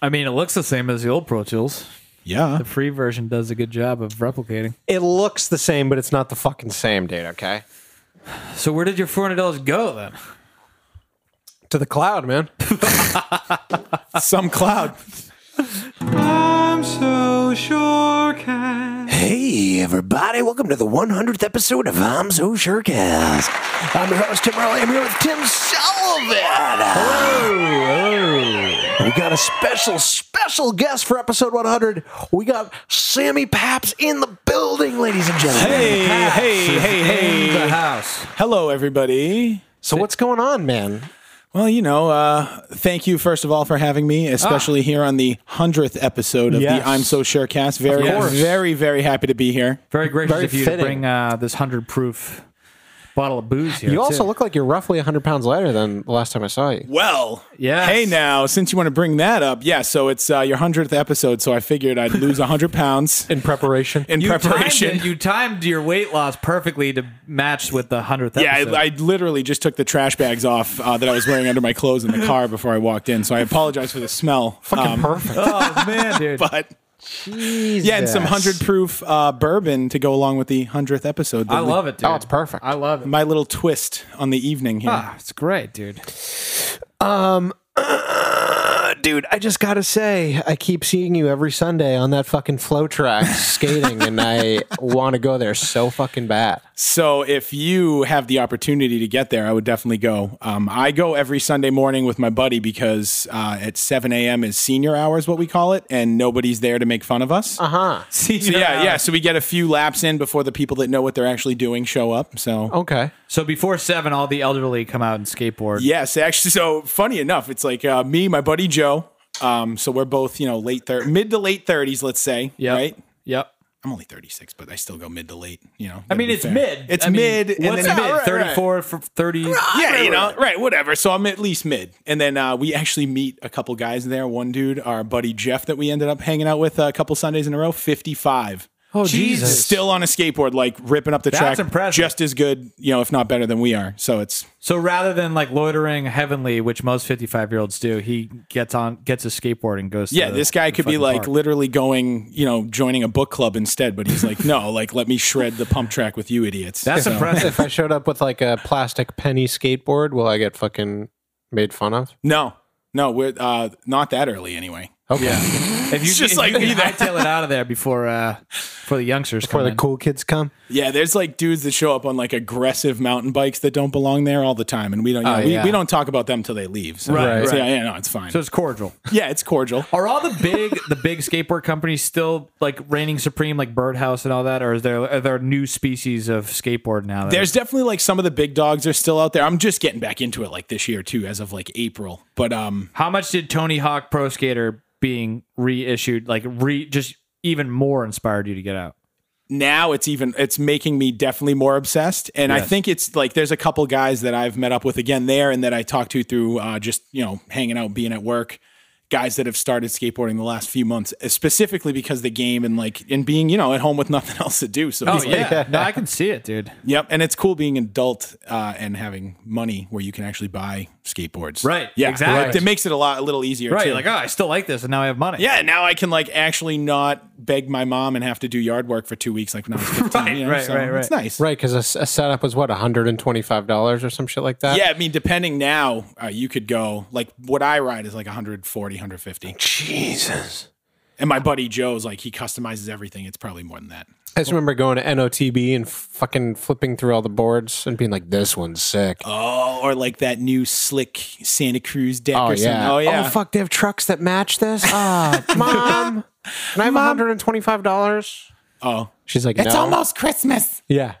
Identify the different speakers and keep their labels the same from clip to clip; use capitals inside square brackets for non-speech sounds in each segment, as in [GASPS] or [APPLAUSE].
Speaker 1: I mean, it looks the same as the old Pro Tools.
Speaker 2: Yeah.
Speaker 1: The free version does a good job of replicating.
Speaker 3: It looks the same, but it's not the fucking same, dude. Okay.
Speaker 1: So where did your four hundred dollars go then?
Speaker 3: To the cloud,
Speaker 4: [LAUGHS]
Speaker 3: man.
Speaker 2: Some cloud.
Speaker 5: I'm so sure can.
Speaker 4: Hey, everybody, welcome to the 100th episode of I'm So Surecast. I'm your host, Tim Riley. I'm here with Tim Sullivan. We got a special, special guest for episode 100. We got Sammy Paps in the building, ladies and gentlemen.
Speaker 2: Hey, hey, hey,
Speaker 1: The
Speaker 2: hey.
Speaker 1: house.
Speaker 2: Hello, everybody.
Speaker 3: So what's going on, man?
Speaker 2: Well, you know, uh, thank you first of all for having me, especially here on the hundredth episode of
Speaker 3: Yes.
Speaker 2: the I'm So Sure cast. Very,
Speaker 1: course.
Speaker 2: very, very happy to be here.
Speaker 1: Very gracious
Speaker 3: Very
Speaker 1: of you to
Speaker 3: fitting.
Speaker 1: bring uh, this hundred proof bottle of booze here.
Speaker 3: You also
Speaker 1: too.
Speaker 3: look like you're roughly 100 pounds lighter than the last time I saw you.
Speaker 2: Well,
Speaker 1: Yes.
Speaker 2: Hey, now since you want to bring that up, yeah. So it's uh, your hundredth episode, so I figured I'd lose hundred [LAUGHS] pounds
Speaker 3: In [LAUGHS] preparation.
Speaker 2: in
Speaker 1: you
Speaker 2: preparation.
Speaker 1: Timed it- you timed your weight loss perfectly to match with the hundredth.
Speaker 2: [LAUGHS] yeah,
Speaker 1: episode.
Speaker 2: I, I literally just took the trash bags off uh, that I was wearing under my clothes in the car before I walked in, so I apologize for the smell.
Speaker 3: Fucking
Speaker 2: Um,
Speaker 3: perfect.
Speaker 1: oh man, [LAUGHS] dude.
Speaker 2: but yeah, and some hundred proof uh, bourbon to go along with the hundredth episode.
Speaker 1: I love it, dude.
Speaker 3: Oh, it's perfect.
Speaker 1: I love it.
Speaker 2: my little twist on the evening here.
Speaker 1: Ah, it's great, dude. [LAUGHS]
Speaker 3: Uh, dude, I just gotta say, I keep seeing you every Sunday on that fucking flow [LAUGHS] track skating, and I want to go there so fucking bad.
Speaker 2: So if you have the opportunity to get there, I would definitely go. Um, I go every Sunday morning with my buddy because uh, at 7 a.m. is senior hour, is what we call it, and nobody's there to make fun of us. Uh huh. So yeah, yeah. So we get a few laps in before the people that know what they're actually doing show up. So
Speaker 3: Okay.
Speaker 1: So before seven, all the elderly come out and skateboard.
Speaker 2: Yes, actually. So funny enough, it's like uh, me, my buddy Joe. Um, so we're both, you know, late thir- mid to late thirties, let's say.
Speaker 1: Yep.
Speaker 2: Right.
Speaker 1: Yep.
Speaker 2: I'm only 36, but I still go mid to late. You know.
Speaker 1: I mean, it's mid.
Speaker 2: It's
Speaker 1: I mean,
Speaker 2: mid. and
Speaker 1: what's
Speaker 2: then-
Speaker 1: mid?
Speaker 2: Yeah, right, right.
Speaker 1: Thirty-four for thirty.
Speaker 2: Yeah, you know, right, whatever. So I'm at least mid. And then uh, we actually meet a couple guys there. One dude, our buddy Jeff, that we ended up hanging out with a couple Sundays in a row, 55.
Speaker 3: Oh
Speaker 1: Jesus.
Speaker 2: Still on a skateboard, like ripping up the
Speaker 1: That's
Speaker 2: track.
Speaker 1: impressive.
Speaker 2: Just as good, you know, if not better than we are. So it's
Speaker 1: So rather than like loitering heavenly, which most fifty-five-year-olds do, he gets on, gets a skateboard, and goes.
Speaker 2: Yeah,
Speaker 1: to
Speaker 2: this guy
Speaker 1: the
Speaker 2: could be
Speaker 1: fucking
Speaker 2: like
Speaker 1: park.
Speaker 2: literally going, you know, joining a book club instead, but he's like, no, like let me shred the pump track with you idiots.
Speaker 1: [LAUGHS] That's impressive.
Speaker 3: If I showed up with like a plastic penny skateboard, will I get fucking made fun of?
Speaker 2: no, no, we're uh, not that early anyway.
Speaker 3: Okay.
Speaker 2: [LAUGHS]
Speaker 1: If you
Speaker 2: just
Speaker 1: if
Speaker 2: like
Speaker 1: you can
Speaker 2: me there.
Speaker 1: hightail it out of there before uh, before the youngsters
Speaker 3: Before
Speaker 1: come
Speaker 3: the
Speaker 1: in.
Speaker 3: cool kids come.
Speaker 2: Yeah, there's like dudes that show up on like aggressive mountain bikes that don't belong there all the time, and we don't, you know, we,
Speaker 3: yeah.
Speaker 2: we don't talk about them till they leave. So,
Speaker 1: Oh, Right,
Speaker 2: so,
Speaker 1: right.
Speaker 2: Yeah, yeah, no, it's fine.
Speaker 1: So it's cordial.
Speaker 2: yeah, it's cordial.
Speaker 1: Are all the big [LAUGHS] the big skateboard companies still like reigning supreme, like Birdhouse and all that, or is there are there new species of skateboard now? That
Speaker 2: There's definitely like some of the big dogs are still out there. I'm just getting back into it like this year too, as of like April. But um,
Speaker 1: How much did Tony Hawk Pro Skater being reissued, like re just even more inspired you to get out?
Speaker 2: now it's even it's making me definitely more obsessed and i think it's like there's a couple guys that i've met up with again there and that i talked to through uh, just you know hanging out being at work guys that have started skateboarding the last few months uh, specifically because the game and like and being you know at home with [LAUGHS] nothing else to do
Speaker 1: Oh,
Speaker 2: so it's like-
Speaker 1: no, I can see it, dude.
Speaker 2: yep and it's cool being an adult uh, and having money where you can actually buy skateboards
Speaker 1: Right,
Speaker 2: yeah
Speaker 1: exactly.
Speaker 2: it, it makes it a lot a little easier
Speaker 1: [LAUGHS] Right,
Speaker 2: too.
Speaker 1: you're like oh, I still like this, and now I have money.
Speaker 2: yeah, now I can like actually not beg my mom and have to do yard work for two weeks
Speaker 1: [LAUGHS]
Speaker 2: like when I was 15.
Speaker 1: Right,
Speaker 2: you know,
Speaker 1: right,
Speaker 2: so
Speaker 1: right, right.
Speaker 2: It's nice.
Speaker 3: Right, because a, s- a setup was what, $125 or some shit like that?
Speaker 2: Yeah, I mean, depending now, uh, you could go like what I ride is like 140, 150.
Speaker 4: Jesus.
Speaker 2: And my buddy Joe's like he customizes everything. It's probably more than that.
Speaker 3: I just remember going to NOTB and fucking flipping through all the boards and being like, this one's sick.
Speaker 2: Oh, or like that new slick Santa Cruz deck
Speaker 3: Oh
Speaker 2: or
Speaker 3: yeah.
Speaker 2: something. Oh yeah.
Speaker 3: Oh fuck, they have trucks that match this. [LAUGHS] Ah, mom. Can I have one hundred and twenty-five dollars?
Speaker 2: Oh,
Speaker 3: She's like,
Speaker 2: it's
Speaker 3: no.
Speaker 2: almost Christmas.
Speaker 3: yeah.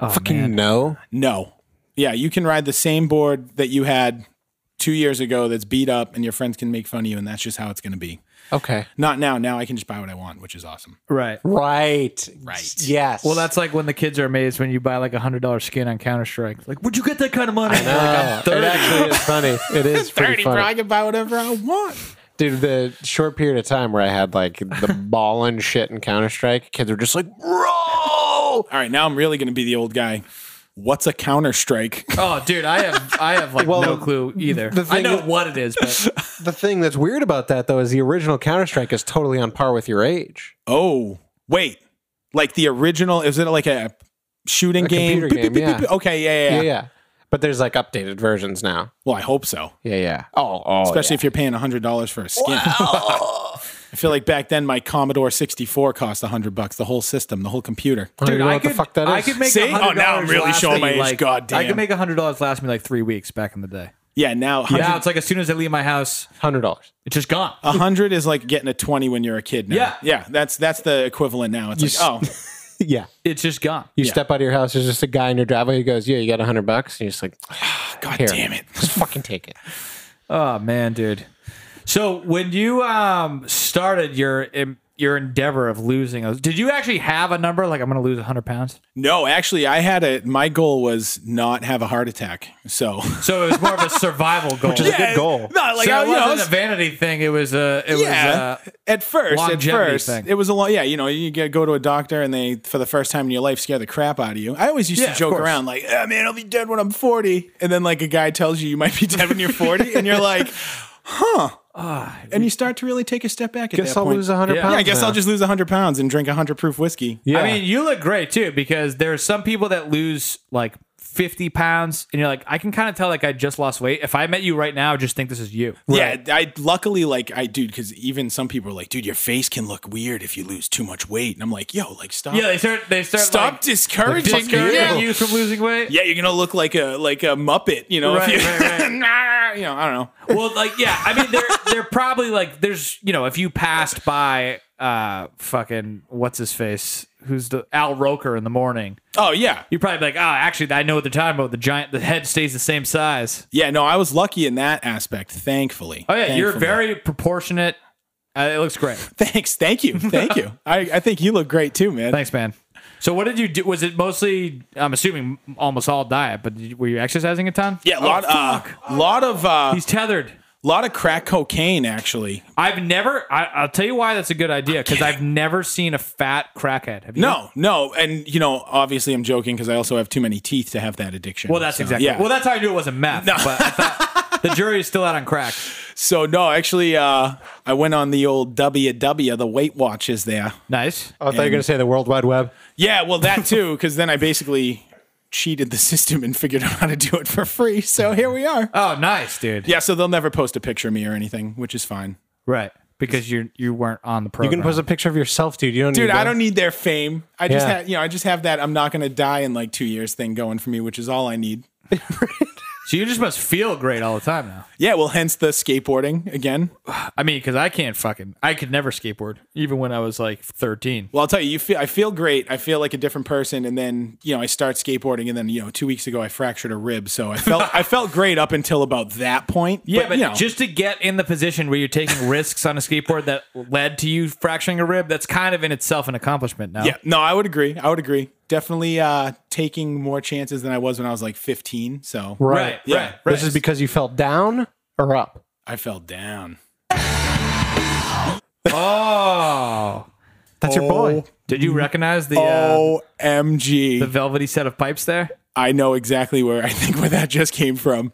Speaker 3: Fucking no.
Speaker 2: No. Yeah, you can ride the same board that you had two years ago that's beat up, and your friends can make fun of you, and that's just how it's going to be.
Speaker 3: Okay.
Speaker 2: Not now. Now I can just buy what I want, which is awesome.
Speaker 1: Right.
Speaker 3: Right.
Speaker 2: Right.
Speaker 3: Yes.
Speaker 1: Well, that's like when the kids are amazed when you buy like a hundred dollar skin on Counter Strike. Like, would you get that kind of money?
Speaker 3: Oh, [LAUGHS] it actually is funny. It is pretty
Speaker 2: bro,
Speaker 3: funny,
Speaker 2: I can buy whatever I want.
Speaker 3: dude. The short period of time where I had like [LAUGHS] the ball and shit in Counter Strike, kids were just like,
Speaker 2: All right, now I'm really going to be the old guy. What's a [LAUGHS] counter strike?
Speaker 1: [LAUGHS] Oh, dude, I have I have like no clue either. I know what it is, but
Speaker 3: the thing that's weird about that though is the original Counter Strike is totally on par with your age.
Speaker 2: Oh, wait. Like the original, is it like a shooting
Speaker 3: A
Speaker 2: game?
Speaker 3: computer
Speaker 2: Beep,
Speaker 3: game,
Speaker 2: beep, beep,
Speaker 3: yeah.
Speaker 2: beep. Okay, yeah yeah,
Speaker 3: Yeah.
Speaker 2: yeah,
Speaker 3: yeah, But there's like updated versions now.
Speaker 2: Well, I hope so.
Speaker 3: Yeah, yeah. Oh, oh
Speaker 2: Especially if you're paying hundred dollars for a skin. [LAUGHS] I feel like back then my Commodore 64 cost hundred bucks, the whole system, the whole computer.
Speaker 3: I don't even know
Speaker 1: I
Speaker 3: what
Speaker 1: could,
Speaker 3: the fuck that is.
Speaker 1: I could make
Speaker 2: See?
Speaker 1: $100
Speaker 2: Oh, now I'm really
Speaker 1: last
Speaker 2: showing
Speaker 1: me,
Speaker 2: my age.
Speaker 1: Like,
Speaker 2: Goddamn.
Speaker 1: I could make hundred dollars last me like three weeks back in the day.
Speaker 2: Yeah,
Speaker 1: Now
Speaker 2: now 100,
Speaker 1: it's like as soon as I leave my house,
Speaker 3: hundred
Speaker 1: [LAUGHS]
Speaker 3: dollars.
Speaker 1: it's just gone.
Speaker 2: 100 is like getting a 20 when you're a kid now.
Speaker 1: Yeah.
Speaker 2: Yeah, that's that's the equivalent now. It's like, oh,
Speaker 3: Yeah.
Speaker 1: It's just gone.
Speaker 3: You step out of your house, there's just a guy in your driveway who goes, Yeah, you got a hundred bucks? And you're just like,
Speaker 2: oh,
Speaker 3: [LAUGHS]
Speaker 2: god
Speaker 3: Here.
Speaker 2: damn it.
Speaker 1: [LAUGHS]
Speaker 3: just fucking take it.
Speaker 1: Oh man, dude. So when you um started your em- your endeavor of losing, those, did you actually have a number like I'm going to lose 100 pounds?
Speaker 2: No, actually I had a my goal was not have a heart attack. So
Speaker 1: So it was more of a survival [LAUGHS] goal.
Speaker 3: is a good
Speaker 2: [LAUGHS]
Speaker 3: goal.
Speaker 2: Not like
Speaker 1: so
Speaker 2: I,
Speaker 1: it
Speaker 2: you know,
Speaker 1: wasn't
Speaker 2: it's-
Speaker 1: a vanity thing. It was uh, a. It
Speaker 2: yeah.
Speaker 1: was. A,
Speaker 2: at first, at
Speaker 1: longevity
Speaker 2: first,
Speaker 1: thing.
Speaker 2: it was a lot. Yeah, you know, you get, go to a doctor and they, for the first time in your life, scare the crap out of you. I always used
Speaker 1: Yeah,
Speaker 2: to
Speaker 1: of
Speaker 2: joke
Speaker 1: course.
Speaker 2: around like, "Ah, "Man, I'll be dead when I'm 40," and then like a guy tells you you might be dead when you're 40, and you're like,
Speaker 1: [LAUGHS]
Speaker 2: "Huh."
Speaker 1: Ah,
Speaker 2: and you start to really take a step back at
Speaker 3: Guess
Speaker 2: that
Speaker 3: I'll
Speaker 2: point.
Speaker 3: lose hundred
Speaker 1: Yeah.
Speaker 3: pounds.
Speaker 2: yeah, I guess
Speaker 3: now.
Speaker 2: I'll just lose 100 pounds and drink 100 proof whiskey.
Speaker 3: Yeah.
Speaker 1: I mean, you look great too because there are some people that lose like 50 pounds, and you're like, I can kind of tell like I just lost weight. If I met you right now, I just think this is you.
Speaker 2: Yeah, I luckily like I dude because even some people are like, dude, your face can look weird if you lose too much weight, and I'm like, yo, like stop,
Speaker 1: Yeah, they start. They start.
Speaker 2: stop
Speaker 1: like,
Speaker 2: discouraging,
Speaker 1: discouraging
Speaker 2: people.
Speaker 1: you from losing weight.
Speaker 2: yeah, you're gonna look like a like a Muppet, you know. if
Speaker 1: Right,
Speaker 2: you,
Speaker 1: right, right.
Speaker 2: [LAUGHS] Nah, you know, I don't know.
Speaker 1: Well, like, yeah, I mean, they're they're probably like, there's, you know, if you passed by, uh, fucking what's his face, who's the Al Roker in the morning,
Speaker 2: Oh yeah,
Speaker 1: you're probably like, oh, actually, I know what they're talking about. The giant, the head stays the same size.
Speaker 2: yeah. No, I was lucky in that aspect. Thankfully.
Speaker 1: Oh yeah, you're
Speaker 2: Thankfully.
Speaker 1: very proportionate. Uh, it looks great.
Speaker 2: Thanks. Thank you. Thank
Speaker 1: [LAUGHS]
Speaker 2: you. I, I think you look great too, man.
Speaker 1: Thanks, man. So, what did you do? Was it mostly? I'm assuming almost all diet, but did you- were you exercising a ton? Oh,
Speaker 2: Yeah, lot, uh, lot of uh,
Speaker 1: He's tethered.
Speaker 2: lot of crack cocaine actually.
Speaker 1: I've never. I, I'll tell you why that's a good idea because I've never seen a fat crackhead. Have you?
Speaker 2: No, no, and you know, obviously, I'm joking because I also have too many teeth to have that addiction.
Speaker 1: Well, that's
Speaker 2: So,
Speaker 1: exactly.
Speaker 2: Yeah.
Speaker 1: Well, that's how I knew it wasn't meth. But I thought the jury is still out on crack.
Speaker 2: so no, actually, uh, I went on the old WW, the Weight Watch is there.
Speaker 1: Nice.
Speaker 3: Oh, I thought you were gonna say the World Wide Web.
Speaker 2: Yeah, well, that too, because then I basically cheated the system and figured out how to do it for free. So here we are.
Speaker 1: Oh, nice, dude.
Speaker 2: Uh, Yeah, so they'll never post a picture of me or anything, which is fine.
Speaker 1: Right. Because you you weren't on the
Speaker 3: You
Speaker 1: program.
Speaker 3: can post a picture of yourself, dude. You don't
Speaker 2: Dude,
Speaker 3: need
Speaker 2: I
Speaker 3: that.
Speaker 2: don't need their fame. I just
Speaker 3: Yeah.
Speaker 2: ha- you know, I just have that I'm not going to die in like 2 years thing going for me, which is all I need.
Speaker 1: So you just must feel great all the time now.
Speaker 2: Yeah, well, hence the skateboarding again.
Speaker 1: I mean, because I can't fucking. I could never skateboard, even when I was like 13.
Speaker 2: Well, I'll tell you, you feel I feel great. I feel like a different person and then, you know, I start skateboarding and then, you know, 2 weeks ago I fractured a rib, so I felt [LAUGHS] I felt great up until about that point.
Speaker 1: Yeah, but,
Speaker 2: you know,
Speaker 1: just to get in the position where you're taking risks on a skateboard that led to you fracturing a rib, that's kind of in itself an accomplishment now.
Speaker 2: Yeah, no, I would agree. I would agree. Definitely uh, taking more chances than I was when I was like 15. So
Speaker 1: Right.
Speaker 2: yeah,
Speaker 1: Right.
Speaker 2: right.
Speaker 3: This is because you fell down or up.
Speaker 2: I fell down.
Speaker 1: Oh.
Speaker 3: That's your boy.
Speaker 2: Oh.
Speaker 1: Did you recognize the uh,
Speaker 2: OMG.
Speaker 1: the velvety set of pipes there?
Speaker 2: I know exactly where [LAUGHS] I think where that just came from.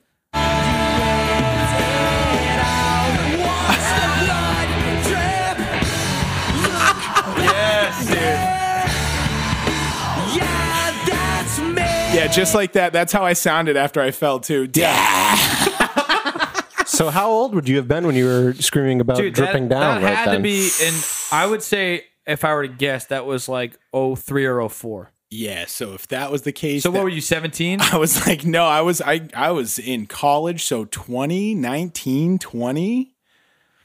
Speaker 2: Yeah, just like that. That's how I sounded after I fell too. Yeah.
Speaker 3: So how old would you have been when you were screaming about
Speaker 1: Dude,
Speaker 3: dripping
Speaker 1: that,
Speaker 3: down
Speaker 1: that
Speaker 3: right
Speaker 1: had
Speaker 3: then?
Speaker 1: to be in I would say if I were to guess that was like 03 or 04.
Speaker 2: Yeah, so if that was the case,
Speaker 1: So
Speaker 2: that-
Speaker 1: what were you 17?
Speaker 2: [LAUGHS] I was like, no, I was I I was in college, so 20, 19, 20.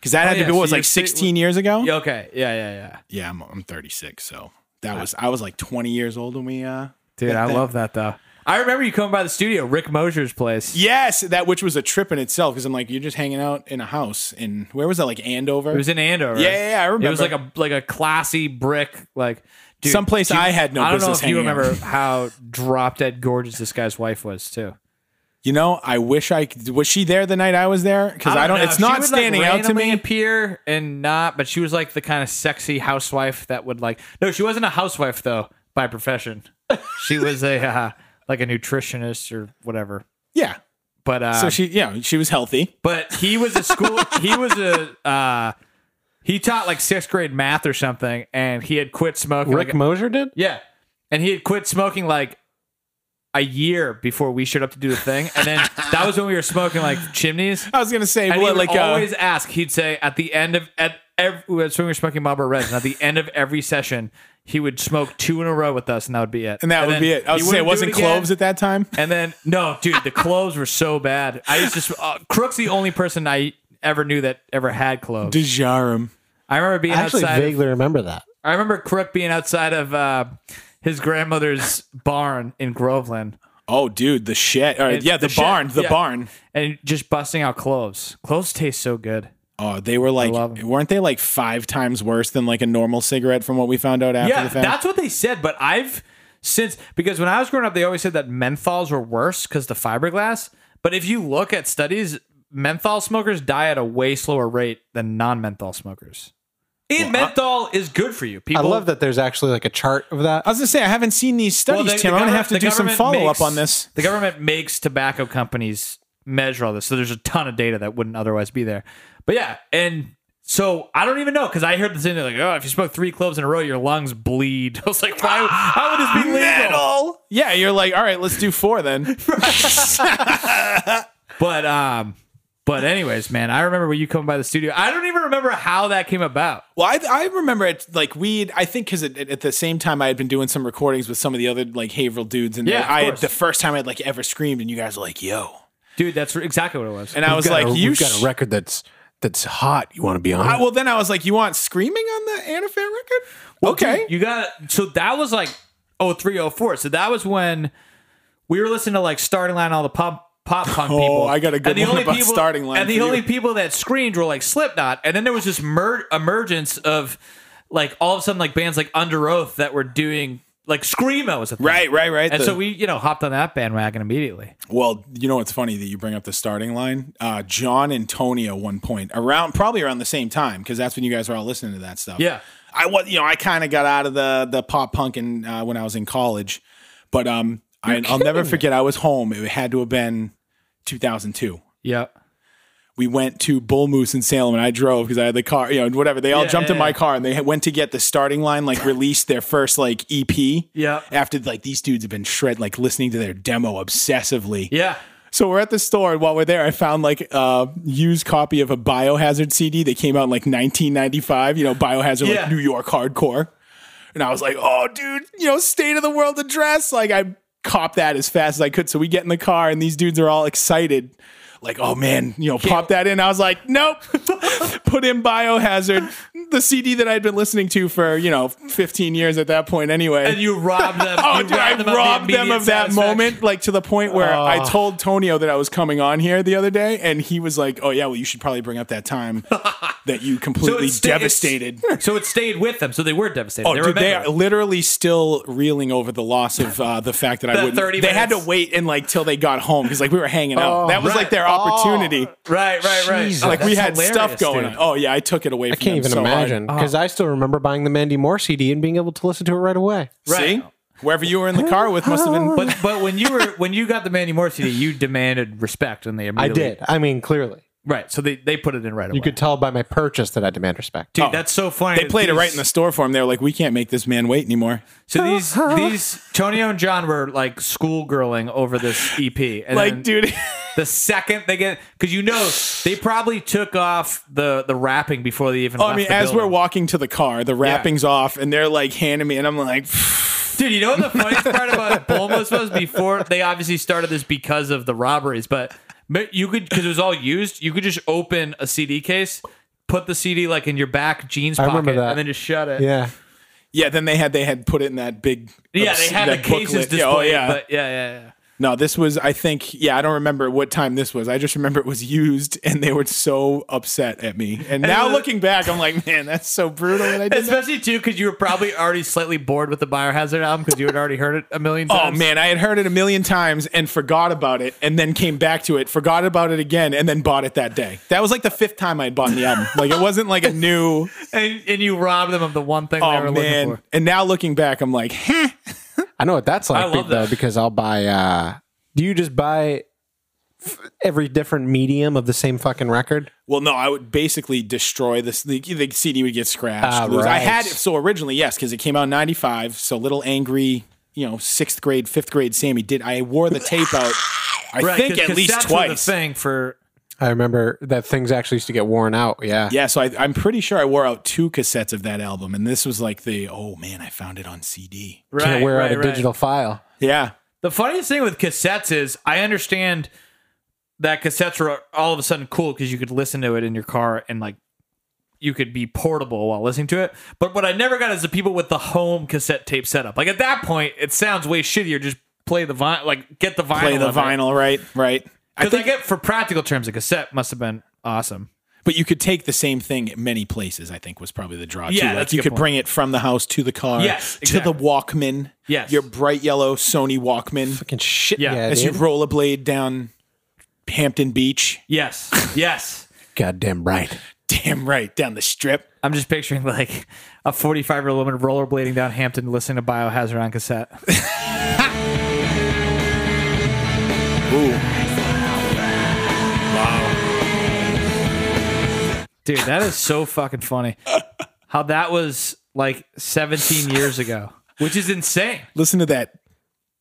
Speaker 2: Cuz that had
Speaker 1: Oh, yeah,
Speaker 2: to be what
Speaker 1: so
Speaker 2: was
Speaker 1: you're
Speaker 2: like
Speaker 1: si-
Speaker 2: 16 years ago?
Speaker 1: Yeah, okay. Yeah, yeah, yeah.
Speaker 2: Yeah, I'm I'm 36, so
Speaker 1: Ah.
Speaker 2: that was I was like 20 years old when we uh
Speaker 1: Dude, I love that though. I remember you coming by the studio, Rick Mosier's place.
Speaker 2: Yes, that which was a trip in itself because I'm like you're just hanging out in a house in where was that like Andover?
Speaker 1: It was in Andover.
Speaker 2: Yeah, yeah, yeah, I
Speaker 1: It was like
Speaker 2: remember.
Speaker 1: a [LAUGHS] like a classy brick like dude,
Speaker 2: Someplace I had no
Speaker 1: I don't know
Speaker 2: business
Speaker 1: if you
Speaker 2: hanging out.
Speaker 1: remember how drop dead gorgeous this guy's wife was too.
Speaker 2: you know, I wish I could- was she there the night I was there because I don't.
Speaker 1: know.
Speaker 2: it's
Speaker 1: She
Speaker 2: not
Speaker 1: would,
Speaker 2: standing
Speaker 1: like,
Speaker 2: out to
Speaker 1: randomly
Speaker 2: me.
Speaker 1: Appear and not, but she was like the kind of sexy housewife that would like. No, she wasn't a housewife though by
Speaker 2: [LAUGHS]
Speaker 1: profession. she was a uh, like a nutritionist or whatever.
Speaker 2: yeah,
Speaker 1: But uh,
Speaker 2: So she, yeah, she was healthy.
Speaker 1: but he was a school he was a uh he taught like sixth grade math or something and he had quit smoking
Speaker 3: Rick
Speaker 1: like,
Speaker 3: Mosier did?
Speaker 1: yeah and he had quit smoking like a year before we showed up to do the thing and then that was when we were smoking like chimneys
Speaker 2: I was gonna say,
Speaker 1: and he
Speaker 2: what,
Speaker 1: would
Speaker 2: like,
Speaker 1: always
Speaker 2: uh,
Speaker 1: ask he'd say at the end of at every that's when we were smoking Marlboro Reds and at the end of every session he would smoke two in a row with us and that would be it
Speaker 2: and that would
Speaker 1: then
Speaker 2: be it. I was
Speaker 1: he
Speaker 2: gonna say,
Speaker 1: wouldn't
Speaker 2: it
Speaker 1: do
Speaker 2: wasn't
Speaker 1: again.
Speaker 2: cloves at that [LAUGHS] time.
Speaker 1: And then no, dude, the cloves were so bad. I used to. sm- Uh, Crook's the only person I ever knew that ever had cloves.
Speaker 2: Dejarum.
Speaker 1: I remember being
Speaker 3: I actually
Speaker 1: outside. of-
Speaker 3: vaguely remember that.
Speaker 1: I remember Crook being outside of uh, his grandmother's barn in Groveland
Speaker 2: Oh, dude, the shit. All right,
Speaker 1: It-
Speaker 2: yeah, the,
Speaker 1: the shit,
Speaker 2: barn, the
Speaker 1: yeah.
Speaker 2: barn.
Speaker 1: and just busting out cloves. Cloves taste so good.
Speaker 2: Oh, they were like,
Speaker 1: love 'em.
Speaker 2: weren't they like five times worse than like a normal cigarette from what we found out after
Speaker 1: yeah,
Speaker 2: the fact?
Speaker 1: that's what they said. But I've since because when I was growing up, they always said that menthols were worse because the fiberglass. But if you look at studies, menthol smokers die at a way slower rate than non-menthol smokers. And menthol is good for you.
Speaker 3: I
Speaker 1: People
Speaker 3: love that there's actually like a chart of that.
Speaker 2: I was gonna say I haven't seen these
Speaker 1: Well,
Speaker 2: studies,
Speaker 1: the-
Speaker 2: Tim.
Speaker 1: the
Speaker 2: I'm gonna
Speaker 1: government-
Speaker 2: have to
Speaker 1: the
Speaker 2: do some
Speaker 1: government
Speaker 2: follow
Speaker 1: makes-
Speaker 2: up on this.
Speaker 1: The government makes tobacco companies measure all this, so there's a ton of data that wouldn't otherwise be there. But yeah, and so I don't even know because I heard this thing they're like, oh, if you smoke three cloves in a row, your lungs bleed. [LAUGHS] I was like, why? How would this be legal?
Speaker 2: Yeah, you're like, all right, let's do four then.
Speaker 1: But um, but anyways, man, I remember when you come by the studio. I don't even remember how that came about.
Speaker 2: [LAUGHS] Well, I, I remember it like we. I think because at, at the same time I had been doing some recordings with some of the other like Haverhill dudes, and
Speaker 1: Yeah, of
Speaker 2: I had
Speaker 1: course.
Speaker 2: the first time I'd like ever screamed, and you guys were like, "Yo,"
Speaker 1: Dude, that's exactly what it was.
Speaker 2: and I was like, "You."
Speaker 4: you've got
Speaker 2: sh-
Speaker 4: a record that's that's hot. You want to be on?
Speaker 2: I,
Speaker 4: it?
Speaker 2: well, then I was like, "You want screaming on the Antifa record?" okay,
Speaker 1: Dude, you got so that was like oh, 03, 04. So that was when we were listening to like starting line all the pop pop punk
Speaker 2: Oh,
Speaker 1: people.
Speaker 2: I got a good
Speaker 1: And the
Speaker 2: one
Speaker 1: only
Speaker 2: about
Speaker 1: people-
Speaker 2: Starting Line
Speaker 1: And the
Speaker 2: for you.
Speaker 1: only people that screamed were like Slipknot. And then there was this mer- emergence of like all of a sudden like bands like Under Oath that were doing like screamo was a thing.
Speaker 2: right, right, right.
Speaker 1: And
Speaker 2: The-
Speaker 1: so we, you know, hopped on that bandwagon immediately.
Speaker 2: Well, you know it's funny that you bring up the starting line. Uh, John and Tony at one point around probably around the same time because that's when you guys were all listening to that stuff.
Speaker 1: Yeah.
Speaker 2: I was you know I kind of got out of the the pop punk and uh, when I was in college, but um I, I'll never forget I was home. It had to have been 2002.
Speaker 1: Yeah.
Speaker 2: We went to Bull Moose in Salem, and I drove because I had the car, you know, whatever. They all
Speaker 1: Yeah,
Speaker 2: jumped in
Speaker 1: yeah,
Speaker 2: my
Speaker 1: yeah.
Speaker 2: car, and they went to get the starting
Speaker 1: [LAUGHS]
Speaker 2: line, like released their first like EP.
Speaker 1: Yeah.
Speaker 2: After like these dudes have been shred, like listening to their demo obsessively.
Speaker 1: Yeah.
Speaker 2: So we're at the store, and while we're there, I found like a used copy of a Biohazard CD that came out in like 1995. You know, Biohazard,
Speaker 1: Yeah.
Speaker 2: like New York hardcore. And I was like, oh, dude, you know, state of the world address. Like, I copped that as fast as I could. So we get in the car, and these dudes are all excited. Like, oh man, you know, pop that in. I was like, nope. [LAUGHS] Put in Biohazard, the CD that I'd been listening to for, you know, 15 years at that point anyway.
Speaker 1: And you robbed them.
Speaker 2: [LAUGHS] Oh,
Speaker 1: you
Speaker 2: dude, I
Speaker 1: of the
Speaker 2: robbed them
Speaker 1: immediate
Speaker 2: of that
Speaker 1: satisfaction.
Speaker 2: moment, like to the point where I told Tonio that I was coming on here the other day, and he was like, "Oh yeah, well you should probably bring up
Speaker 1: [LAUGHS]
Speaker 2: that time that you completely
Speaker 1: it sta- it's- [LAUGHS]
Speaker 2: devastated."
Speaker 1: So it stayed with them. So they were devastated.
Speaker 2: Oh,
Speaker 1: they
Speaker 2: dude, they
Speaker 1: remember.
Speaker 2: are literally still reeling over the loss of uh, the fact that I
Speaker 1: [LAUGHS] That
Speaker 2: wouldn't.
Speaker 1: 30
Speaker 2: they had to
Speaker 1: minutes.
Speaker 2: wait and like till they got home because like we were hanging out.
Speaker 3: Oh,
Speaker 2: that was like their opportunity.
Speaker 1: Right, right, right.
Speaker 3: Jesus.
Speaker 2: Like we
Speaker 1: That's
Speaker 2: had stuff
Speaker 1: hilarious,
Speaker 2: going
Speaker 1: dude.
Speaker 2: on. Oh yeah, I took it away.
Speaker 3: I can't even imagine because I still remember buying the Mandy Moore CD and being able to listen to it right away.
Speaker 1: Right.
Speaker 2: Oh, See, wherever you were in the car with must have been.
Speaker 3: [LAUGHS]
Speaker 1: But but when you were when you got the Mandy Moore CD, you demanded respect, and they
Speaker 3: I
Speaker 1: immediately
Speaker 3: did. I mean, clearly,
Speaker 1: Right, so they, they put it in right away.
Speaker 3: you could tell by my purchase that I demand respect. Oh,
Speaker 1: Dude, that's so funny.
Speaker 2: Oh. they played it right in the store for him. They were like, "We can't make this man wait anymore."
Speaker 1: So these
Speaker 3: [LAUGHS]
Speaker 1: these Tonio and John were like schoolgirling over this EP, and
Speaker 2: Like,
Speaker 1: then
Speaker 2: dude. [LAUGHS]
Speaker 1: the second they get because you know they probably took off the the wrapping before they even.
Speaker 2: Oh,
Speaker 1: left
Speaker 2: I mean,
Speaker 1: the
Speaker 2: as we're
Speaker 1: building.
Speaker 2: walking to the car, the wrapping's off, and they're like handing me, and I'm like,
Speaker 1: Dude, you know what the funniest part
Speaker 3: [LAUGHS]
Speaker 1: about Bulma's was before they obviously started this because of the robberies, but ma- you could because it was all used. You could just open a CD case, put the CD like in your back jeans pocket,
Speaker 3: remember that.
Speaker 1: and then just shut it.
Speaker 3: Yeah,
Speaker 2: yeah. Then they had they had put it in that big,
Speaker 1: Yeah, they
Speaker 2: obs-
Speaker 1: had the
Speaker 2: that
Speaker 1: cases
Speaker 2: booklet. Yeah,
Speaker 1: displayed.
Speaker 2: Oh yeah,
Speaker 1: but yeah, yeah, yeah.
Speaker 2: no, this was I think yeah. I don't remember what time this was. I just remember it was used, and they were so upset at me. And, now
Speaker 1: was-
Speaker 2: looking back, I'm like, man, that's so brutal. That I did that.
Speaker 1: Especially too because you were probably already slightly bored with the Biohazard album because you had already heard it a million
Speaker 2: Oh
Speaker 1: times.
Speaker 2: man, I had heard it a million times and forgot about it, and then came back to it, forgot about it again, and then bought it that day. That was like the fifth time I'd bought the album. Like it wasn't like a new.
Speaker 1: and, and you robbed them of the one thing they
Speaker 2: Oh
Speaker 1: were looking
Speaker 2: man!
Speaker 1: for.
Speaker 2: And now looking back, I'm like, huh.
Speaker 3: I know what that's like
Speaker 1: I love
Speaker 3: though
Speaker 1: that.
Speaker 3: because I'll buy. uh Do you just buy every different medium of the same fucking record?
Speaker 2: Well, no, I would basically destroy this. The, the CD would get scratched.
Speaker 3: Ah,
Speaker 2: lose. I
Speaker 3: right.
Speaker 2: had it so originally, yes, because it came out in '95. So little angry, you know, sixth grade, fifth grade, Sammy did. I wore the tape out. I think
Speaker 1: 'cause
Speaker 2: at least
Speaker 1: cassettes were
Speaker 2: twice.
Speaker 1: The thing for
Speaker 3: I remember that things actually used to get worn out. Yeah.
Speaker 2: Yeah, so I, I'm pretty sure I wore out two cassettes of that album, and this was like the oh man, I found it on CD.
Speaker 1: right,
Speaker 3: Can't wear
Speaker 1: right,
Speaker 3: out a
Speaker 1: right.
Speaker 3: digital file.
Speaker 2: Yeah,
Speaker 1: The funniest thing with cassettes is I understand that cassettes were all of a sudden cool because you could listen to it in your car and like you could be portable while listening to it. But what I never got is the people with the home cassette tape setup. Like at that point, it sounds way shittier. Just play the vinyl, like get the vinyl.
Speaker 2: play the
Speaker 1: of it.
Speaker 2: vinyl, right, right. I
Speaker 1: Because I,
Speaker 2: think,
Speaker 1: get for practical terms, a cassette must have been awesome.
Speaker 2: but you could take the same thing many places. I think was probably the draw. too.
Speaker 1: Yeah,
Speaker 2: like
Speaker 1: that's a
Speaker 2: you
Speaker 1: good
Speaker 2: could
Speaker 1: point.
Speaker 2: bring it from the house to the car.
Speaker 1: Yes,
Speaker 2: to the
Speaker 1: exactly.
Speaker 2: Walkman.
Speaker 1: Yes.
Speaker 2: your bright yellow Sony Walkman
Speaker 3: Fucking shit.
Speaker 1: Yeah.
Speaker 3: Yeah.
Speaker 2: as you
Speaker 3: dude.
Speaker 2: rollerblade down Hampton Beach. [LAUGHS]
Speaker 1: [LAUGHS] Yes, yes.
Speaker 3: Goddamn right.
Speaker 2: Damn right, down the strip.
Speaker 1: I'm just picturing like a 45 year old woman rollerblading down Hampton listening to Biohazard on cassette.
Speaker 2: Ooh,
Speaker 1: Dude, that is so fucking funny. How that was like 17 years ago, which is insane.
Speaker 2: listen to that.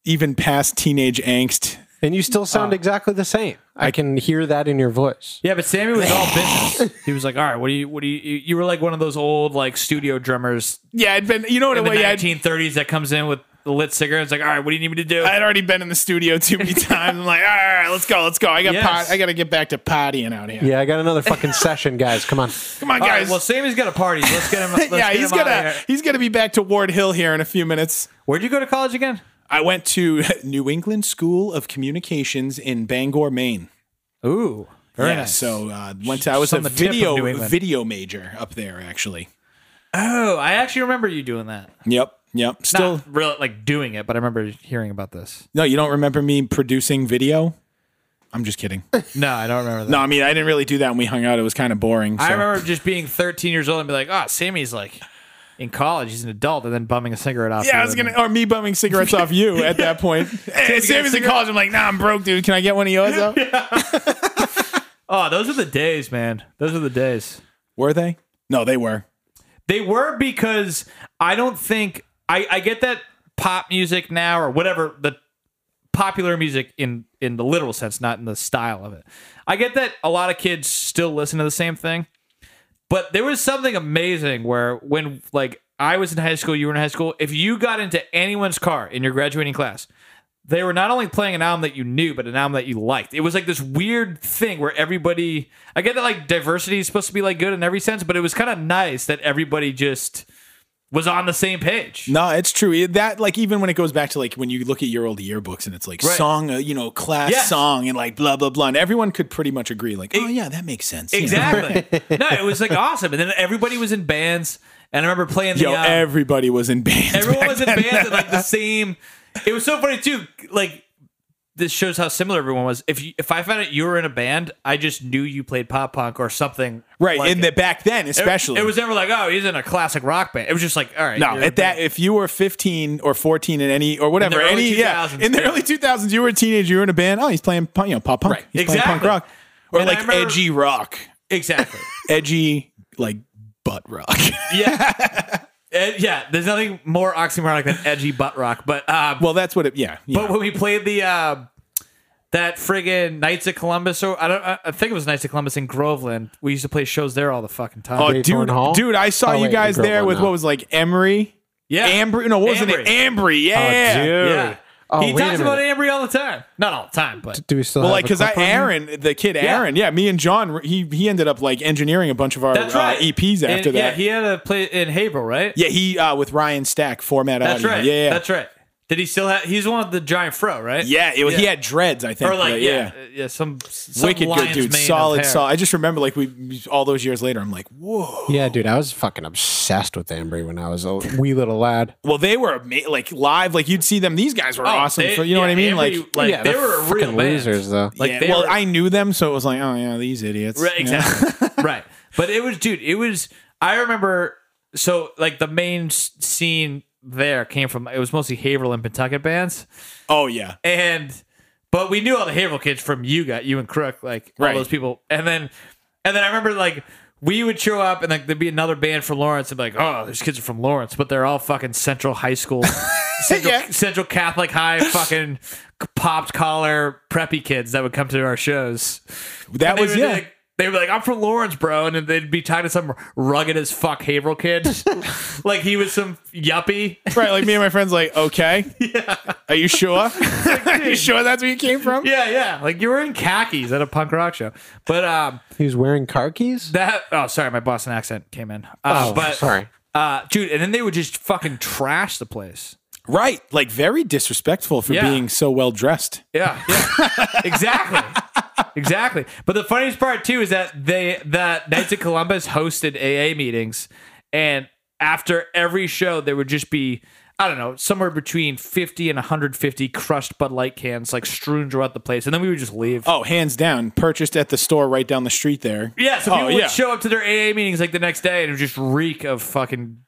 Speaker 2: Even past teenage angst.
Speaker 3: And you still sound exactly the same. I can hear that in your voice.
Speaker 1: Yeah, but Sammy was all business. He was like, "All right, what do you, what do you, you- you were like one of those old like studio drummers
Speaker 2: Yeah, I'd been. You know what?
Speaker 1: in the
Speaker 2: way I'd-
Speaker 1: 1930s that comes in with the lit cigarettes. Like, all right, what do you need me to do?
Speaker 2: I'd already been in the studio too [LAUGHS] many times. I'm like, all right, all right, let's go, let's go. I got,
Speaker 1: Yes.
Speaker 2: pot, I got to get back to partying out here.
Speaker 3: Yeah, I got another fucking session, guys. Come on.
Speaker 2: Come on,
Speaker 1: All right,
Speaker 2: guys.
Speaker 1: well, Sammy's got a party. Let's [LAUGHS] get him. Let's
Speaker 2: yeah,
Speaker 1: get
Speaker 2: he's
Speaker 1: him out of
Speaker 2: gonna,
Speaker 1: here.
Speaker 2: he's gonna be back to Ward Hill here in a few minutes.
Speaker 1: Where'd you go to college again?
Speaker 2: I went to [LAUGHS] New England School of Communications in Bangor, Maine.
Speaker 1: Ooh, very
Speaker 2: yeah,
Speaker 1: nice.
Speaker 2: so uh, went to, I was
Speaker 1: on
Speaker 2: a
Speaker 1: the tip of New
Speaker 2: video
Speaker 1: England.
Speaker 2: video major up there actually.
Speaker 1: oh, I actually remember you doing that.
Speaker 2: Yep, yep. Still,
Speaker 1: Not real like doing it, but I remember hearing about this.
Speaker 2: no, you don't remember me producing video. I'm
Speaker 1: [LAUGHS]
Speaker 2: just kidding.
Speaker 1: No, I don't remember that.
Speaker 2: No, I mean I didn't really do that when we hung out. It was kind of boring.
Speaker 1: I
Speaker 2: so.
Speaker 1: remember just being 13 years old and be like, oh, Sammy's like in college. He's an adult and then bumming a cigarette off.
Speaker 2: Yeah,
Speaker 1: you
Speaker 2: I was
Speaker 1: and-
Speaker 2: gonna, or me bumming cigarettes off you at
Speaker 1: [LAUGHS]
Speaker 2: that point. Hey, Sammy's in college. I'm like, nah, I'm broke, dude. Can I get one of
Speaker 1: [LAUGHS]
Speaker 2: yours? Though?
Speaker 1: Oh, those are the days, man. Those are the days.
Speaker 2: Were they? No, they were.
Speaker 1: They were because I don't think I, I get that pop music now or whatever the popular music in in the literal sense, not in the style of it. I get that a lot of kids still listen to the same thing, but there was something amazing where when like I was in high school, you were in high school. If you got into anyone's car in your graduating class, they were not only playing an album that you knew, but an album that you liked. It was like this weird thing where everybody. I get that like diversity is supposed to be like good in every sense, but it was kind of nice that everybody just was on the same page.
Speaker 2: No, it's true. It- That like even when it goes back to like when you look at your old yearbooks and it's like
Speaker 1: Right.
Speaker 2: song, uh, you know, class
Speaker 1: Yes.
Speaker 2: song and like blah blah blah, and everyone could pretty much agree like, oh yeah, that makes sense. you
Speaker 1: [LAUGHS]
Speaker 2: know?
Speaker 1: Exactly. no, it was like awesome, and then everybody was in bands, and I remember playing the.
Speaker 2: [LAUGHS] Yo,
Speaker 1: um,
Speaker 2: everybody was in bands.
Speaker 1: Everyone
Speaker 2: back
Speaker 1: was in
Speaker 2: then.
Speaker 1: bands at like the same. It was so funny too. Like this shows how similar everyone was. If you, if I found out you were in a band, I just knew you played pop punk or something.
Speaker 2: [LAUGHS] right
Speaker 1: like
Speaker 2: in
Speaker 1: it.
Speaker 2: the back then,
Speaker 1: It-
Speaker 2: especially.
Speaker 1: It, was never like, oh, he's in a classic rock band. It was just like, all right,
Speaker 2: No,
Speaker 1: you're in a
Speaker 2: at that,
Speaker 1: band.
Speaker 2: if you were 15 or 14 in any or whatever,
Speaker 1: early
Speaker 2: any yeah,
Speaker 1: 2000s,
Speaker 2: in the
Speaker 1: yeah.
Speaker 2: early 2000s, you were a teenager, you were in a band. Oh, he's playing, punk- you know, pop punk,
Speaker 1: Right,
Speaker 2: he's playing punk
Speaker 1: exactly.
Speaker 2: rock, or
Speaker 1: And I
Speaker 2: like
Speaker 1: remember-
Speaker 2: edgy rock,
Speaker 1: exactly. [LAUGHS]
Speaker 2: edgy like butt rock. [LAUGHS]
Speaker 1: Yeah. Ed- yeah, there's nothing more oxymoronic than edgy butt rock. But um,
Speaker 2: well, that's what it. Yeah, yeah.
Speaker 1: But when we played the uh, that friggin' Knights of Columbus, or I don't, I I think it was Knights of Columbus in Groveland. We used to play shows there all the fucking time.
Speaker 2: oh,
Speaker 3: Baythorn
Speaker 2: dude,
Speaker 3: Hall?
Speaker 2: dude, I saw
Speaker 3: Oh,
Speaker 2: you
Speaker 3: wait,
Speaker 2: guys
Speaker 3: the girl
Speaker 2: there
Speaker 3: one
Speaker 2: with
Speaker 3: now.
Speaker 2: what was like Emery,
Speaker 1: yeah,
Speaker 2: Ambry. No, what was
Speaker 1: Ambry.
Speaker 2: it? Ambry. Yeah,
Speaker 3: Oh, dude.
Speaker 1: Yeah.
Speaker 3: Oh,
Speaker 1: he
Speaker 3: wait a
Speaker 1: talks about
Speaker 3: minute.
Speaker 1: Ambry all the time. Not all the time, but
Speaker 3: Do we still
Speaker 2: Well,
Speaker 3: have
Speaker 2: like,
Speaker 3: a
Speaker 2: cause I
Speaker 3: clip on here?
Speaker 2: Aaron, the kid Aaron, yeah, me and John, he he ended up like engineering a bunch of our
Speaker 1: that's right.
Speaker 2: uh, EPs
Speaker 1: And,
Speaker 2: after
Speaker 1: Yeah,
Speaker 2: that.
Speaker 1: he had a play in Haverhill, right?
Speaker 2: yeah, he uh, with Ryan Stack, Format
Speaker 1: that's
Speaker 2: Audio.
Speaker 1: right.
Speaker 2: Yeah, yeah,
Speaker 1: that's right. Did he still have? He's one of the giant fro, right?
Speaker 2: Yeah, it was, he
Speaker 1: Yeah.
Speaker 2: had dreads, I think.
Speaker 1: Or like
Speaker 2: but
Speaker 1: yeah, Uh, yeah, some, some
Speaker 2: Wicked good
Speaker 1: lion's
Speaker 2: dude,
Speaker 1: mane of
Speaker 2: solid,
Speaker 1: hair.
Speaker 2: solid. I just remember like we all those years later. I'm like, whoa.
Speaker 3: Yeah, dude, I was fucking obsessed with Ambry when I was a wee little lad.
Speaker 2: Well, they were ama- like live, like you'd see them. These guys were
Speaker 1: Oh,
Speaker 2: awesome.
Speaker 1: they-
Speaker 2: so, you know
Speaker 1: yeah,
Speaker 2: what I mean?
Speaker 1: Ambry,
Speaker 2: Like,
Speaker 1: like
Speaker 3: yeah,
Speaker 1: they
Speaker 3: they're
Speaker 1: were a real
Speaker 3: fucking
Speaker 1: band.
Speaker 3: losers, though.
Speaker 1: Like
Speaker 2: yeah,
Speaker 1: they
Speaker 2: well,
Speaker 1: were,
Speaker 2: I knew them, so it was like, oh yeah, these idiots.
Speaker 1: Right, [LAUGHS]
Speaker 2: Yeah. [LAUGHS]
Speaker 1: exactly. right. But it was, dude, it was, I remember, so like the main s- scene there came from, it was mostly Haverhill and Pentucket bands.
Speaker 2: Oh yeah.
Speaker 1: And, But we knew all the Haverhill kids from you got you and Crook, like
Speaker 2: Right.
Speaker 1: all those people. And then and then I remember like we would show up and like there'd be another band from Lawrence and be like, oh, these kids are from Lawrence, but they're all fucking Central High School, Central,
Speaker 2: [LAUGHS] Yeah.
Speaker 1: Central Catholic High, fucking popped collar preppy kids that would come to our shows.
Speaker 2: That
Speaker 1: And they
Speaker 2: was
Speaker 1: would be
Speaker 2: yeah.
Speaker 1: Like, they were like, "I'm from Lawrence, bro," and then they'd be tied to some rugged as fuck Haverhill kid, like he was some yuppie.
Speaker 2: Right, like me and my friends,
Speaker 1: [LAUGHS]
Speaker 2: like, okay, yeah. Are you sure? Are [LAUGHS] you sure that's where you came from?
Speaker 1: Yeah, yeah. Like you were in khakis at a punk rock show. But um,
Speaker 3: He was wearing car keys.
Speaker 1: that oh, sorry, my Boston accent came in. Uh, but
Speaker 3: sorry.
Speaker 1: uh, dude. And then they would just fucking trash the place.
Speaker 2: Right, like very disrespectful for
Speaker 1: Yeah.
Speaker 2: being so well dressed.
Speaker 1: Yeah, yeah. exactly, exactly. But the funniest part too is that they that Knights of Columbus hosted AA meetings, and after every show, there would just be I don't know somewhere between fifty and one hundred fifty crushed Bud Light cans like strewn throughout the place, and then we would just leave.
Speaker 2: Oh, hands down, purchased at the store right down the street there.
Speaker 1: Yeah, so
Speaker 2: Oh,
Speaker 1: people would
Speaker 2: yeah.
Speaker 1: show up to their AA meetings like the next day and it would just reek of fucking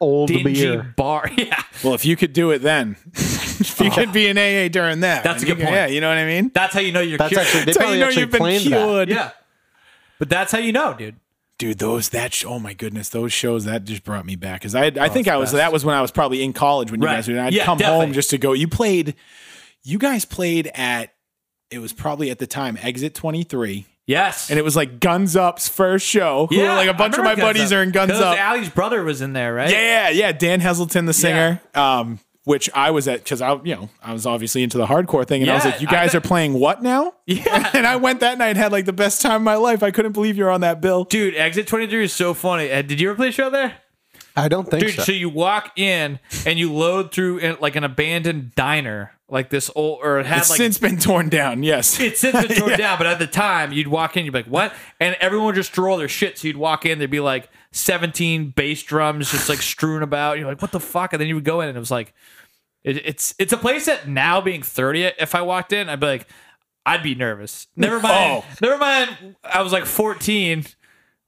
Speaker 3: Old
Speaker 1: dingy
Speaker 3: beer.
Speaker 1: bar. [LAUGHS] Yeah,
Speaker 2: Well, if you could do it then, [LAUGHS] if you could be an AA during that,
Speaker 1: Oh. That's a
Speaker 2: you
Speaker 1: good
Speaker 2: can-
Speaker 1: point.
Speaker 2: Yeah, you know what I mean.
Speaker 1: that's how you know you're
Speaker 3: That's
Speaker 1: cured.
Speaker 3: [LAUGHS] actually they
Speaker 2: That's how
Speaker 3: probably
Speaker 2: you know
Speaker 3: actually
Speaker 2: you've been
Speaker 3: planned that.
Speaker 2: cured,
Speaker 1: yeah, but that's how you know, dude.
Speaker 2: dude. Those that sh- oh my goodness, those shows that just brought me back because I I think I was that was when I was probably in college when
Speaker 1: Oh, Right.
Speaker 2: you guys were. and I'd
Speaker 1: Yeah,
Speaker 2: come
Speaker 1: definitely.
Speaker 2: home just to go. You played, you guys played at it was probably at the time Exit Twenty Three.
Speaker 1: Yes,
Speaker 2: and it was like Guns Up's first show. Who were like
Speaker 1: I
Speaker 2: a bunch of my
Speaker 1: remember Guns
Speaker 2: buddies
Speaker 1: Up.
Speaker 2: are in Guns
Speaker 1: 'Cause
Speaker 2: Up.
Speaker 1: Allie's brother was in there, right?
Speaker 2: yeah, yeah, Dan Heselton, the singer. Um, which I was at because I, you know, I was obviously into the hardcore thing, and I was
Speaker 1: Yeah,
Speaker 2: like, "You
Speaker 1: I
Speaker 2: guys
Speaker 1: bet-
Speaker 2: are playing what now?"
Speaker 1: Yeah.
Speaker 2: [LAUGHS] and I went that night, had like the best time of my life. I couldn't believe you were on that bill.
Speaker 1: Dude, Exit 23 is so funny. Uh, did you ever play a show there?
Speaker 3: I don't think
Speaker 1: Dude,
Speaker 3: so.
Speaker 1: so you walk in and you load through in, like an abandoned diner, like this old, or it had
Speaker 2: It's
Speaker 1: like.
Speaker 2: since been torn down. Yes,
Speaker 1: it's since been torn down, but at the time you'd walk in, you'd be like, "What?" And everyone would just throw all their shit. So you'd walk in, there'd be like seventeen bass drums just like strewn about. You're like, "What the fuck?" And then you would go in, and it was like, it, "It's it's a place that now being thirty, if I walked in, I'd be like, I'd be nervous. Never mind,
Speaker 2: [LAUGHS] Oh.
Speaker 1: never mind. I was like fourteen.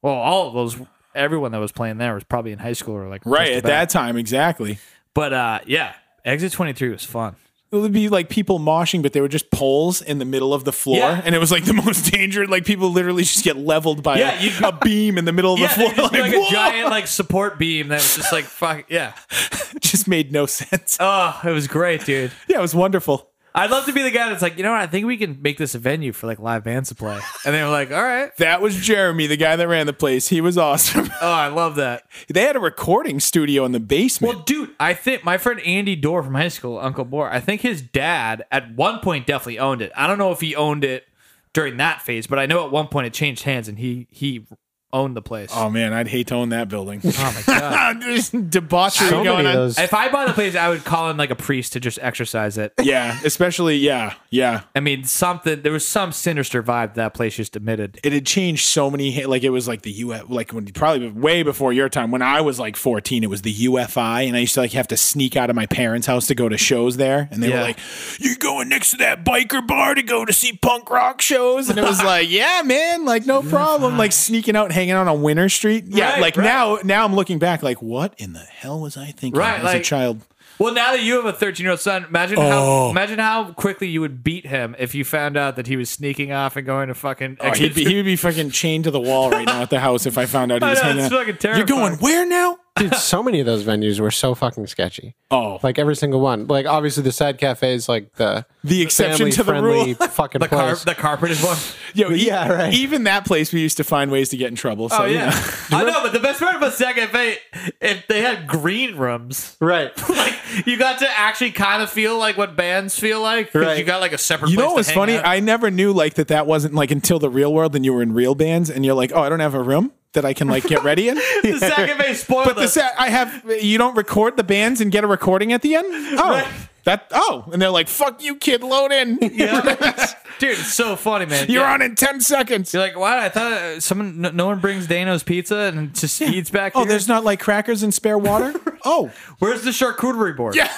Speaker 1: Well, all of those, everyone that was playing there was probably in high school or like
Speaker 2: [LAUGHS] right
Speaker 1: just
Speaker 2: at
Speaker 1: about.
Speaker 2: that time exactly.
Speaker 1: But uh, yeah, Exit Twenty Three was fun.
Speaker 2: It would be like people moshing, but they were just poles in the middle of the floor,
Speaker 1: Yeah.
Speaker 2: and it was like the [LAUGHS] most dangerous. Like people literally just get leveled by
Speaker 1: Yeah,
Speaker 2: a,
Speaker 1: you'd-
Speaker 2: a beam in the middle of
Speaker 1: Yeah,
Speaker 2: the
Speaker 1: there'd
Speaker 2: floor.
Speaker 1: just be like,
Speaker 2: "Whoa!"
Speaker 1: a giant like support beam that was just like fuck yeah.
Speaker 2: [LAUGHS] just made no sense. [LAUGHS]
Speaker 1: Oh, it was great, dude.
Speaker 2: Yeah, it was wonderful.
Speaker 1: I'd love to be the guy that's like, you know what? I think we can make this a venue for like live bands to play. And they were like, all right.
Speaker 2: That was Jeremy, the guy that ran the place. He was awesome. [LAUGHS]
Speaker 1: Oh, I love that.
Speaker 2: they had a recording studio in the basement.
Speaker 1: Well, dude, I think my friend Andy Dorr from high school, Uncle Boar, I think his dad at one point definitely owned it. I don't know if he owned it during that phase, but I know at one point it changed hands and he he owned the place.
Speaker 2: oh man, I'd hate to own that building.
Speaker 1: oh my god.
Speaker 2: [LAUGHS] There's debauchery
Speaker 3: so
Speaker 2: going
Speaker 3: many of
Speaker 2: on.
Speaker 3: those. [LAUGHS]
Speaker 1: if I bought the place, I would call in like a priest to just exercise it.
Speaker 2: Yeah, especially yeah, yeah.
Speaker 1: I mean, something there was some sinister vibe that place just emitted.
Speaker 2: It had changed so many. Like it was like the U. Like when probably way before your time. When I was like 14, it was the UFI, and I used to like have to sneak out of my parents' house to go to shows there. And they were
Speaker 1: Yeah.
Speaker 2: like, "You're going next to that biker bar to go to see punk rock shows," and it was like, [LAUGHS] "Yeah, man, like
Speaker 1: [LAUGHS]
Speaker 2: no problem." Like sneaking out and hanging out on Winter Street. Yeah,
Speaker 1: Right,
Speaker 2: like
Speaker 1: right.
Speaker 2: now, now I'm looking back, like what in the hell was I thinking
Speaker 1: Right,
Speaker 2: as a
Speaker 1: like- [LAUGHS]
Speaker 2: child?
Speaker 1: Well, now that you have a 13 year old son, imagine how
Speaker 2: Oh.
Speaker 1: imagine how quickly you would beat him if you found out that he was sneaking off and going to fucking.
Speaker 2: Oh, he'd be, he would be fucking chained to the wall right now at the house if I found out
Speaker 1: [LAUGHS]
Speaker 2: he
Speaker 1: I
Speaker 2: was
Speaker 1: know,
Speaker 2: hanging
Speaker 1: it's
Speaker 2: out.
Speaker 1: fucking
Speaker 2: You're going
Speaker 1: terrifying.
Speaker 2: where now?
Speaker 3: Dude, so many of those venues were so fucking sketchy.
Speaker 2: Oh,
Speaker 3: Like every single one. Like obviously the side cafe is like the
Speaker 2: the exception to the
Speaker 3: family-friendly [LAUGHS]
Speaker 2: rule.
Speaker 3: fucking
Speaker 1: the, car,
Speaker 3: place.
Speaker 1: the carpeted
Speaker 2: [LAUGHS]
Speaker 1: one.
Speaker 2: Yo, e-
Speaker 3: Yeah, right.
Speaker 2: Even that place, we used to find ways to get in trouble. So,
Speaker 1: Oh
Speaker 2: you
Speaker 1: yeah,
Speaker 2: [LAUGHS] know.
Speaker 1: I know. But the best part about second fate, if they had green rooms, [LAUGHS]
Speaker 3: [LAUGHS] right.
Speaker 1: like you got to actually kind of feel like what bands feel like. 'cause
Speaker 3: Right.
Speaker 1: You got like a separate.
Speaker 2: You
Speaker 1: place
Speaker 2: know what
Speaker 1: to
Speaker 2: was
Speaker 1: hang
Speaker 2: funny?
Speaker 1: out.
Speaker 2: I never knew like that. That wasn't like until the real world, and you were in real bands, and you're like, oh, I don't have a room that I can like get ready in.
Speaker 1: [LAUGHS] the
Speaker 2: [LAUGHS]
Speaker 1: second fate spoiled
Speaker 2: but the
Speaker 1: us.
Speaker 2: set I have, you don't record the bands and get a recording at the
Speaker 1: [LAUGHS]
Speaker 2: end. Oh,
Speaker 1: Right.
Speaker 2: that. Oh, and they're like, fuck you, kid, load in.
Speaker 1: [LAUGHS] Yeah. Dude, it's so funny, man.
Speaker 2: You're
Speaker 1: Yeah.
Speaker 2: on in ten seconds.
Speaker 1: You're like, what? I thought uh, someone, no, no one brings Dano's pizza and just eats back.
Speaker 2: Oh,
Speaker 1: here?
Speaker 2: there's not like crackers and
Speaker 1: [LAUGHS]
Speaker 2: spare water. oh,
Speaker 1: Where's the charcuterie board? Yeah,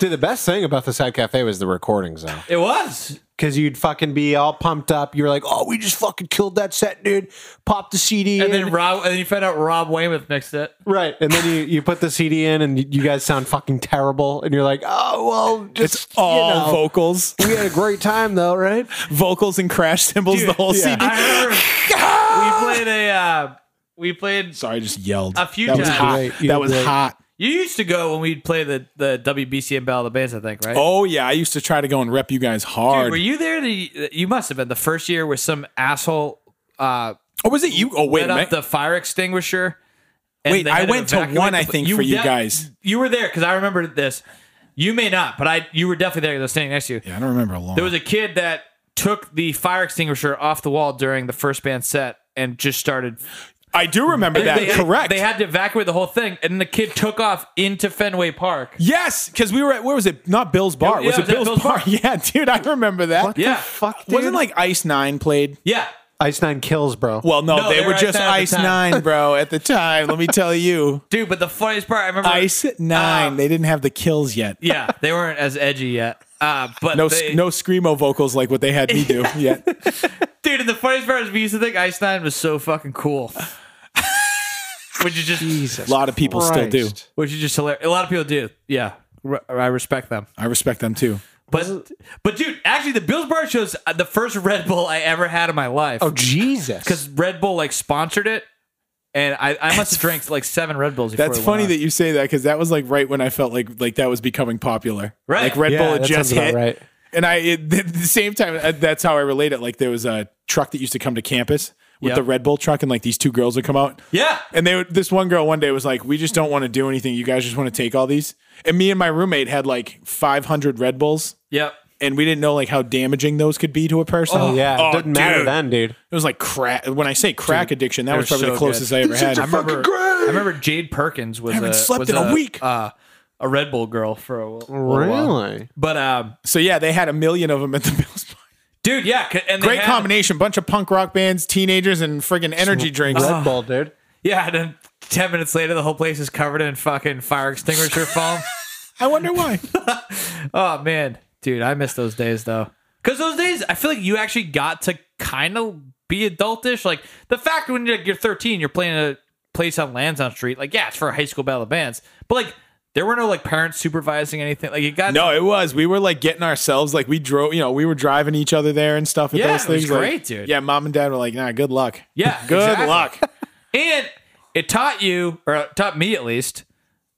Speaker 3: Dude, the best thing about the side cafe was the recordings though.
Speaker 1: it was.
Speaker 3: because you'd fucking be all pumped up. You're like, oh, we just fucking killed that set, dude. Pop the CD
Speaker 1: And
Speaker 3: in.
Speaker 1: then Rob, and then you found out Rob Weymouth mixed it.
Speaker 3: right. And then you, you put the CD in and you, you guys sound fucking terrible. And you're like, oh, well, just.
Speaker 2: It's all
Speaker 3: you know,
Speaker 2: vocals, [LAUGHS]
Speaker 3: We had a great time though, right?
Speaker 2: vocals and crash cymbals. the whole
Speaker 3: yeah.
Speaker 2: CD.
Speaker 1: I remember
Speaker 2: [LAUGHS]
Speaker 1: we played a uh, we played.
Speaker 2: Sorry, I just yelled.
Speaker 1: A few
Speaker 2: that was
Speaker 1: times.
Speaker 2: hot.
Speaker 3: Great, you
Speaker 2: that
Speaker 3: did
Speaker 2: was
Speaker 3: great.
Speaker 2: hot.
Speaker 1: You used to go when we'd play the the WBCM Battle of the Bands, I think, right?
Speaker 2: Oh yeah, I used to try to go and rep you guys hard.
Speaker 1: Dude, were you there? The, you must have been the first year where some asshole uh,
Speaker 2: oh, was it you? Oh wait,
Speaker 1: lit
Speaker 2: a
Speaker 1: up
Speaker 2: minute.
Speaker 1: the fire extinguisher. and
Speaker 2: Wait,
Speaker 1: they
Speaker 2: I
Speaker 1: had
Speaker 2: went to
Speaker 1: evacuate
Speaker 2: one,
Speaker 1: the-
Speaker 2: I think, for you
Speaker 1: de-
Speaker 2: guys.
Speaker 1: You were there because I remember this. You may not, but I you were definitely there. 'cause I was standing next to you.
Speaker 2: yeah, I don't remember a long.
Speaker 1: There was a kid that took the fire extinguisher off the wall during the first band set and just started.
Speaker 2: I do remember that.
Speaker 1: they,
Speaker 2: Correct.
Speaker 1: They had to evacuate the whole thing, and the kid took off into Fenway Park.
Speaker 2: yes, because we were at where was it? Not Bill's Bar.
Speaker 1: Yeah,
Speaker 2: was
Speaker 1: it
Speaker 2: it
Speaker 1: was at
Speaker 2: Bill's,
Speaker 1: Bill's
Speaker 2: Bar?
Speaker 1: Bar.
Speaker 2: [LAUGHS] Yeah, dude, I remember that.
Speaker 1: Yeah,
Speaker 3: Fuck, dude.
Speaker 2: Wasn't like Ice Nine played?
Speaker 1: yeah.
Speaker 3: Ice Nine Kills, bro.
Speaker 2: Well, no,
Speaker 1: No,
Speaker 2: they,
Speaker 1: they
Speaker 2: were
Speaker 1: were Ice
Speaker 2: just
Speaker 1: Nine at the
Speaker 2: Ice
Speaker 1: time.
Speaker 2: Nine, bro, at the time. Let me
Speaker 1: [LAUGHS]
Speaker 2: tell you,
Speaker 1: Dude, but the funniest part, I remember
Speaker 2: Ice Nine.
Speaker 1: Uh,
Speaker 2: they didn't have the kills yet.
Speaker 1: [LAUGHS] yeah, they weren't as edgy yet. Uh, but
Speaker 2: No,
Speaker 1: they,
Speaker 2: no screamo vocals like what they had
Speaker 1: [LAUGHS]
Speaker 2: me do yet.
Speaker 1: dude. And the funniest part is we used to think Ice Nine was so fucking
Speaker 2: [LAUGHS]
Speaker 1: cool, which is just
Speaker 3: Jesus.
Speaker 2: A lot of people still do.
Speaker 3: Christ.
Speaker 1: which is just hilarious. A lot of people do. Yeah, Re- I respect them.
Speaker 2: I respect them too.
Speaker 1: But but dude, actually, the Bills Bar shows uh, the first Red Bull I ever had in my life.
Speaker 3: Oh
Speaker 2: [LAUGHS]
Speaker 3: Jesus!
Speaker 1: because Red Bull like sponsored it, and I, I must have drank like seven Red Bulls. Before
Speaker 2: That's
Speaker 1: it went
Speaker 2: funny
Speaker 1: on.
Speaker 2: that you say that because that was like right when I felt like like that was becoming popular.
Speaker 1: Right.
Speaker 2: like Red
Speaker 3: Yeah,
Speaker 2: Bull had
Speaker 3: that
Speaker 2: just
Speaker 3: sounds about
Speaker 2: hit.
Speaker 3: right.
Speaker 2: And I it, at the same time uh, that's how I relate it. Like there was a truck that used to come to campus with
Speaker 1: Yep.
Speaker 2: the Red Bull truck, and like these two girls would come out.
Speaker 1: Yeah.
Speaker 2: and they would, this one girl one day was like, "We just don't want to do anything. You guys just want to take all these." And me and my roommate had like 500 Red Bulls,
Speaker 1: Yep.
Speaker 2: and we didn't know like how damaging those could be to a person.
Speaker 3: oh yeah,
Speaker 2: Oh,
Speaker 3: it doesn't matter
Speaker 2: dude.
Speaker 3: then, dude.
Speaker 2: It was like crack. When I say crack addiction, that was
Speaker 1: they're
Speaker 2: probably the
Speaker 1: so good.
Speaker 2: closest I ever had.
Speaker 1: I remember. I remember Jade Perkins was
Speaker 2: haven't
Speaker 1: a,
Speaker 2: slept
Speaker 1: was
Speaker 2: in a week.
Speaker 1: Uh, a Red Bull girl for a wh- little while.
Speaker 3: Really?
Speaker 1: But um,
Speaker 2: So yeah, they had a million of them at the [LAUGHS] Bills. Bar.
Speaker 1: dude, yeah, c- and they
Speaker 2: Great
Speaker 1: had-
Speaker 2: combination. Bunch of punk rock bands, teenagers, and friggin' energy drinks.
Speaker 1: Uh-huh.
Speaker 3: Red Bull, dude.
Speaker 1: Yeah, and then ten minutes later, the whole place is covered in fucking fire
Speaker 2: [LAUGHS]
Speaker 1: extinguisher foam.
Speaker 2: I
Speaker 1: [LAUGHS]
Speaker 2: wonder why.
Speaker 1: Oh man, dude, I miss those days though. Because those days, I feel like you actually got to kind of be adultish. Like the fact when you're, you're 13, you're playing at a place on Lansdowne Street. Like, yeah, it's for a high school battle of bands, but like there were no like parents supervising anything. Like you got
Speaker 2: No, it was. We were like getting ourselves like we drove. You know, we were driving each other there and stuff. At
Speaker 1: Yeah,
Speaker 2: those
Speaker 1: it was
Speaker 2: things. like-
Speaker 1: great, dude.
Speaker 2: Yeah, mom and dad were like, "Nah, good luck."
Speaker 1: Yeah,
Speaker 2: good
Speaker 1: exactly.
Speaker 2: luck.
Speaker 1: and it taught you, or it taught me at least.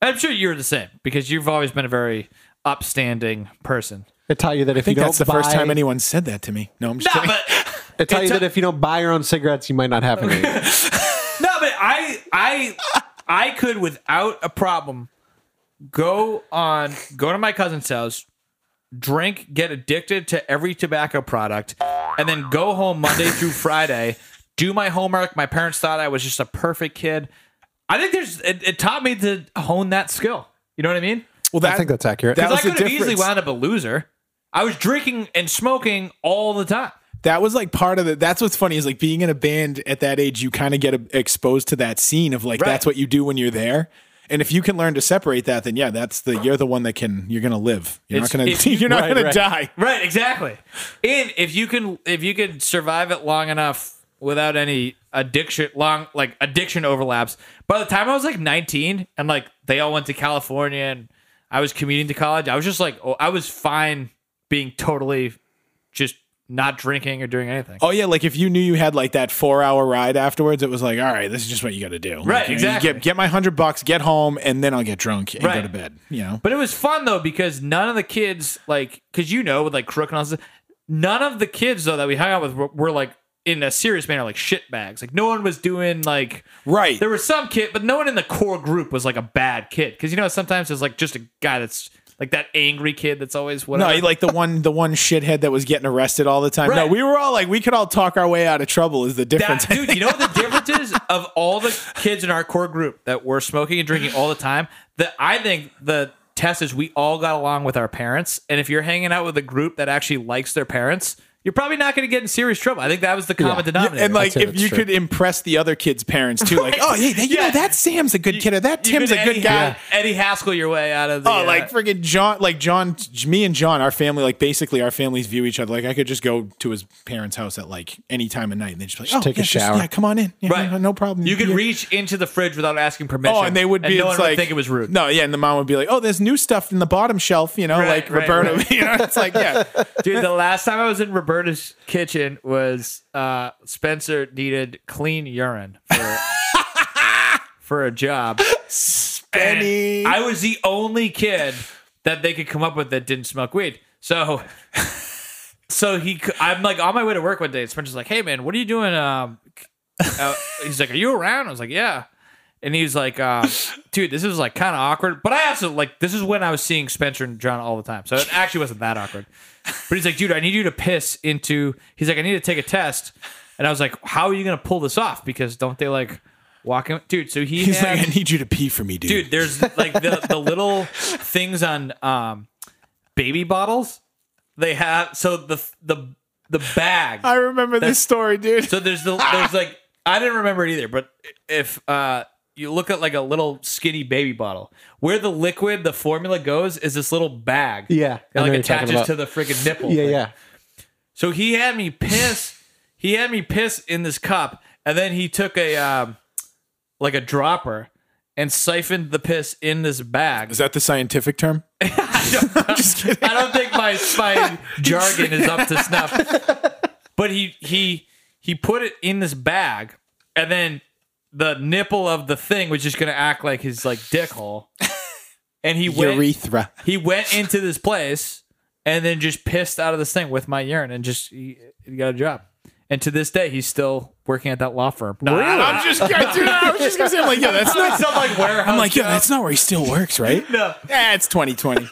Speaker 1: and I'm sure you're the same because you've always been a very upstanding person.
Speaker 3: It taught you that
Speaker 2: I
Speaker 3: if
Speaker 2: think
Speaker 3: you don't
Speaker 2: that's the first
Speaker 3: buy-
Speaker 2: time anyone said that to me. No, I'm just
Speaker 1: No,
Speaker 2: kidding.
Speaker 1: but [LAUGHS]
Speaker 3: It taught
Speaker 1: it
Speaker 3: you
Speaker 1: ta-
Speaker 3: that if you don't buy your own cigarettes, you might not have any.
Speaker 1: No, but I I I could without a problem go on go to my cousin's house, drink, get addicted to every tobacco product, and then go home Monday [LAUGHS] through Friday, do my homework. My parents thought I was just a perfect kid. I think there's it, it taught me to hone that skill. You know what I mean?
Speaker 2: well, that,
Speaker 3: I think that's accurate.
Speaker 2: That
Speaker 1: Because
Speaker 2: was
Speaker 1: I
Speaker 2: the
Speaker 1: could have easily
Speaker 2: difference.
Speaker 1: wound up a loser. I was drinking and smoking all the time.
Speaker 2: that was like part of the that's what's funny is like being in a band at that age you kind of get a, exposed to that scene of like
Speaker 1: Right.
Speaker 2: that's what you do when you're there and if you can learn to separate that then yeah that's the you're the one that can you're gonna live you're
Speaker 1: It's-
Speaker 2: not gonna
Speaker 1: if you-
Speaker 2: [LAUGHS] you're not
Speaker 1: right,
Speaker 2: gonna
Speaker 1: right.
Speaker 2: die
Speaker 1: Right, exactly. And if you can if you can survive it long enough without any addiction long like addiction overlaps. By the time I was like 19 and like they all went to California and I was commuting to college, I was just like oh, I was fine being totally just not drinking or doing anything.
Speaker 2: oh yeah like if you knew you had like that four hour ride afterwards it was like all right this is just what you gotta
Speaker 1: Right,
Speaker 2: do Like, you know, you
Speaker 1: exactly.
Speaker 2: get, get my hundred bucks get home and then i'll get drunk and go
Speaker 1: Right.
Speaker 2: to bed you know
Speaker 1: But it was fun though because none of the kids like because you know with like crook and all this, none of the kids though that we hung out with were, were like in a serious manner like shit bags. Like no one was doing like
Speaker 2: Right.
Speaker 1: There was some kid, but no one in the core group was like a bad kid because you know sometimes there's like just a guy that's like that angry kid that's always
Speaker 2: no,
Speaker 1: whatever.
Speaker 2: like the one, the one shithead that was getting arrested all the time. No,
Speaker 1: Right.
Speaker 2: we were all like, we could all talk our way out of trouble. Is the difference?
Speaker 1: that, dude, you know what the difference
Speaker 2: [LAUGHS]
Speaker 1: is of all the kids in our core group that were smoking and drinking all the time. That I think the test is we all got along with our parents, and if you're hanging out with a group that actually likes their parents, you're probably not going to get in serious trouble. I think that was the common denominator.
Speaker 2: and like
Speaker 3: I'd say
Speaker 2: if
Speaker 3: that's
Speaker 2: you
Speaker 3: true.
Speaker 2: could impress the other kids' parents too,
Speaker 1: [LAUGHS]
Speaker 2: like, oh hey, that, you
Speaker 1: Yeah.
Speaker 2: know that Sam's a good kid or that
Speaker 1: You
Speaker 2: Tim's a
Speaker 1: could
Speaker 2: good
Speaker 1: Eddie-
Speaker 2: guy.
Speaker 1: Eddie Haskell your way out of the.
Speaker 2: Oh,
Speaker 1: uh,
Speaker 2: like friggin' John, like John, me and John, our family, like basically our families view each other. Like I could just go to his parents' house at like any time of night and they just be like, oh,
Speaker 3: take a
Speaker 2: yeah, just-
Speaker 3: shower.
Speaker 2: yeah, come on in. Yeah,
Speaker 1: right,
Speaker 2: no, no problem.
Speaker 1: You could
Speaker 2: Yeah.
Speaker 1: reach into the fridge without asking permission.
Speaker 2: Oh, and they would be
Speaker 1: no
Speaker 2: it's
Speaker 1: one
Speaker 2: like,
Speaker 1: would think it was rude.
Speaker 2: No, yeah, and the mom would be like, "Oh, there's new stuff in the bottom shelf," you know,
Speaker 1: Right,
Speaker 2: like
Speaker 1: right,
Speaker 2: Roberta.
Speaker 1: right.
Speaker 2: [LAUGHS] You know, it's
Speaker 1: [LAUGHS]
Speaker 2: like, yeah,
Speaker 1: Dude, the last time I was in Roberta's kitchen was uh, Spencer needed clean urine for, for a job.
Speaker 2: Benny.
Speaker 1: And I was the only kid that they could come up with that didn't smoke weed. So, [LAUGHS] so he, c- I'm like on my way to work one day, and Spencer's like, "Hey man, what are you doing?" Um, uh, he's like, "Are you around?" I was like, "Yeah." And he's like, um, "Dude, this is like kind of awkward." But I also like this is when I was seeing Spencer and John all the time, so it actually wasn't that awkward. But he's like, "Dude, I need you to piss into." He's like, "I need to take a test," and I was like, "How are you gonna pull this off?" Because don't they like walk in, dude? So he
Speaker 2: He's
Speaker 1: had-
Speaker 2: like, "I need you to pee for me, dude."
Speaker 1: dude there's like the, the little things on um baby bottles they have so the the the bag
Speaker 2: I remember this story, dude.
Speaker 1: so there's the there's like i didn't remember it either but if uh you look at like a little skinny baby bottle where the liquid the formula goes is this little bag
Speaker 3: Yeah, I
Speaker 1: that
Speaker 3: know
Speaker 1: like
Speaker 3: what you're talking
Speaker 1: attaches
Speaker 3: about.
Speaker 1: to the freaking nipple
Speaker 3: Yeah,
Speaker 1: thing.
Speaker 3: yeah.
Speaker 1: So he had me piss. He had me piss in this cup, and then he took a um, like a dropper and siphoned the piss in this bag.
Speaker 2: Is that the
Speaker 1: [LAUGHS]
Speaker 2: scientific term? [LAUGHS]
Speaker 1: I don't think my my jargon is
Speaker 2: [LAUGHS]
Speaker 1: up to snuff. But he he he put it in this bag, and then the nipple of the thing was just gonna act like his like dick hole. And he went
Speaker 2: Urethra.
Speaker 1: he went into this place and then just pissed out of this thing with my urine and just he, he got a job. And to this day, he's still working at that law firm. No, I don't-
Speaker 2: I'm just, dude, I was just gonna say, I'm like, yeah, that's not.
Speaker 1: It's not like warehouse.
Speaker 2: I'm like, yeah,
Speaker 1: job.
Speaker 2: that's not where he still works, right?
Speaker 1: No.
Speaker 2: Yeah, it's 2020.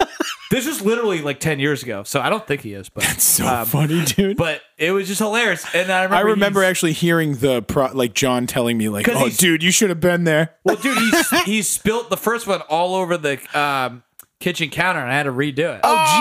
Speaker 1: this was literally like ten years ago, so I don't think he is. But
Speaker 2: So funny, dude.
Speaker 1: but it was just hilarious. And I remember
Speaker 2: I remember
Speaker 1: he's-
Speaker 2: actually hearing the pro, like John telling me like,
Speaker 1: 'Cause
Speaker 2: "Oh,
Speaker 1: he's-
Speaker 2: dude, you should have been there."
Speaker 1: Well, dude, he he spilt the first one all over the um, kitchen counter, and I had to redo it. Oh,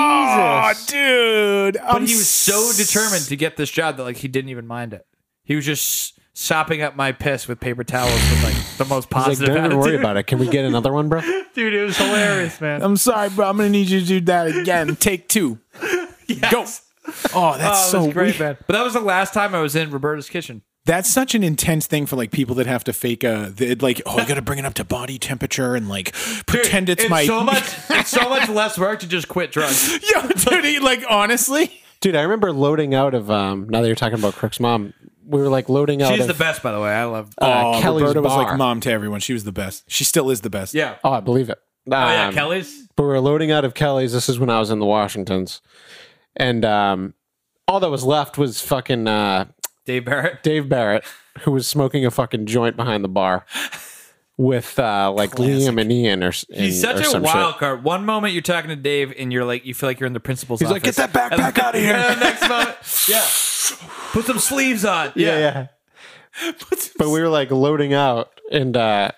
Speaker 2: Oh, dude.
Speaker 1: but he was so determined to get this job that like he didn't even mind it. He was just sopping up my piss with paper towels with like the most
Speaker 3: Like,
Speaker 1: positive
Speaker 3: don't even
Speaker 1: attitude.
Speaker 3: worry about it. Can we get another
Speaker 2: [LAUGHS]
Speaker 3: one, bro?
Speaker 1: Dude, it was hilarious, [LAUGHS] man.
Speaker 2: I'm sorry, bro. I'm gonna need you to do that [LAUGHS] again. Take two. Go. Oh, that's
Speaker 1: Oh, it
Speaker 2: so
Speaker 1: was great,
Speaker 2: weird.
Speaker 1: man. But that was the last time I was in Roberta's kitchen.
Speaker 2: That's such an intense thing for like people that have to fake a the- like. Oh, I gotta bring it up to body temperature and like pretend it's, my.
Speaker 1: so
Speaker 3: [LAUGHS]
Speaker 1: much. it's so much less work to just quit drunk.
Speaker 2: [LAUGHS]
Speaker 3: Oh,
Speaker 2: Yo, dude. he- Like honestly,
Speaker 3: Dude, I remember loading out of um now that you're talking about Crook's mom, we were like loading out
Speaker 1: She's
Speaker 3: of
Speaker 1: the best, by the way. I love.
Speaker 3: uh,
Speaker 2: oh,
Speaker 3: Kelly's
Speaker 2: Roberta was
Speaker 3: bar.
Speaker 2: like mom to everyone. She was the best. She still is the best.
Speaker 1: yeah.
Speaker 3: Oh, I believe it.
Speaker 1: Oh yeah,
Speaker 3: Um,
Speaker 1: Kelly's.
Speaker 3: But we were loading out of Kelly's. This is when I was in the Washingtons. And um all that was left was fucking uh
Speaker 1: Dave Barrett.
Speaker 3: Dave Barrett, who was smoking a fucking joint behind the bar with uh, like Liam and Ian or s- and,
Speaker 1: He's
Speaker 3: or
Speaker 1: such a
Speaker 3: some
Speaker 1: wild
Speaker 3: shit.
Speaker 1: card. One moment you're talking to Dave and you're like, you feel like you're in the principal's
Speaker 4: He's like,
Speaker 1: office.
Speaker 4: get that backpack
Speaker 1: [LAUGHS]
Speaker 4: out of
Speaker 1: And
Speaker 4: here.
Speaker 1: the next moment, yeah, put some sleeves on. Yeah, [LAUGHS]
Speaker 3: Yeah, yeah. but we were like loading out, and uh,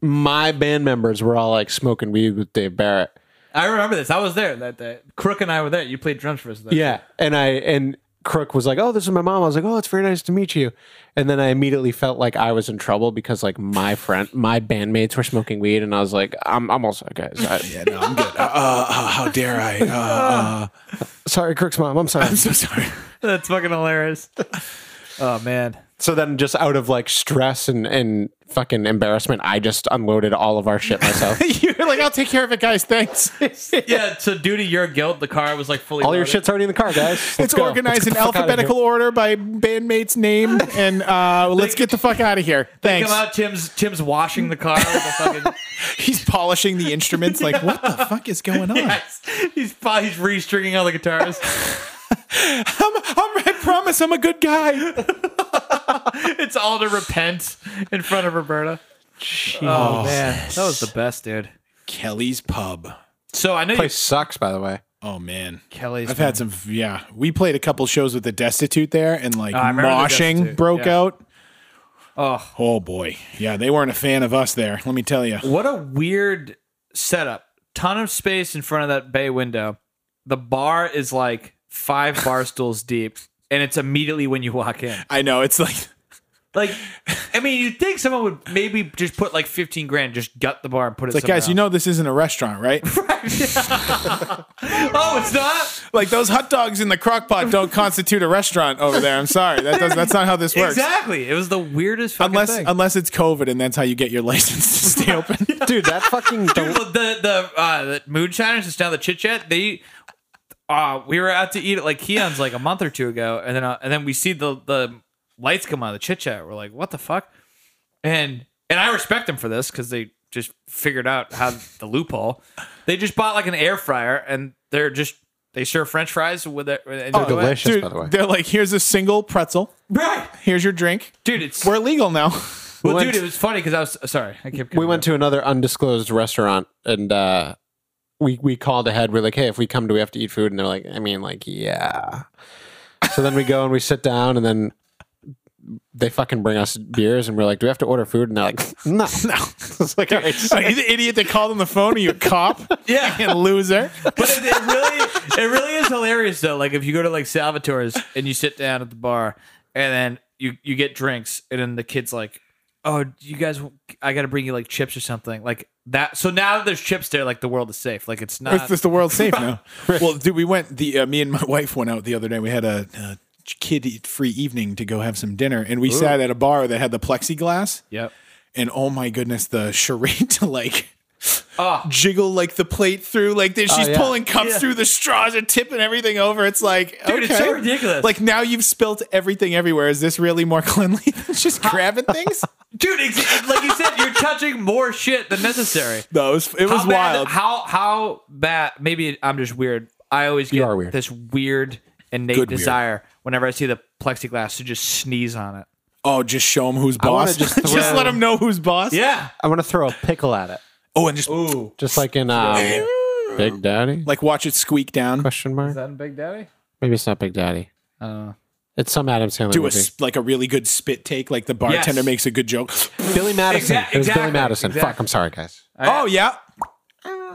Speaker 3: my band members were all like smoking weed with Dave Barrett.
Speaker 1: I remember this. I was there that day. Crook and I were there. You played drums for us. That
Speaker 3: Yeah, and I and Crook was like, "Oh, this is my mom." I was like, "Oh, it's very nice to meet you." And then I immediately felt like I was in trouble because like my friend, my bandmates were smoking weed, and I was like, "I'm, I'm also guys.
Speaker 1: [LAUGHS]
Speaker 3: I,
Speaker 2: No, I'm good. Uh, uh, uh, how dare I? Uh, uh,
Speaker 3: Sorry, Crook's mom. I'm sorry."
Speaker 2: I'm so sorry.
Speaker 1: That's fucking hilarious. [LAUGHS] oh man.
Speaker 3: So then, just out of like stress and, and fucking embarrassment, I just unloaded all of our shit myself.
Speaker 2: [LAUGHS] You're like, I'll take care of it, guys. [LAUGHS] Thanks.
Speaker 1: Yeah. So due to your guilt, the car was like fully.
Speaker 3: all your
Speaker 1: loaded.
Speaker 3: shit's already in the car, guys.
Speaker 2: It's organized in alphabetical order by bandmate's name, and uh, let's get the fuck out of here. Thanks.
Speaker 1: Come out, Tim's. Tim's washing the car. With a
Speaker 3: [LAUGHS]
Speaker 1: fucking,
Speaker 2: He's polishing the instruments. Like, what the [LAUGHS] fuck is going on?
Speaker 1: he's fi- he's restringing all the guitars.
Speaker 2: I'm, I'm, I promise, I'm a good guy.
Speaker 1: it's all to repent in front of Roberta. Oh man, that was the best, dude.
Speaker 2: Kelly's Pub.
Speaker 1: So I know you
Speaker 3: Place sucks, by the way.
Speaker 2: Oh man,
Speaker 1: Kelly's.
Speaker 2: I've had some. Yeah, we played a couple shows with the Destitute there, and like
Speaker 1: Oh, I remember the
Speaker 2: moshing
Speaker 1: Destitute,
Speaker 2: broke
Speaker 1: yeah.
Speaker 2: out.
Speaker 1: Oh.
Speaker 2: oh boy, yeah, they weren't a fan of us there. Let me tell you.
Speaker 1: What a weird setup. Ton of
Speaker 2: [LAUGHS]
Speaker 1: space in front of that bay window. The bar is like five bar stools deep. and it's immediately when you walk in.
Speaker 2: I know it's like
Speaker 1: Like, I mean, you'd think someone would maybe just put like 15 grand, just gut the bar and put it
Speaker 2: like
Speaker 1: somewhere
Speaker 2: [LAUGHS] guys, you
Speaker 1: else.
Speaker 2: know this isn't a restaurant, right?
Speaker 1: Oh, it's not?
Speaker 2: [LAUGHS] like those hot dogs in the crock pot don't constitute a restaurant over there. I'm sorry. That does, that's not how this works.
Speaker 1: Exactly. It was the weirdest fucking
Speaker 2: Unless
Speaker 1: thing.
Speaker 2: unless it's COVID and that's how you get your license
Speaker 1: [LAUGHS]
Speaker 2: to stay open.
Speaker 3: dude. That
Speaker 2: [LAUGHS]
Speaker 3: fucking
Speaker 1: Well, the the uh, the moonshiners it's now the chit chat. They uh we were out to eat at like Keon's like a month or two ago, and then uh, and then we see the the lights come on the chit chat. We're like, what the fuck? And and I respect them for this because they just figured out how the loophole. They just bought like an air fryer, and they're just they serve French fries with it. and-
Speaker 3: Oh, delicious,
Speaker 2: Dude,
Speaker 3: by the way.
Speaker 2: they're like, here's a single pretzel.
Speaker 1: Right,
Speaker 2: Here's your drink.
Speaker 1: dude. It's
Speaker 2: We're legal now. [LAUGHS]
Speaker 1: well,
Speaker 3: went-
Speaker 1: dude. It was funny because I was sorry. I kept.
Speaker 3: we went to another undisclosed restaurant and uh we we called ahead we're like hey if we come do we have to eat food and they're like i mean like yeah so then we go and we sit down and then they fucking bring us beers and we're like do we have to order food and they're like no
Speaker 2: [LAUGHS]
Speaker 3: no [LAUGHS] it's like all right
Speaker 2: Are you the idiot that called on the phone? Are you a cop?
Speaker 1: Yeah.
Speaker 2: And loser.
Speaker 1: But it, it really, it really is hilarious though. Like if you go to like Salvatore's and you sit down at the bar, and then you you get drinks, and then the kid's like, "Oh, you guys, I got to bring you like chips or something like that." So now that there's chips there, like the world is safe. Like it's
Speaker 2: It's
Speaker 1: not.
Speaker 2: just the world safe
Speaker 1: Uh, [LAUGHS]
Speaker 2: now. well, dude, we went. The uh, me and my [LAUGHS] wife went out the other day. We had a, a kid free evening to go have some dinner, and we sat at a bar that had the plexiglass.
Speaker 1: Yep.
Speaker 2: And oh my goodness, the charade [LAUGHS] to like
Speaker 1: Oh,
Speaker 2: jiggle like the plate through, like that she's
Speaker 3: yeah.
Speaker 2: pulling cups
Speaker 1: Yeah.
Speaker 2: through the straws and tipping everything over. It's like,
Speaker 1: Dude, it's so
Speaker 2: okay.
Speaker 1: ridiculous.
Speaker 2: Like now you've spilt everything everywhere. Is this really more [LAUGHS] cleanly than
Speaker 1: [LAUGHS]
Speaker 2: just grabbing things?
Speaker 1: dude, ex- like you said, you're touching more shit than necessary.
Speaker 2: No, it was, it was
Speaker 1: how bad-
Speaker 2: wild.
Speaker 1: how how bad? Maybe I'm just weird. I always get
Speaker 3: are weird.
Speaker 1: this weird innate
Speaker 2: Good weird.
Speaker 1: desire whenever I see the plexiglass to just sneeze on it.
Speaker 2: Oh, just show them who's
Speaker 3: wanna
Speaker 2: boss. [LAUGHS]
Speaker 3: just
Speaker 2: Just,
Speaker 3: throw-
Speaker 2: let them know who's boss.
Speaker 1: Yeah.
Speaker 3: i want to throw a pickle at it
Speaker 2: Oh, and just
Speaker 3: just like in uh big daddy
Speaker 2: like watch it squeak down.
Speaker 3: question mark
Speaker 1: that in Big Daddy?
Speaker 3: maybe it's not big daddy
Speaker 1: Uh,
Speaker 3: it's some adam sandler
Speaker 2: Do a
Speaker 3: movie.
Speaker 2: s like a really good spit take, like the bartender
Speaker 1: Yes.
Speaker 2: makes a good joke.
Speaker 3: billy madison
Speaker 1: Exac-
Speaker 3: it was billy
Speaker 1: exactly,
Speaker 3: madison fuck
Speaker 1: exactly.
Speaker 3: i'm sorry guys
Speaker 2: oh yeah.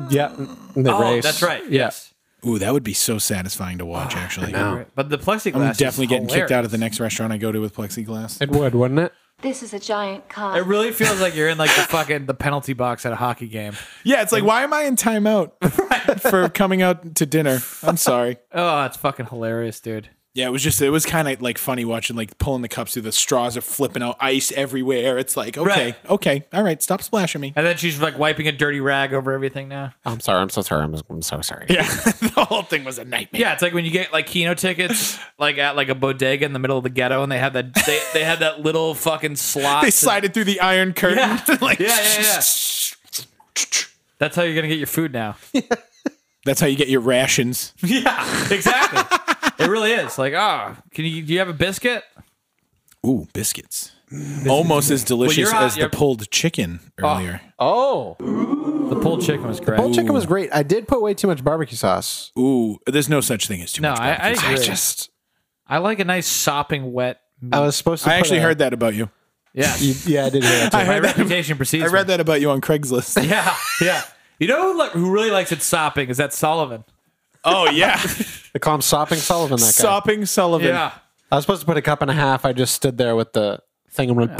Speaker 3: yeah the
Speaker 1: oh,
Speaker 3: race
Speaker 1: that's right.
Speaker 3: yeah.
Speaker 1: Yes.
Speaker 2: Ooh, that would be so satifying to watch. Actually, I'm
Speaker 1: But the plexiglass. is
Speaker 2: definitely getting kicked out
Speaker 1: hilarious.
Speaker 2: of the next restaurant I go to with plexiglass.
Speaker 3: it would wouldn't it
Speaker 6: This is a giant car.
Speaker 1: It really feels like you're in like the fucking the penalty box at a hockey game.
Speaker 2: Yeah, it's like why am I in timeout for coming out to dinner? I'm sorry.
Speaker 1: Oh, it's fucking hilarious, dude.
Speaker 2: Yeah, it was just it was kind of like funny watching like pulling the cups through the straws are flipping out ice everywhere. It's like okay,
Speaker 1: Right.
Speaker 2: okay, all right, stop splashing me.
Speaker 1: And then she's like wiping a dirty rag over everything now.
Speaker 3: i'm sorry i'm so sorry i'm, I'm so sorry
Speaker 2: Yeah, the whole thing was a nightmare.
Speaker 1: Yeah, it's like when you get like kino tickets, like at like a bodega in the middle of the ghetto, and they have that they, they have that little fucking slot.
Speaker 2: They
Speaker 1: to-
Speaker 2: slided through the iron curtain.
Speaker 1: Yeah.
Speaker 2: [LAUGHS] like,
Speaker 1: Yeah, yeah, yeah. That's how you're gonna get your food now.
Speaker 2: That's how you get your rations.
Speaker 1: yeah, exactly. it really is. Like, oh, can you do you have a biscuit?
Speaker 2: Ooh, biscuits. Almost as delicious
Speaker 1: you're on-
Speaker 2: as the
Speaker 1: you're-
Speaker 2: pulled chicken earlier.
Speaker 1: Oh, the pulled chicken was great.
Speaker 3: Whole chicken was great. I did put way too much barbecue sauce.
Speaker 2: Ooh, there's no such thing as too
Speaker 1: No,
Speaker 2: much.
Speaker 1: I, I
Speaker 2: barbecue.
Speaker 1: agree. I,
Speaker 3: Just
Speaker 1: like a nice sopping wet.
Speaker 3: I was supposed to.
Speaker 2: I
Speaker 3: put
Speaker 2: actually
Speaker 3: a-
Speaker 2: heard that about you.
Speaker 1: Yeah,
Speaker 3: You- yeah, I did hear that. Too.
Speaker 1: [LAUGHS] my reputation precedes.
Speaker 2: I read
Speaker 1: me.
Speaker 2: that about you on Craigslist.
Speaker 1: Yeah, yeah. You know who, like, who really likes it sopping is that Sullivan.
Speaker 2: [LAUGHS] oh yeah,
Speaker 3: They call him Sopping Sullivan. That guy.
Speaker 2: sopping Sullivan.
Speaker 1: Yeah,
Speaker 3: I was supposed to put a cup and a half. I just stood there with the thing. I'm like,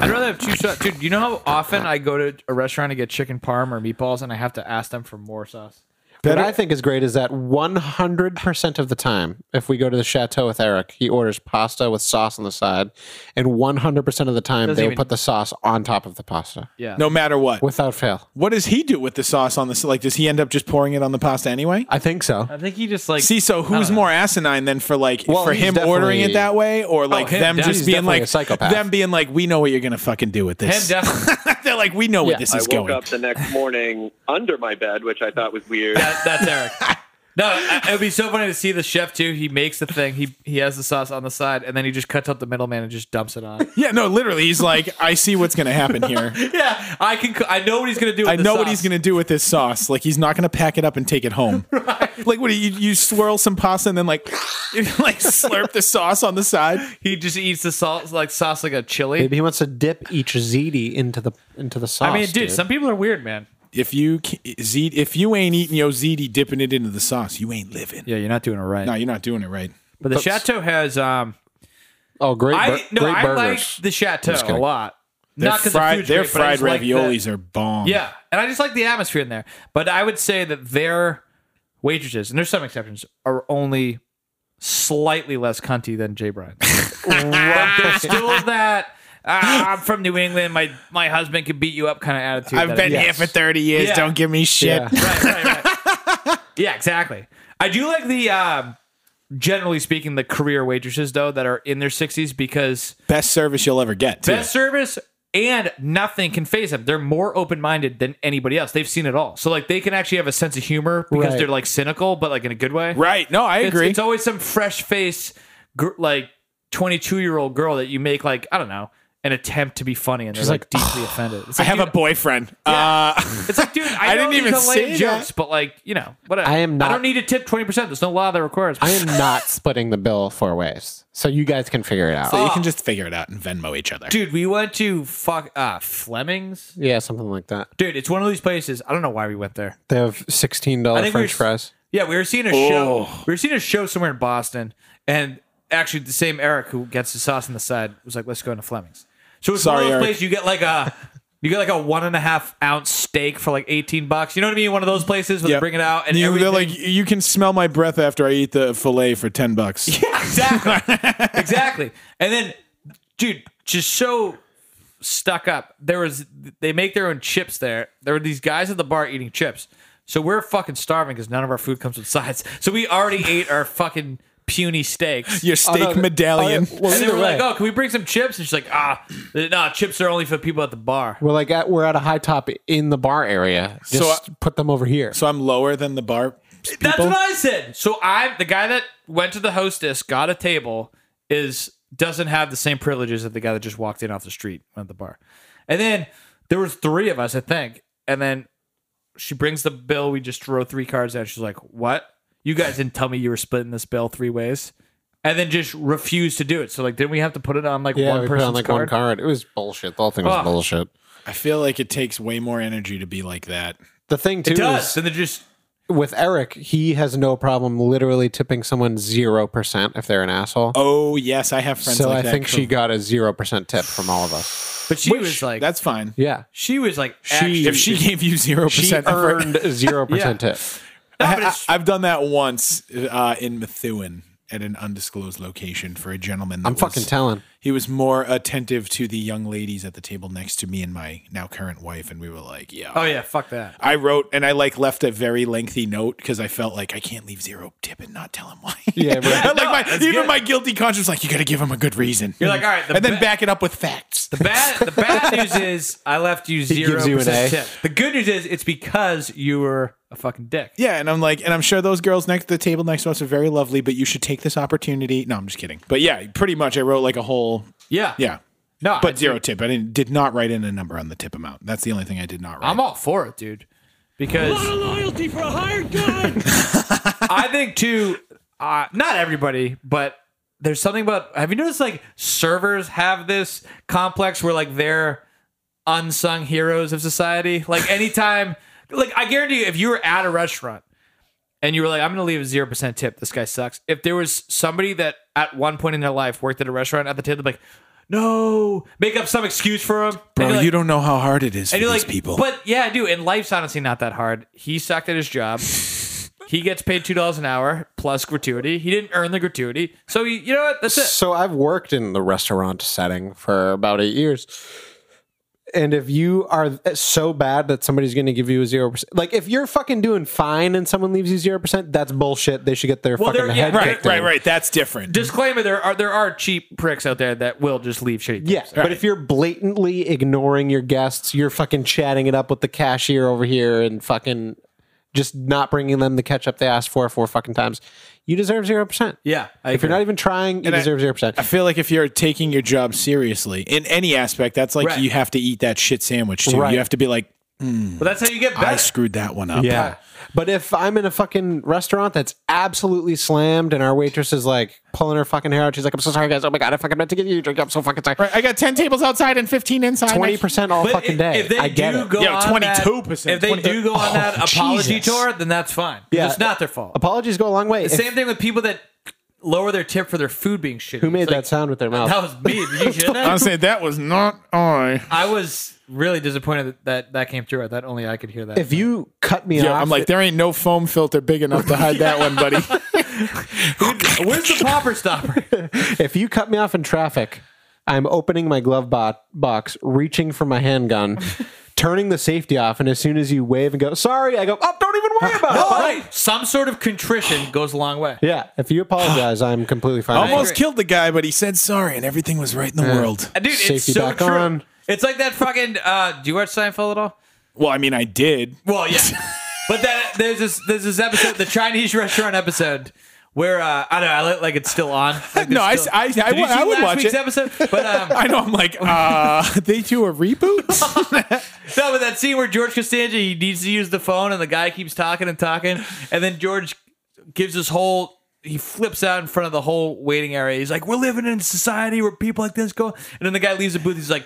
Speaker 1: I'd rather have two shots, dude. You know how often I go to a restaurant to get chicken parm or meatballs, and I have to ask them for more sauce.
Speaker 3: what I think is great is that 100 percent of the time, if we go to the chateau with Eric, he orders pasta with sauce on the side, and 100 percent of the time
Speaker 1: Doesn't
Speaker 3: they will
Speaker 1: even-
Speaker 3: put the sauce on top of the pasta
Speaker 1: Yeah,
Speaker 2: No matter what.
Speaker 3: without fail.
Speaker 2: What does he do with the sauce on this? Like, does he end up just pouring it on the pasta anyway?
Speaker 3: I think so.
Speaker 1: I think he just like
Speaker 2: See, so who's more asinine than for like
Speaker 3: Well,
Speaker 2: for
Speaker 3: he's
Speaker 2: him ordering
Speaker 3: definitely-
Speaker 2: it that way, or like
Speaker 1: him
Speaker 2: them
Speaker 1: def-
Speaker 2: just
Speaker 1: he's
Speaker 2: being
Speaker 3: definitely
Speaker 2: like
Speaker 3: a psychopath.
Speaker 2: them being like, we know what you're gonna fucking do with
Speaker 1: him
Speaker 2: this.
Speaker 1: definitely.
Speaker 2: [LAUGHS] They're like, we know
Speaker 3: Yeah.
Speaker 2: what this
Speaker 7: I
Speaker 2: is
Speaker 7: woke
Speaker 2: going.
Speaker 7: up the next morning under my bed, which I thought was weird.
Speaker 1: That, that's [LAUGHS] Eric. No, I- it would be so funny to see the chef too. He makes the thing. He he has the sauce on the side, and then he just cuts out the middleman and just dumps it on.
Speaker 2: Yeah, no, literally, he's like, I see what's gonna happen here.
Speaker 1: [LAUGHS] yeah, I can. c- I know what he's gonna do. With
Speaker 2: I
Speaker 1: the
Speaker 2: know what
Speaker 1: sauce.
Speaker 2: he's gonna do with this sauce. Like he's not gonna pack it up and take
Speaker 1: [LAUGHS]
Speaker 2: it home. Like what do you you swirl some pasta and then like you,
Speaker 1: [LAUGHS]
Speaker 2: like slurp the sauce on the side.
Speaker 1: He just eats the salt like sauce like a chili.
Speaker 3: Maybe he wants to dip each ziti into the into the sauce.
Speaker 1: I mean, dude, some people are weird, man.
Speaker 2: If you ca- Z, if you ain't eating your ziti dipping it into the sauce, you ain't living.
Speaker 1: Yeah, you're not doing it right.
Speaker 2: No, you're not doing it right.
Speaker 1: But the
Speaker 3: That's-
Speaker 1: chateau has um
Speaker 3: Oh, great, bur-
Speaker 1: I no
Speaker 3: great
Speaker 1: I like
Speaker 3: burgers.
Speaker 1: the chateau
Speaker 3: Just
Speaker 1: a
Speaker 3: kidding.
Speaker 1: lot.
Speaker 2: Their
Speaker 1: Not because
Speaker 2: fried, their fried
Speaker 1: raviolis.
Speaker 2: raviolis are bomb.
Speaker 1: Yeah, and I just like the atmosphere in there. But I would say that their waitresses, and there's some exceptions, are only slightly less cunty than Jay
Speaker 3: [LAUGHS]
Speaker 1: Bryan. But There's still that "Ah, I'm from New England. My my husband could beat you up kind of attitude.
Speaker 2: I've
Speaker 1: that
Speaker 2: been
Speaker 1: I-
Speaker 2: here for 30 years.
Speaker 1: Yeah.
Speaker 2: Don't give me shit.
Speaker 3: Yeah.
Speaker 1: Right, right,
Speaker 3: [LAUGHS]
Speaker 1: right. yeah, exactly. I do like the. Um, generally speaking, the career waitresses though that are in their 60s because
Speaker 2: Best service you'll ever get. Too.
Speaker 1: best service and nothing can phase them. They're more open minded than anybody else. They've seen it all. So like they can actually have a sense of humor because
Speaker 3: Right.
Speaker 1: they're like cynical, but like in a good way.
Speaker 2: Right. No, I
Speaker 1: It's,
Speaker 2: agree.
Speaker 1: it's always some fresh face, gr- like twenty two year old girl that you make like I don't know an attempt to be funny, and they're like, deeply offended. It's
Speaker 2: I
Speaker 1: like,
Speaker 2: have a
Speaker 1: dude,
Speaker 2: boyfriend. Uh,
Speaker 1: It's like, dude, I,
Speaker 2: I
Speaker 1: didn't
Speaker 2: didn't
Speaker 1: even
Speaker 2: even
Speaker 1: say
Speaker 2: say
Speaker 1: jokes,
Speaker 2: that.
Speaker 1: but like you know, whatever.
Speaker 3: I am not-
Speaker 1: I don't need to tip twenty percent. There's no law that requires.
Speaker 3: I am not splitting the bill four ways, so you guys can figure it
Speaker 2: [LAUGHS]
Speaker 3: out.
Speaker 2: you can just figure it out and Venmo each other.
Speaker 1: Dude, we went to fuck uh, Fleming's.
Speaker 3: yeah, something like that.
Speaker 1: Dude, it's one of these places. I don't know why we went there.
Speaker 3: They have sixteen
Speaker 1: I
Speaker 3: dollar
Speaker 1: think we were
Speaker 3: French
Speaker 1: s-
Speaker 3: fries.
Speaker 1: Yeah, we were seeing a show.
Speaker 2: Oh.
Speaker 1: We were seeing a show somewhere in Boston, and actually, the same Eric who gets the sauce on the side was like, "Let's go into Fleming's." So it's
Speaker 2: Sorry,
Speaker 1: one of those
Speaker 2: Eric.
Speaker 1: places you get like a you get like a one and a half ounce steak for like eighteen bucks. You know what I mean? One of those places where they
Speaker 2: Yep.
Speaker 1: bring it out and
Speaker 2: You- they're
Speaker 1: everything.
Speaker 2: like, you can smell my breath after I eat the filet for 10 bucks.
Speaker 3: [LAUGHS]
Speaker 1: exactly, exactly. And then, dude, just so stuck up. There was they make their own chips there. There were these guys at the bar eating chips. So we're fucking starving because none of our food comes with sides. So we
Speaker 3: [LAUGHS]
Speaker 1: already ate our fucking puny steaks.
Speaker 2: Your steak
Speaker 3: no,
Speaker 2: medallion.
Speaker 3: oh, yeah, well-
Speaker 1: And they were
Speaker 3: Either way.
Speaker 1: like, "Oh, can we bring some chips?" And she's like, "Ah, no, chips are only for people at the bar."
Speaker 3: We're like at, we're at a high top in the bar area. Just put them over here.
Speaker 2: so I'm lower than the bar.
Speaker 1: That's
Speaker 2: people?
Speaker 1: what I said. So I, the guy that went to the hostess, got a table, is doesn't have the same privileges that the guy that just walked in off the street at the bar. And then there was three of us, I think. And then she brings the bill. We just throw three cards out. She's like, "What? You guys didn't tell me you were splitting this bill three ways." And then just refused to do it. So like, didn't we have to put it on like
Speaker 3: yeah,
Speaker 1: one
Speaker 3: we put
Speaker 1: person's
Speaker 3: on like
Speaker 1: card?
Speaker 3: one card. It was bullshit. The whole thing was
Speaker 1: Ugh.
Speaker 3: bullshit.
Speaker 2: I feel like it takes way more energy to be like that.
Speaker 3: The thing too
Speaker 1: It does.
Speaker 3: is
Speaker 1: And then just
Speaker 3: with Eric, he has no problem literally tipping someone zero percent if they're an asshole.
Speaker 2: Oh, yes. I have friends
Speaker 3: so
Speaker 2: like
Speaker 3: I
Speaker 2: that.
Speaker 3: think
Speaker 2: [LAUGHS]
Speaker 3: she
Speaker 2: Cool.
Speaker 3: got a zero percent tip from all of us.
Speaker 1: But she was like,
Speaker 2: That's fine.
Speaker 3: Yeah,
Speaker 1: she was like, actually,
Speaker 2: If she gave you 0%
Speaker 3: she
Speaker 2: effort-
Speaker 3: earned a zero percent
Speaker 1: Yeah.
Speaker 3: tip.
Speaker 1: No, but
Speaker 2: I,
Speaker 1: it's-
Speaker 2: have done that once uh, in Methuen at an undisclosed location for a gentleman. That
Speaker 3: I'm
Speaker 2: was-
Speaker 3: fucking telling.
Speaker 2: He was more attentive to the young ladies at the table next to me and my now current wife, and we were like, "Yeah."
Speaker 1: [LAUGHS] oh yeah, fuck that.
Speaker 2: I wrote and I like left a very lengthy note because I felt like I can't leave zero tip and not tell him why. [LAUGHS]
Speaker 3: Yeah, but-
Speaker 2: like my,
Speaker 1: that's
Speaker 2: even
Speaker 1: good.
Speaker 2: my guilty conscience, was like you got to give him a good reason.
Speaker 1: You're like, all right, the
Speaker 2: and then
Speaker 1: ba-
Speaker 2: back it up with facts.
Speaker 1: The bad, the bad news is I left you zero
Speaker 3: gives you an A.
Speaker 1: percent tip. The good news is it's because you were a fucking dick.
Speaker 2: [LAUGHS] Yeah, and I'm like, and I'm sure those girls next the table next to us are very lovely, but you should take this opportunity. No, I'm just kidding. But yeah, pretty much, I wrote like a whole
Speaker 1: yeah,
Speaker 2: yeah.
Speaker 1: No, I
Speaker 2: but
Speaker 1: do-
Speaker 2: zero tip. I didn't did not write in a number on the tip amount. That's the only thing I did not write.
Speaker 1: I'm all for it, dude. Because
Speaker 5: Loyalty for a hired
Speaker 2: [LAUGHS]
Speaker 5: gun.
Speaker 1: [LAUGHS] I think too, uh, not everybody, but there's something about. Have you noticed like servers have this complex where like they're unsung heroes of society? Like anytime, like I guarantee you, if you were at a restaurant and you were like, "I'm gonna leave a zero percent tip. This guy sucks." If there was somebody that at one point in their life worked at a restaurant at the table, like, no, make up some excuse for him,
Speaker 2: Bro,
Speaker 1: And you're like-
Speaker 2: you don't know how hard it is for
Speaker 1: and
Speaker 2: these
Speaker 1: you're like,
Speaker 2: people.
Speaker 1: But yeah, I do. And life's honestly not that hard. He sucked at his job. he gets paid two dollars an hour plus gratuity. He didn't earn the gratuity, so he, you know what? That's it.
Speaker 3: So I've worked in the restaurant setting for about eight years. And if you are so bad that somebody's going to give you a zero percent, like if you're fucking doing fine and someone leaves you zero percent, that's bullshit. They should get their
Speaker 1: Well,
Speaker 3: fucking
Speaker 1: they're- yeah,
Speaker 3: head
Speaker 1: right,
Speaker 3: kicked. in.
Speaker 2: That's different.
Speaker 1: Disclaimer: There are there are cheap pricks out there that will just leave shitty. tips.
Speaker 3: Yeah, but if you're blatantly ignoring your guests, you're fucking chatting it up with the cashier over here and fucking just not bringing them the ketchup they asked for four fucking times, you deserve zero percent.
Speaker 1: yeah. I
Speaker 3: If you're
Speaker 1: agree.
Speaker 3: not even trying, you
Speaker 2: I-
Speaker 3: deserve zero percent.
Speaker 2: I feel like if you're taking your job seriously in any aspect, that's like
Speaker 1: Right.
Speaker 2: you have to eat that shit sandwich too.
Speaker 3: Right.
Speaker 2: You have to be like,
Speaker 1: but that's how you get
Speaker 2: I
Speaker 1: better.
Speaker 2: screwed that one up.
Speaker 3: Yeah. But if I'm in a fucking restaurant that's absolutely slammed and our waitress is like pulling her fucking hair out, she's like, I'm so sorry, guys. Oh my God, I fucking meant to get you a drink. I'm so fucking sorry.
Speaker 2: Right, I got ten tables outside and fifteen inside. [LAUGHS]
Speaker 3: 20% all
Speaker 1: But
Speaker 3: fucking
Speaker 1: if-
Speaker 3: day.
Speaker 1: If they
Speaker 3: I get
Speaker 1: do
Speaker 3: it.
Speaker 1: go
Speaker 2: Yo,
Speaker 1: on that-
Speaker 2: 22%,
Speaker 1: if they do go on
Speaker 2: Oh,
Speaker 1: that apology
Speaker 2: Jesus.
Speaker 1: tour, then that's fine.
Speaker 3: Yeah.
Speaker 1: it's not their fault.
Speaker 3: Apologies go a long way. If-
Speaker 1: Same thing with people that lower their tip for their food being shitty.
Speaker 3: Who made
Speaker 1: It's
Speaker 3: that
Speaker 1: like,
Speaker 3: sound with their mouth?
Speaker 1: That was me. Did You shouldn't
Speaker 2: I
Speaker 1: have.
Speaker 2: said that was not I.
Speaker 1: I was really disappointed that that, that came through. That only I could hear that.
Speaker 3: if you cut me
Speaker 2: Yeah,
Speaker 3: off,
Speaker 2: I'm like, there ain't no foam filter big enough to hide that one, buddy.
Speaker 1: [LAUGHS] Where's
Speaker 2: [LAUGHS]
Speaker 1: the popper stopper?
Speaker 3: if you cut me off in traffic, I'm opening my glove bo- box, reaching for
Speaker 1: [LAUGHS]
Speaker 3: my handgun, turning the safety off, and as soon as you wave and go, "Sorry," I go, "Oh, don't even
Speaker 1: [LAUGHS]
Speaker 3: worry about it." bud."
Speaker 1: Right. Some sort of contrition goes a long way.
Speaker 3: Yeah, if you apologize, I'm completely fine.
Speaker 2: Almost
Speaker 1: agree.
Speaker 2: killed the guy, but he said sorry, and everything was right in the world.
Speaker 1: Uh, Dude, it's
Speaker 3: Safety
Speaker 1: so
Speaker 3: back
Speaker 1: true.
Speaker 3: on.
Speaker 1: It's like that fucking. Uh, do you watch Seinfeld at all?
Speaker 2: Well, I mean, I did. [LAUGHS]
Speaker 1: Well, yeah. but then there's this there's this episode, the Chinese restaurant episode, where uh, I don't know, I look like it's still on. Like
Speaker 2: No, I
Speaker 1: it's still-
Speaker 2: s- I- I
Speaker 1: Did you
Speaker 2: w-
Speaker 1: see
Speaker 2: I would
Speaker 1: last
Speaker 2: watch
Speaker 1: week's
Speaker 2: it.
Speaker 1: episode, but um,
Speaker 2: [LAUGHS] I know. I'm like, uh, [LAUGHS] they do a reboot.
Speaker 1: No, but that scene where George Costanza he needs to use the phone, and the guy keeps talking and talking, and then George gives his whole. He flips out in front of the whole waiting area. He's like, "We're living in a society where people like this go." And then the guy leaves the booth. He's like,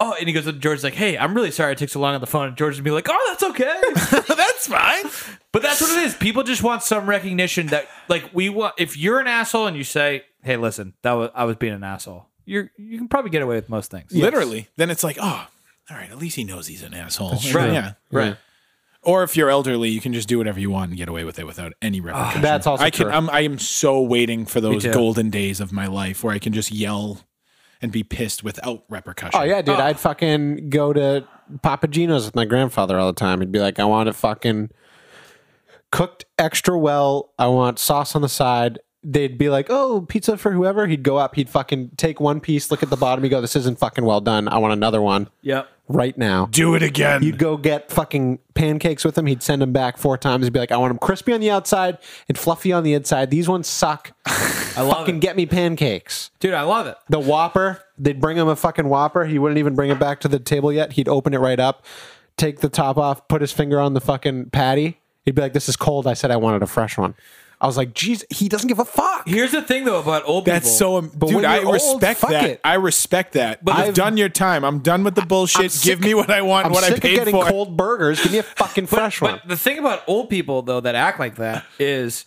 Speaker 1: "Oh," and he goes to George he's like, "Hey, I'm really sorry it took so long on the phone." And George would be like, "Oh, that's okay."
Speaker 2: That's fine.
Speaker 1: But that's what it is. People just want some recognition that, like, we want. If you're an asshole and you say, "Hey, listen, that was I was being an asshole," you're you can probably get away with most things.
Speaker 2: Literally. Then it's like, oh, all right. At least he knows he's an asshole.
Speaker 1: true.
Speaker 2: Yeah.
Speaker 1: Right.
Speaker 2: Or if you're elderly, you can just do whatever you want and get away with it without any repercussion.
Speaker 3: Ah, that's also
Speaker 2: I can.
Speaker 3: true.
Speaker 2: I'm, I am so waiting for those
Speaker 1: too.
Speaker 2: golden days of my life where I can just yell and be pissed without repercussion.
Speaker 3: Oh yeah, dude. I'd fucking go to Papa Gino's with my grandfather all the time. He'd be like, "I want it fucking cooked extra well. I want sauce on the side." They'd be like, "Oh, pizza for whoever." He'd go up. He'd fucking take one piece, look at the bottom. He'd go, "This isn't fucking well done. I want another one
Speaker 1: Yep.
Speaker 3: right now."
Speaker 2: Do it again.
Speaker 3: You'd go get fucking pancakes with him. He'd send them back four times. He'd be like, "I want them crispy on the outside and fluffy on the inside. These ones suck.
Speaker 1: I love
Speaker 3: Fucking
Speaker 1: it,
Speaker 3: get me pancakes."
Speaker 1: dude. I love it.
Speaker 3: The Whopper, they'd bring him a fucking Whopper. He wouldn't even bring it back to the table yet. He'd open it right up, take the top off, put his finger on the fucking patty. He'd be like, "This is cold." I said I wanted a fresh one. I was like, "Jeez, he doesn't give a fuck."
Speaker 1: Here's the thing though about old people.
Speaker 2: That's so, um,
Speaker 3: But
Speaker 2: dude.
Speaker 3: when
Speaker 2: I
Speaker 3: you're old,
Speaker 2: respect
Speaker 3: fuck
Speaker 2: that.
Speaker 3: it.
Speaker 2: I respect that. But I've
Speaker 3: I've-
Speaker 2: done your time. I'm done with the bullshit. Give
Speaker 3: sick-
Speaker 2: me what I want.
Speaker 3: I'm
Speaker 2: what
Speaker 3: sick
Speaker 2: I paid
Speaker 3: of getting
Speaker 2: for.
Speaker 3: cold burgers. Give me a [LAUGHS] fucking fresh one.
Speaker 1: But the thing about old people though that act like that is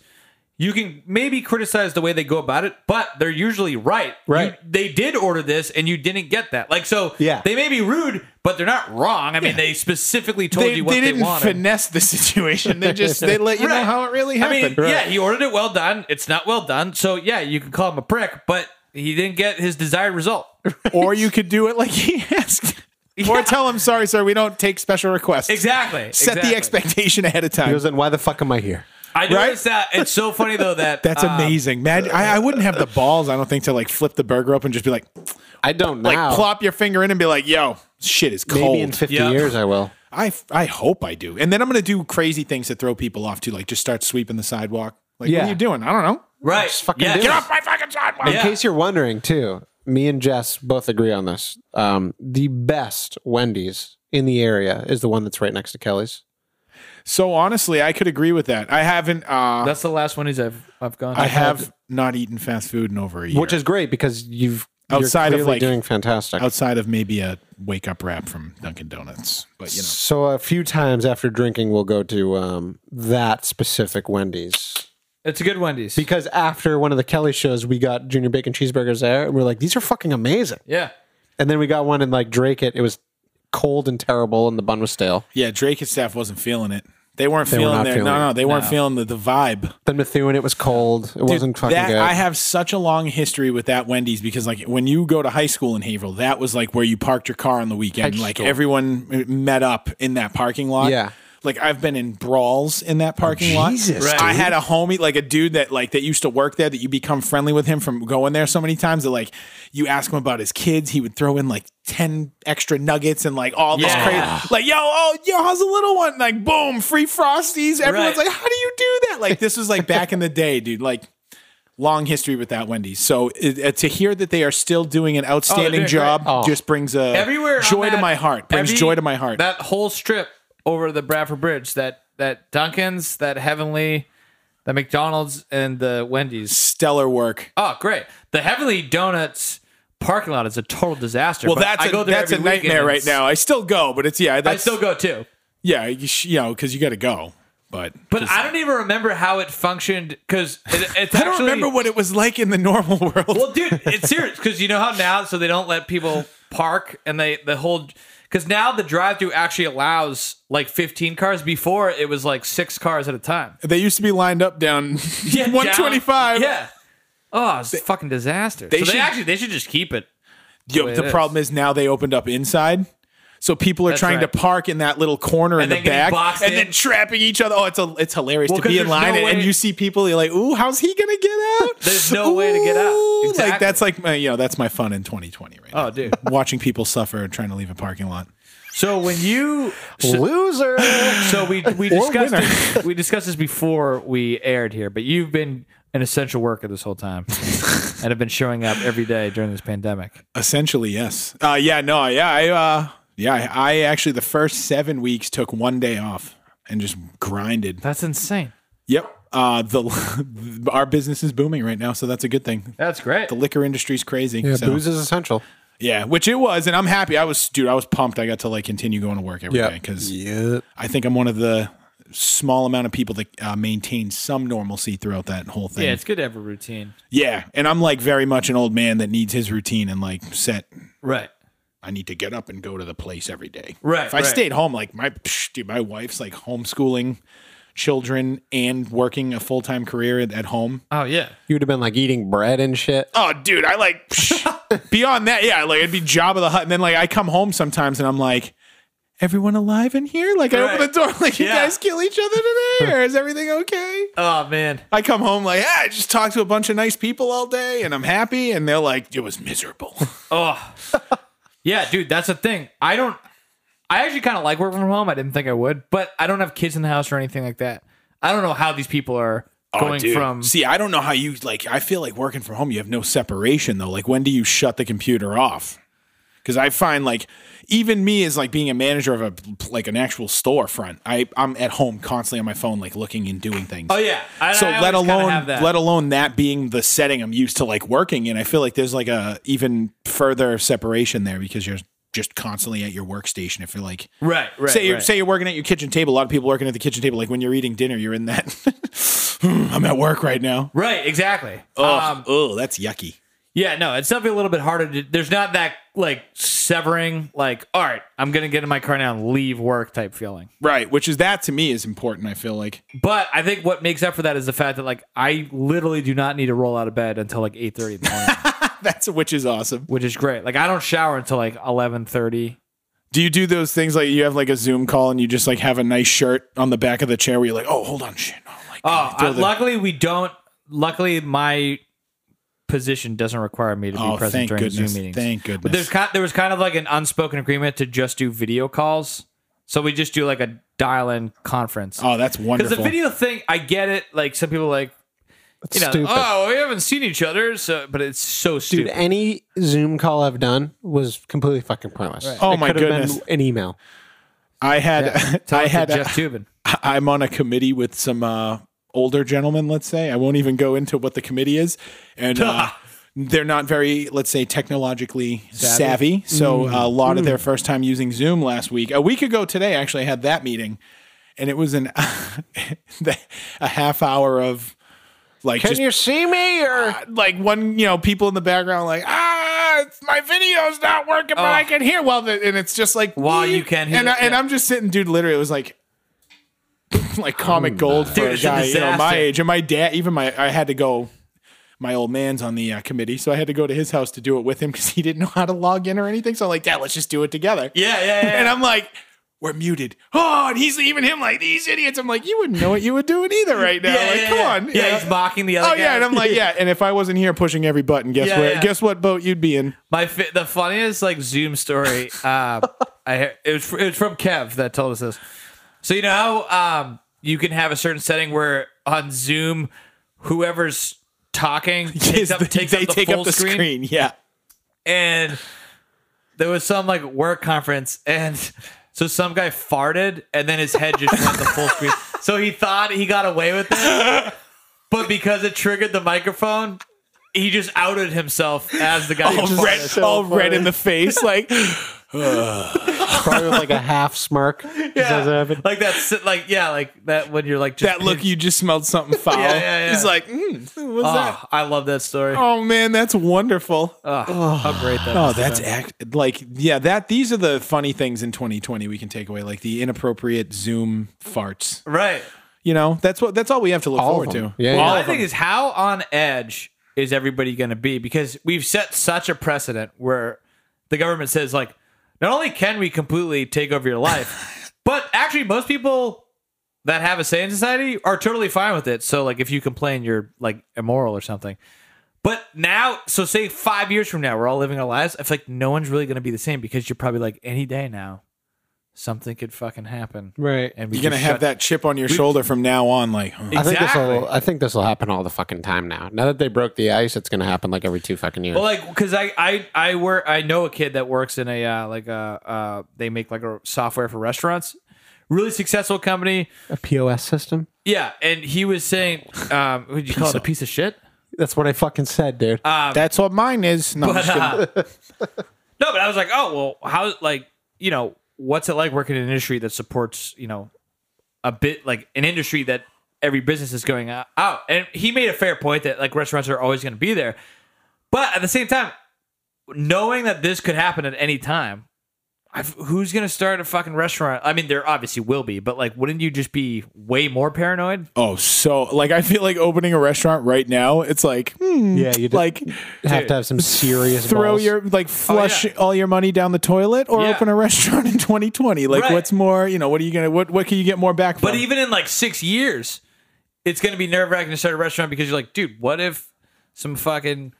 Speaker 1: you can maybe criticize the way they go about it, but they're usually right.
Speaker 3: Right.
Speaker 1: You- they did order this and you didn't get that. Like so
Speaker 3: Yeah.
Speaker 1: they may be rude, but they're not wrong. I mean, they specifically told
Speaker 2: They,
Speaker 1: you what
Speaker 2: they
Speaker 1: they,
Speaker 2: didn't
Speaker 1: wanted.
Speaker 2: finesse the situation. They just they let you know
Speaker 1: Right.
Speaker 2: how it really
Speaker 1: I
Speaker 2: happened.
Speaker 1: mean, yeah, he ordered it well done. It's not well done. So yeah, you can call him a prick, but he didn't get his desired
Speaker 2: [LAUGHS]
Speaker 1: result.
Speaker 2: or you could do it like he
Speaker 3: [LAUGHS]
Speaker 2: asked, or tell him, "Sorry, sir, we don't take special requests."
Speaker 1: Exactly.
Speaker 2: Set
Speaker 1: exactly.
Speaker 2: the expectation ahead of time.
Speaker 3: Because then why the fuck am I here?
Speaker 1: I
Speaker 2: right?
Speaker 1: noticed that. It's so funny though that
Speaker 2: [LAUGHS] That's
Speaker 1: um,
Speaker 2: amazing, man. I, I wouldn't have the balls, I don't think, to like flip the burger up and just be like,
Speaker 3: I don't know.
Speaker 2: like plop your finger in and be like, "Yo, shit is
Speaker 3: Maybe
Speaker 2: cold."
Speaker 3: in 50
Speaker 1: Yeah.
Speaker 3: years I will.
Speaker 2: I I hope I do. And then I'm gonna do crazy things to throw people off too, like just start sweeping the sidewalk. Like,
Speaker 3: Yeah.
Speaker 2: what are you doing? I don't know.
Speaker 1: Right.
Speaker 3: Just fucking
Speaker 1: yeah.
Speaker 3: do
Speaker 1: Get
Speaker 3: it.
Speaker 1: off
Speaker 2: My fucking sidewalk.
Speaker 1: Yeah.
Speaker 3: In case you're wondering, too, me and Jess both agree on this. Um, the best Wendy's in the area is the one that's right next to Kelly's.
Speaker 2: So honestly, I could agree with that. I haven't. Uh,
Speaker 1: That's the last one he's I've I've gone.
Speaker 2: I have not eaten fast food in over a year,
Speaker 3: which is great because you've you're
Speaker 2: Outside of,
Speaker 3: clearly
Speaker 2: like-
Speaker 3: doing fantastic.
Speaker 2: outside of maybe a wake up wrap from Dunkin' Donuts. But you know,
Speaker 3: so a few times after drinking, we'll go to um, that specific Wendy's
Speaker 1: It's a good Wendy's.
Speaker 3: because after one of the Kelly shows, we got junior bacon cheeseburgers there, and we're like, these are fucking amazing.
Speaker 1: yeah.
Speaker 3: And then we got one in like Drake. It it was cold and terrible, and the bun was stale.
Speaker 2: yeah, Drake and staff wasn't feeling it. They weren't
Speaker 3: were
Speaker 2: feeling
Speaker 3: not
Speaker 2: their
Speaker 3: feeling
Speaker 2: no,
Speaker 3: it.
Speaker 2: no, they weren't feeling the, the vibe.
Speaker 3: Then Methuen, it was cold. It wasn't fucking
Speaker 2: that
Speaker 3: good.
Speaker 2: I have such a long history with that Wendy's because like when you go to high school in Haverhill, that was like where you parked your car on the weekend.
Speaker 3: High
Speaker 2: Like
Speaker 3: school.
Speaker 2: everyone uh, met up in that parking lot.
Speaker 3: Yeah.
Speaker 2: Like I've been in brawls in that parking lot.
Speaker 3: Jesus,
Speaker 1: Right.
Speaker 2: I had a homie, like a dude that like that used to work there that you become friendly with him from going there so many times that like you ask him about his kids, he would throw in like 10 extra nuggets and like all this
Speaker 1: Yeah.
Speaker 2: crazy like yo, oh yo, how's the little one? Like boom, free frosties. Everyone's
Speaker 1: Right.
Speaker 2: like, how do you do that? Like this was like back in the day, dude. Like long history with that Wendy's. So it, uh, to hear that they are still doing an outstanding
Speaker 1: doing
Speaker 2: job
Speaker 3: great. Oh.
Speaker 2: just brings a
Speaker 1: Everywhere. on
Speaker 2: joy to
Speaker 1: that-
Speaker 2: my heart. Brings
Speaker 1: every-
Speaker 2: joy to my heart.
Speaker 1: That whole strip over the Bradford Bridge, that that Duncan's, that Heavenly, that McDonald's, and the Wendy's.
Speaker 2: Stellar work.
Speaker 1: Oh, great! The Heavenly Donuts parking lot is a total disaster.
Speaker 2: Well,
Speaker 1: but
Speaker 2: that's
Speaker 1: I
Speaker 2: a,
Speaker 1: go there
Speaker 2: that's a
Speaker 1: every weekend
Speaker 2: nightmare
Speaker 1: and
Speaker 2: right
Speaker 1: it's-
Speaker 2: now. I still go, but it's yeah.
Speaker 1: I
Speaker 2: That's,
Speaker 1: still go too.
Speaker 2: Yeah, you, sh- you know, because you got to go. but
Speaker 1: But I don't even remember how it functioned because it, it's
Speaker 2: I don't
Speaker 1: actually,
Speaker 2: remember what it was like in the normal [LAUGHS] world.
Speaker 1: Well, dude, it's serious because you know how now, so they don't let people park and they the whole because now the drive-through actually allows like 15 cars. Before it was like six cars at a time.
Speaker 2: they used to be lined up down
Speaker 1: down-
Speaker 2: 125.
Speaker 1: Yeah. Oh, it's a fucking disaster. so
Speaker 2: should-
Speaker 1: they actually they should just keep it.
Speaker 2: Yo,
Speaker 1: way
Speaker 2: the
Speaker 1: it is.
Speaker 2: problem is now they opened up inside. So people are
Speaker 1: That's
Speaker 2: trying
Speaker 1: right.
Speaker 2: to park in that little corner
Speaker 1: And
Speaker 2: in
Speaker 1: then
Speaker 2: the
Speaker 1: getting
Speaker 2: back
Speaker 1: boxed
Speaker 2: and
Speaker 1: in.
Speaker 2: then trapping each other. Oh, it's a, it's hilarious
Speaker 1: Well,
Speaker 2: to
Speaker 1: 'cause
Speaker 2: be
Speaker 1: there's
Speaker 2: in line
Speaker 1: no
Speaker 2: and,
Speaker 1: way-
Speaker 2: you see people. You're like, ooh, how's he gonna get out?
Speaker 1: There's no way to get out.
Speaker 2: Ooh, Like
Speaker 1: Exactly.
Speaker 2: that's like my, you know that's my fun in 2020 right now.
Speaker 1: Oh, dude.
Speaker 2: Watching people suffer and trying to leave a parking lot.
Speaker 1: [LAUGHS] So when you
Speaker 2: [LAUGHS]
Speaker 4: Loser.
Speaker 1: so we we
Speaker 2: Or
Speaker 1: discussed
Speaker 2: winner.
Speaker 1: it- we discussed this before we aired here, but you've been an essential worker this whole
Speaker 2: [LAUGHS]
Speaker 1: time and have been showing up every day during this pandemic.
Speaker 2: Essentially, yes. Uh, yeah, no, yeah, I, uh, yeah, I, I actually the first seven weeks took one day off and just grinded.
Speaker 1: That's insane.
Speaker 2: Yep. Uh, the [LAUGHS] our business is booming right now, so that's a good thing.
Speaker 1: That's great.
Speaker 2: The liquor industry's crazy.
Speaker 3: Yeah,
Speaker 2: so-
Speaker 3: booze is essential.
Speaker 2: yeah, which it was, and I'm happy. I was, dude, I was pumped. I got to like continue going to work every day
Speaker 3: Yeah.
Speaker 2: because I think I'm one of the small amount of people that uh, maintain some normalcy throughout that whole thing.
Speaker 1: Yeah, it's good to have a routine.
Speaker 2: yeah, and I'm like very much an old man that needs his routine and like set
Speaker 1: Right.
Speaker 2: I need to get up and go to the place every day.
Speaker 1: Right,
Speaker 2: If I
Speaker 1: right.
Speaker 2: stayed home, like my psh, dude, my wife's like homeschooling children and working a full time career at- at home.
Speaker 1: Oh yeah.
Speaker 3: You would have been like eating bread and shit.
Speaker 2: Oh, dude, I
Speaker 1: [LAUGHS]
Speaker 2: like psh, beyond that. Yeah, like it'd be job of the hut, and then like I come home sometimes and I'm like. Everyone alive in here? Like I
Speaker 1: Right.
Speaker 2: open the door, [LAUGHS] like you
Speaker 1: Yeah.
Speaker 2: guys kill each other today, or is everything okay?
Speaker 1: Oh man.
Speaker 2: I come home like, ah, I just talked to a bunch of nice people all day, and I'm happy, and they're like, it was miserable. [LAUGHS]
Speaker 1: Oh. yeah, dude, that's the thing. I don't I actually kind of like working from home. I didn't think I would, but I don't have kids in the house or anything like that. I don't know how these people are going
Speaker 2: Oh, dude.
Speaker 1: from
Speaker 2: see i don't know how you like i feel like working from home you have no separation though like when do you shut the computer off because i find like even me as like being a manager of a like an actual storefront i i'm at home constantly on my phone like looking and doing things
Speaker 1: Oh yeah. I,
Speaker 2: so
Speaker 1: I
Speaker 2: let
Speaker 1: always kinda
Speaker 2: alone
Speaker 1: have that.
Speaker 2: let alone that being the setting i'm used to like working in i feel like there's like a even further separation there because you're just constantly at your workstation if you're like
Speaker 1: right, right.
Speaker 2: say you're
Speaker 1: right.
Speaker 2: say you're working at your kitchen table. A lot of people working at the kitchen table. Like when you're eating dinner, you're in that. [SIGHS] I'm at work right now.
Speaker 1: Right, exactly.
Speaker 2: Oh,
Speaker 1: Um,
Speaker 2: oh, that's yucky.
Speaker 1: yeah, no, it's definitely a little bit harder to. There's not that like severing, like, all right, I'm gonna get in my car now and leave work type feeling.
Speaker 2: Right, which is that to me is important. I feel like [LAUGHS]
Speaker 1: But I think what makes up for that is the fact that like I literally do not need to roll out of bed until like 8:30 in the [LAUGHS] morning,
Speaker 2: that's which is awesome.
Speaker 1: which is great. Like I don't shower until like 11:30.
Speaker 2: Do you do those things like you have like a Zoom call and you just like have a nice shirt on the back of the chair where you're like, oh, hold on, shit. Oh, my
Speaker 1: Oh,
Speaker 2: God.
Speaker 1: I,
Speaker 2: Throw the-
Speaker 1: luckily we don't. Luckily my position doesn't require me to be
Speaker 2: oh,
Speaker 1: present
Speaker 2: thank
Speaker 1: during
Speaker 2: goodness,
Speaker 1: Zoom meetings.
Speaker 2: thank goodness.
Speaker 1: But there's kind there was kind of like an unspoken agreement to just do video calls. So we just do like a dial-in conference.
Speaker 2: oh, that's
Speaker 1: Because
Speaker 2: wonderful.
Speaker 1: the video thing, I get it. Like some people are like, you know,
Speaker 3: stupid.
Speaker 1: oh, we haven't seen each other, so but it's so
Speaker 3: Dude,
Speaker 1: stupid.
Speaker 3: any Zoom call I've done was completely fucking pointless.
Speaker 2: Oh
Speaker 3: It
Speaker 2: my
Speaker 3: could have been
Speaker 2: goodness.
Speaker 3: an email.
Speaker 2: I [LAUGHS] had
Speaker 1: Tell
Speaker 2: I
Speaker 1: it to
Speaker 2: had
Speaker 1: Jeff
Speaker 2: [LAUGHS]
Speaker 1: Tubin.
Speaker 2: I'm on a committee with some uh, older gentlemen, let's say. I won't even go into what the committee is.
Speaker 1: [LAUGHS]
Speaker 2: And uh, they're not very, let's say, technologically savvy. So
Speaker 1: Mm.
Speaker 2: a lot of their first time using Zoom last week, a week ago today, actually, I had that meeting. And it was an [LAUGHS] a half hour of like just
Speaker 3: see me? Or
Speaker 2: like one, you know, people in the background like, ah, it's, my video's not working, but I can hear. Well, the, and it's just like,
Speaker 1: Oh. While you
Speaker 2: "Beep."
Speaker 1: can hear
Speaker 2: and, I,
Speaker 1: it,
Speaker 2: and
Speaker 1: yeah.
Speaker 2: I'm just sitting, dude. Literally, it was like, [LAUGHS] like comic gold for
Speaker 1: Dude,
Speaker 2: a
Speaker 1: it's a
Speaker 2: guy, you know, my
Speaker 1: disaster.
Speaker 2: age. And my dad, even my, I had to go. My old man's on the uh, committee, so I had to go to his house to do it with him because he [LAUGHS] didn't know how to log in or anything. So I'm like, Dad, let's just do it together.
Speaker 1: Yeah, yeah, yeah.
Speaker 2: And I'm like, we're muted. Oh, and he's even him like these idiots. I'm like, you wouldn't know what you were doing either right now.
Speaker 1: yeah,
Speaker 2: like,
Speaker 1: yeah,
Speaker 2: come
Speaker 1: yeah.
Speaker 2: on.
Speaker 1: Yeah,
Speaker 2: You know?
Speaker 1: he's mocking the other.
Speaker 2: Oh yeah,
Speaker 1: guy.
Speaker 2: and I'm like, yeah, and if I wasn't here pushing every button, guess
Speaker 1: uh, Yeah,
Speaker 2: where?
Speaker 1: yeah.
Speaker 2: Guess what boat you'd be in?
Speaker 1: My fi- the funniest like Zoom
Speaker 2: [LAUGHS]
Speaker 1: story. Uh, I hear- it was fr- it was from Kev that told us this. So you know how um, you can have a certain setting where on Zoom, whoever's
Speaker 2: [LAUGHS]
Speaker 1: talking takes up,
Speaker 2: They-
Speaker 1: takes
Speaker 2: they
Speaker 1: up the
Speaker 2: take
Speaker 1: full
Speaker 2: up the screen.
Speaker 1: screen.
Speaker 2: Yeah,
Speaker 1: and there was some like work conference and [LAUGHS] so some guy farted and then his head just went the full screen so he thought he got away with it but because it triggered the microphone he just
Speaker 2: Oh,
Speaker 1: outed himself as the guy who
Speaker 2: all
Speaker 1: farted. [LAUGHS]
Speaker 2: red, all red in the face, like.
Speaker 3: [LAUGHS] Probably with like a
Speaker 2: [LAUGHS]
Speaker 3: half smirk. Does that happen?
Speaker 1: like that, si- like yeah, like that when you're like just
Speaker 2: that look, you just smelled something foul.
Speaker 1: Yeah, yeah, yeah.
Speaker 2: He's like, mm, what's that?
Speaker 1: Ah, I love that story.
Speaker 2: Oh man, that's wonderful.
Speaker 1: Ah, How great that!
Speaker 2: Oh,
Speaker 1: must have
Speaker 2: that's
Speaker 1: been.
Speaker 2: act like yeah. That these are the funny things in 2020 we can take away, like the inappropriate Zoom farts.
Speaker 1: right.
Speaker 2: You know, that's what that's all we have to look
Speaker 3: All
Speaker 2: forward
Speaker 3: of them.
Speaker 2: to.
Speaker 3: Yeah,
Speaker 1: Well,
Speaker 3: yeah.
Speaker 1: I think is how on edge is everybody going to be because we've set such a precedent where the government says like, not only can we completely take over your
Speaker 2: [LAUGHS]
Speaker 1: life, but actually most people that have a say in society are totally fine with it. So like, if you complain, you're like immoral or something. But now, so say five years from now, we're all living our lives. I feel like no one's really going to be the same because you're probably like any day now, something could fucking happen.
Speaker 3: Right.
Speaker 1: And we
Speaker 2: You're gonna
Speaker 1: just
Speaker 2: have
Speaker 1: shut-
Speaker 2: that chip on your shoulder from now on. Like, huh.
Speaker 3: I think this
Speaker 1: Exactly.
Speaker 3: will. I think this will happen all the fucking time now. Now that they broke the ice, it's going to happen like every two fucking years.
Speaker 1: Well, like, cause I, I, I work, I know a kid that works in a, uh, like, uh, uh, they make like a software for restaurants, really successful company.
Speaker 3: a POS system.
Speaker 1: Yeah. And he was saying, um, what did you call it? A piece of shit?
Speaker 3: That's what I fucking said, dude.
Speaker 2: that's what mine is. No, I'm just
Speaker 1: uh,
Speaker 2: kidding.
Speaker 1: [LAUGHS] No, but I was like, oh, well, how, like, you know, what's it like working in an industry that supports, you know, a bit like an industry that every business is going out? out? And he made a fair point that like restaurants are always going to be there. But at the same time, knowing that this could happen at any time, I've, who's going to start a fucking restaurant? I mean, there obviously will be, but like, wouldn't you just be way more paranoid?
Speaker 2: oh, so like I feel like opening a restaurant right now. It's like, hmm,
Speaker 3: Yeah, you do.
Speaker 2: like
Speaker 3: have to have some serious
Speaker 2: throw
Speaker 3: balls.
Speaker 2: your like flush
Speaker 1: Oh, yeah.
Speaker 2: all your money down the toilet or
Speaker 1: Yeah.
Speaker 2: open a [LAUGHS] restaurant in 2020. Like,
Speaker 1: Right.
Speaker 2: what's more? You know, what are you gonna? What what can you get more back?
Speaker 1: But
Speaker 2: from?
Speaker 1: even in like six years, it's going to be nerve wracking to start a restaurant because you're like, dude, what if some fucking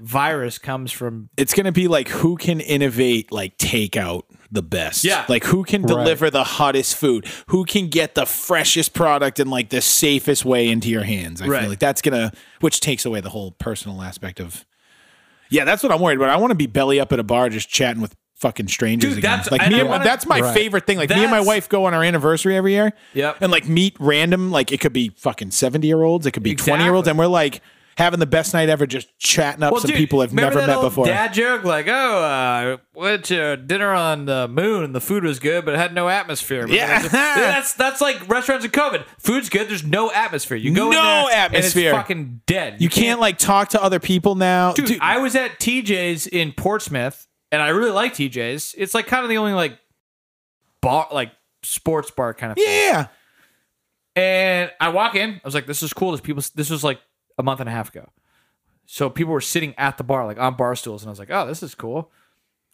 Speaker 1: virus comes from?
Speaker 2: it's going to be like who can innovate like take out the best
Speaker 1: Yeah.
Speaker 2: like who can deliver the hottest food who can get the freshest product in like the safest way into your hands i
Speaker 1: Right.
Speaker 2: feel like that's gonna which takes away the whole personal aspect of yeah that's what i'm worried about i want to be belly up at a bar just chatting with fucking strangers
Speaker 1: Dude,
Speaker 2: again.
Speaker 1: that's-
Speaker 2: like
Speaker 1: and
Speaker 2: me
Speaker 1: I
Speaker 2: and,
Speaker 1: wanna-
Speaker 2: that's my
Speaker 3: Right.
Speaker 2: favorite thing like me and my
Speaker 1: That's-
Speaker 2: wife go on our anniversary every year
Speaker 1: Yep.
Speaker 2: and like meet random like it could be fucking 70 year olds it could be 20 year olds
Speaker 1: Exactly.
Speaker 2: and we're like having the best night ever just chatting up some
Speaker 1: dude,
Speaker 2: people i've
Speaker 1: remember
Speaker 2: never
Speaker 1: that
Speaker 2: met
Speaker 1: old
Speaker 2: before
Speaker 1: Dad joke like, oh, uh, I went to dinner on the moon and the food was good, but it had no atmosphere. But
Speaker 2: Yeah.
Speaker 1: [LAUGHS] that's that's like restaurants in COVID. Food's good, there's no atmosphere. You go in
Speaker 2: No
Speaker 1: there and it's
Speaker 2: atmosphere.
Speaker 1: fucking dead.
Speaker 2: You can't like talk to other people now.
Speaker 1: dude, I was at TJ's in Portsmouth, and I really like TJ's. It's like kind of the only like bar, like sports bar kind of thing.
Speaker 2: yeah.
Speaker 1: And I walk in, I was like, "This is cool." This people, this was like a month and a half ago, so people were sitting at the bar, like on bar stools, and I was like, "Oh, this is cool."